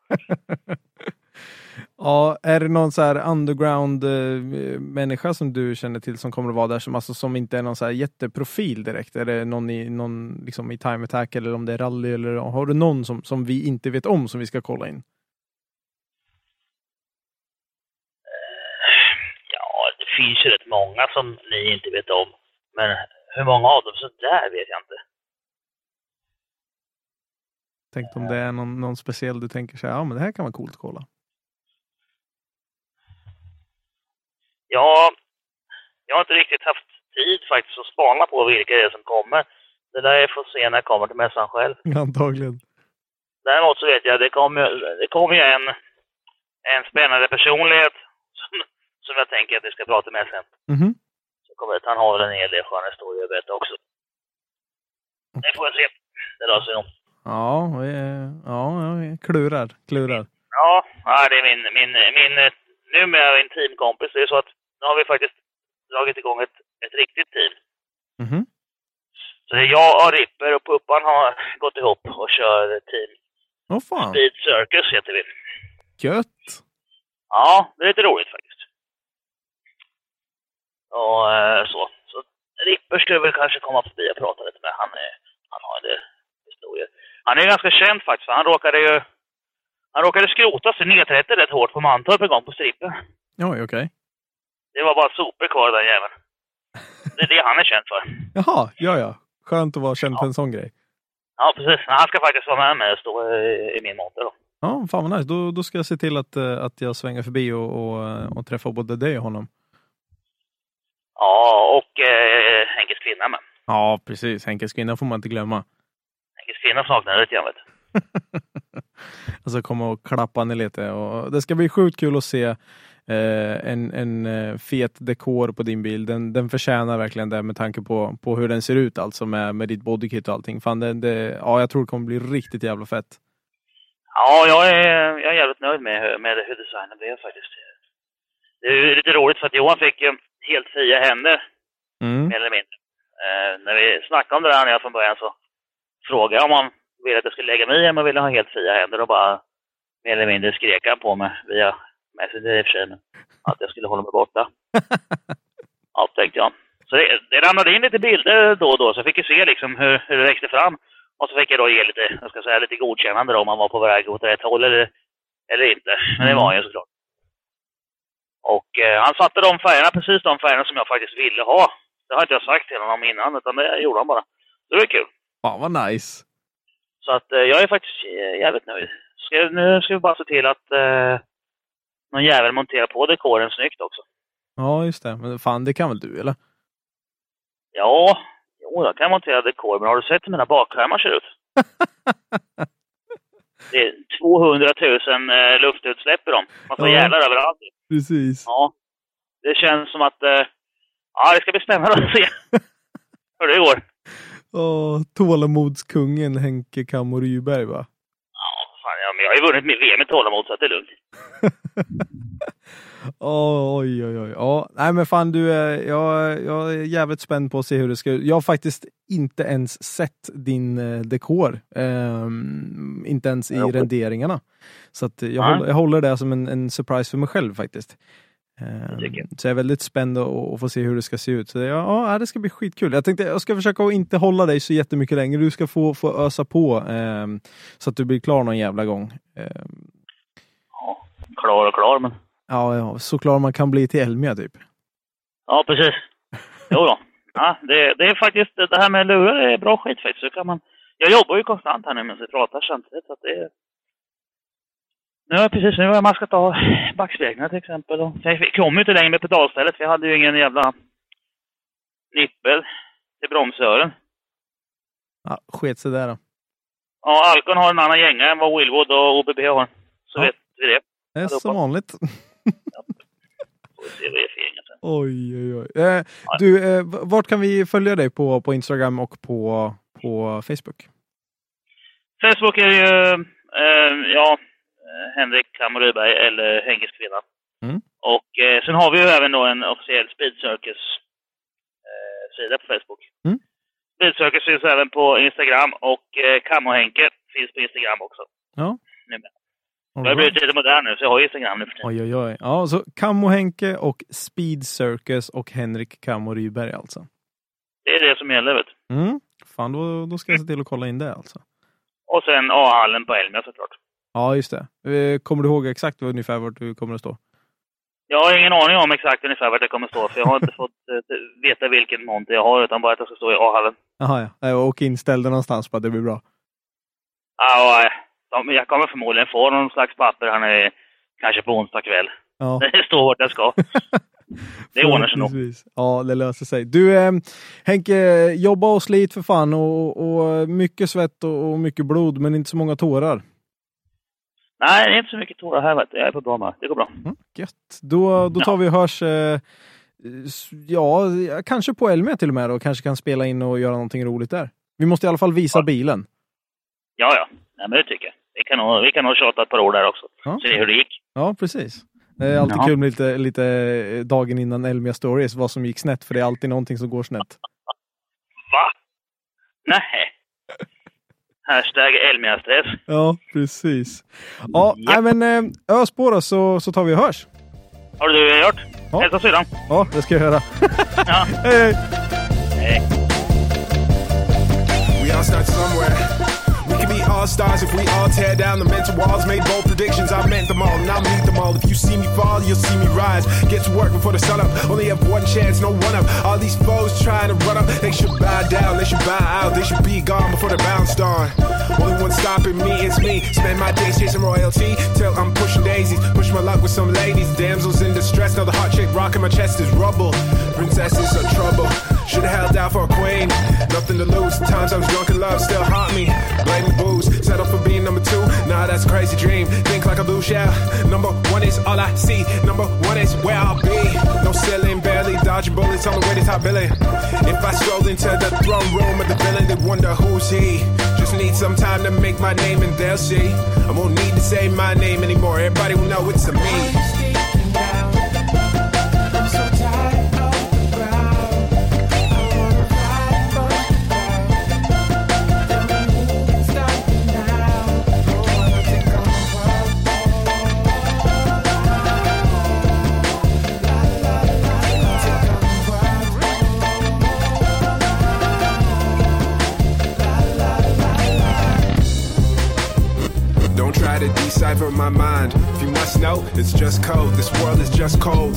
Speaker 3: Ja, är det någon så här underground-människa som du känner till som kommer att vara där som, alltså, som inte är någon så här jätteprofil direkt? Är det någon i, någon, liksom, i time attack eller om det är rally? Eller, har du någon som, som vi inte vet om som vi ska kolla in?
Speaker 6: Ja, det finns ju rätt många som ni inte vet om. Men hur många av dem som där vet jag inte.
Speaker 3: Tänk om det är någon, någon speciell du tänker så här, ja men det här kan vara coolt att kolla.
Speaker 6: Ja, jag har inte riktigt haft tid faktiskt att spana på vilka det är som kommer. Det lär jag få se när jag kommer till mässan själv.
Speaker 3: Antagligen.
Speaker 6: Däremot så vet jag, det kommer det kom ju en, en spännande personlighet som, som jag tänker att vi ska prata med sen.
Speaker 3: Mhm.
Speaker 6: Så kommer att han har en hel del sköna historier att berätta också. Det får jag se. Det alltså- löser sig nog.
Speaker 3: Ja, eh, ja, ja, klurar, klurar.
Speaker 6: Ja, ja, det är min, min, min eh, numera intimkompis. Det är så att nu har vi faktiskt dragit igång ett, ett riktigt team.
Speaker 3: Mhm.
Speaker 6: Så det är jag och Ripper och Puppan har gått ihop och kör team.
Speaker 3: Åh fan,
Speaker 6: Speed Circus heter vi.
Speaker 3: gött!
Speaker 6: Ja, det är lite roligt faktiskt. Och eh, så. så Ripper skulle väl kanske komma förbi och prata lite med. Han, är, han har en del historier. Han är ganska känd faktiskt, för han råkade ju... Han råkade skrota sin 930 rätt hårt på Mantorp en gång på strippen.
Speaker 3: Oj, okej.
Speaker 6: Det var bara sopor kvar den jäveln. Det är det han är känd för.
Speaker 3: Jaha, ja, ja. Skönt att vara känd för en sån grej.
Speaker 6: Ja, precis. Han ska faktiskt vara med mig och stå i, i min monter då.
Speaker 3: Ja, fan vad nice. Då, då ska jag se till att, eh, att jag svänger förbi och, och, eh, och träffar både dig och honom.
Speaker 6: Ja, och eh, Henkes kvinna med.
Speaker 3: Ja, precis. Henkes kvinna får man inte glömma.
Speaker 6: Henkes kvinna saknade lite grann vet du.
Speaker 3: Alltså komma och klappa henne lite. Och det ska bli sjukt kul att se eh, en, en eh, fet dekor på din bil. Den, den förtjänar verkligen det med tanke på, på hur den ser ut alltså med, med ditt bodykit och allting. Fan, det, det, ja, jag tror det kommer bli riktigt jävla fett.
Speaker 6: Ja, jag är, jag är jävligt nöjd med, med hur designen blev faktiskt. Det är ju lite roligt för att Johan fick ju helt fria händer
Speaker 3: Mm.
Speaker 6: mer eller mindre. Eh, när vi snackade om det där när jag från början så frågade jag om han ville att jag skulle lägga mig i om han ville ha helt fria händer och bara mer eller mindre skrek han på mig via Messenger i och för sig, men att jag skulle hålla mig borta. ja, tänkte jag. Så det, det ramlade in lite bilder då och då, så jag fick ju se liksom hur, hur det växte fram. Och så fick jag då ge lite, jag ska säga, lite godkännande då, om han var på väg åt rätt håll eller, eller inte. Men det var han ju såklart. Och eh, han satte de färgerna, precis de färgerna som jag faktiskt ville ha. Det har inte jag sagt till honom innan, utan det gjorde han bara. Så det var kul.
Speaker 3: Fan vad nice.
Speaker 6: Så att eh, jag är faktiskt eh, jävligt nöjd. Ska, nu ska vi bara se till att eh, någon jävel monterar på dekoren snyggt också.
Speaker 3: Ja, just det. Men fan, det kan väl du eller?
Speaker 6: Ja, jo, jag kan montera dekor, men har du sett hur mina bakskärmar ser ut? Det är 200 000 eh, luftutsläpp i dem. Massa
Speaker 3: Ja.
Speaker 6: jävlar överallt.
Speaker 3: Precis.
Speaker 6: Ja. Det känns som att... Eh, ja, det ska bli spännande att se hur det går.
Speaker 3: Åh, tålamodskungen Henke Kammo Ryberg va?
Speaker 6: Fan, ja, men jag har ju vunnit med VM i tålamod, så att det är lugnt.
Speaker 3: Oh, oj, oj, oj. Ja, nej men fan du, eh, jag, jag är jävligt spänd på att se hur det ska ut. Jag har faktiskt inte ens sett din eh, dekor. Ehm, inte ens i
Speaker 6: Ja, okej.
Speaker 3: renderingarna. Så att eh, jag,
Speaker 6: Nej.
Speaker 3: håller, jag håller det som en, en surprise för mig själv faktiskt. Ehm,
Speaker 6: tycker jag.
Speaker 3: så jag är väldigt spänd att- att få se hur det ska se ut. Så det, ja, ja, det ska bli skitkul. Jag tänkte jag ska försöka att inte hålla dig så jättemycket längre. Du ska få, få ösa på ehm, så att du blir klar någon jävla gång. Ehm,
Speaker 6: Klar och klar, men...
Speaker 3: ja, ja, såklart man kan bli till Elmia typ.
Speaker 6: Ja, precis. Jo då. Ja, det, det är faktiskt, det här med lurar är bra skit faktiskt. Så kan man, jag jobbar ju konstant här nu medan vi pratar samtidigt. Så att det, är- nu har jag precis nu har jag maskat av backspeglarna till exempel. Och jag kom ju inte längre med pedalstället. Vi hade ju ingen jävla nippel till bromsören.
Speaker 3: Ja, sket sig där då.
Speaker 6: Ja, Alcon har en annan gänga än vad Willwood och OBB har. Så
Speaker 3: Ja.
Speaker 6: vet vi det.
Speaker 3: Det är
Speaker 6: Allihopa.
Speaker 3: som vanligt.
Speaker 6: Får vi se vad det är för gänga sen.
Speaker 3: Oj, oj, oj. Eh, du, eh, v- vart kan vi följa dig på, på Instagram och på, på Facebook?
Speaker 6: Facebook är ju, eh, ja, eh, Henrik Kammo Ryberg eller Henkes kvinna.
Speaker 3: Mm.
Speaker 6: Och eh, sen har vi ju även då en officiell Speed Circus eh, sida på Facebook.
Speaker 3: Mm.
Speaker 6: Speed Circus finns även på Instagram och eh, Kammo Henke finns på Instagram också.
Speaker 3: Ja.
Speaker 6: Numera.
Speaker 3: All
Speaker 6: Jag har blivit
Speaker 3: right.
Speaker 6: lite modern nu så jag har ju Instagram nu för tiden.
Speaker 3: Oj, oj, oj. Ja, så Kammo Henke och Speed Circus och Henrik Kammo Ryberg alltså.
Speaker 6: Det är det som gäller vet du.
Speaker 3: Mm. Fan, då, då ska jag se till att kolla in det alltså.
Speaker 6: Och sen A-hallen på Elmia såklart.
Speaker 3: Ja, just det. Eh, Kommer du ihåg exakt vad- ungefär vart du kommer att stå?
Speaker 6: Jag har ingen aning om exakt ungefär vart jag kommer stå för jag har inte fått eh, veta vilken monter jag har utan bara att jag ska stå i A-hallen.
Speaker 3: Jaha, ja. Eh, Och inställ dig någonstans på att det blir bra.
Speaker 6: Ja, och, eh, de, jag kommer förmodligen få någon slags papper här nu, kanske på onsdag kväll.
Speaker 3: Ja.
Speaker 6: Det står vart jag ska. Det ordnar sig nog.
Speaker 3: Förhoppningsvis. Ja, det löser sig. Du eh, Henke, jobba och slit för fan och, och mycket svett och, och mycket blod men inte så många tårar.
Speaker 6: Nej, det är inte så mycket tårar här vet du. Jag är på bra med. Det går bra.
Speaker 3: Mm, Gött. Då, då tar vi och hörs, eh, s- ja, kanske på Elmia till och med då. Kanske kan spela in och göra någonting roligt där. Vi måste i alla fall visa bilen.
Speaker 6: Ja, ja. Nej, men det tycker jag. Vi kan nog, vi kan nog tjata ett par år där också.
Speaker 3: Ja.
Speaker 6: Se hur det gick.
Speaker 3: Ja, precis. Det är alltid
Speaker 6: Ja.
Speaker 3: kul med lite, lite eh, dagen innan Elmia Stories, vad som gick snett, för det är alltid någonting som går snett.
Speaker 6: Va? Nej. Hashtag Elmia-stress.
Speaker 3: Ja, precis. Ja, nej, men eh, ös på då så, så tar vi och hörs.
Speaker 6: Har du gjort?
Speaker 3: Ja.
Speaker 6: Hälsa syrran.
Speaker 3: Ja, det ska jag göra.
Speaker 6: Ja.
Speaker 3: Hej, hej.
Speaker 6: Hej.
Speaker 7: We all start somewhere. We can be all stars if we all tear down the mental walls. Made bold predictions, I meant them all, now meet them all. If you see me fall, you'll see me rise. Get to work before the sun up. Only have one chance, no one up. All these foes trying to run up, they should bow down, they should bow out, they should be gone before the bounce on. Only one stopping me is me. Spend my days chasing royalty till I'm pushing daisies. Push my luck with some ladies, damsels in distress. Now the heart shape rocking my chest is rubble. Princesses are trouble. Should've held out for a queen. Nothing to lose. Times I was drunk and love still haunt me. Blame the booze. Settle for being number two. Nah, that's a crazy dream. Think like a blue shell. Number one is all I see. Number one is where I'll be. No ceiling, barely dodging bullets on the way to top billing. If I strolled into the throne room of the villain, they'd wonder who's he. Just need some time to make my name and they'll see. I won't need to say my name anymore. Everybody will know it's a me. Don't try to decipher my mind. If you must know, it's just code. This world is just cold.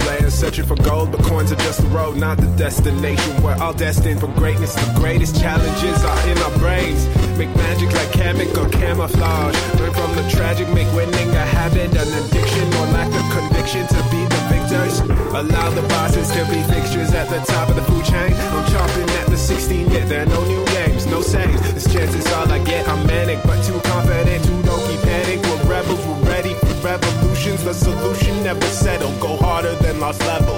Speaker 7: Players searching for gold, but coins are just the road, not the destination. We're all destined for greatness. The greatest challenges are in our brains. Make magic like chemical camouflage. Learn from the tragic, make winning a habit, an addiction, or lack of conviction to be the victors. Allow the bosses to be fixtures at the top of the food chain. I'm chomping at the 16, yet there are no new games, no sayings. This chance is all I get. I'm manic, but too confident to don't keep panic. We're rebels, we're ready for revolutions. The solution never settle. Go harder than lost level.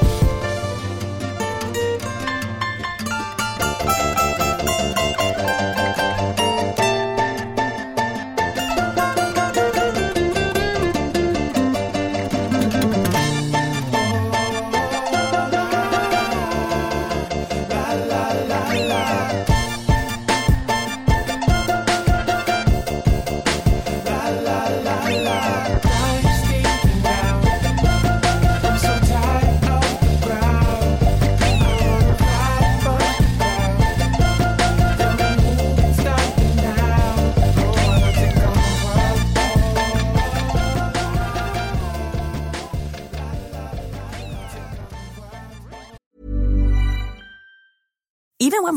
Speaker 8: Even when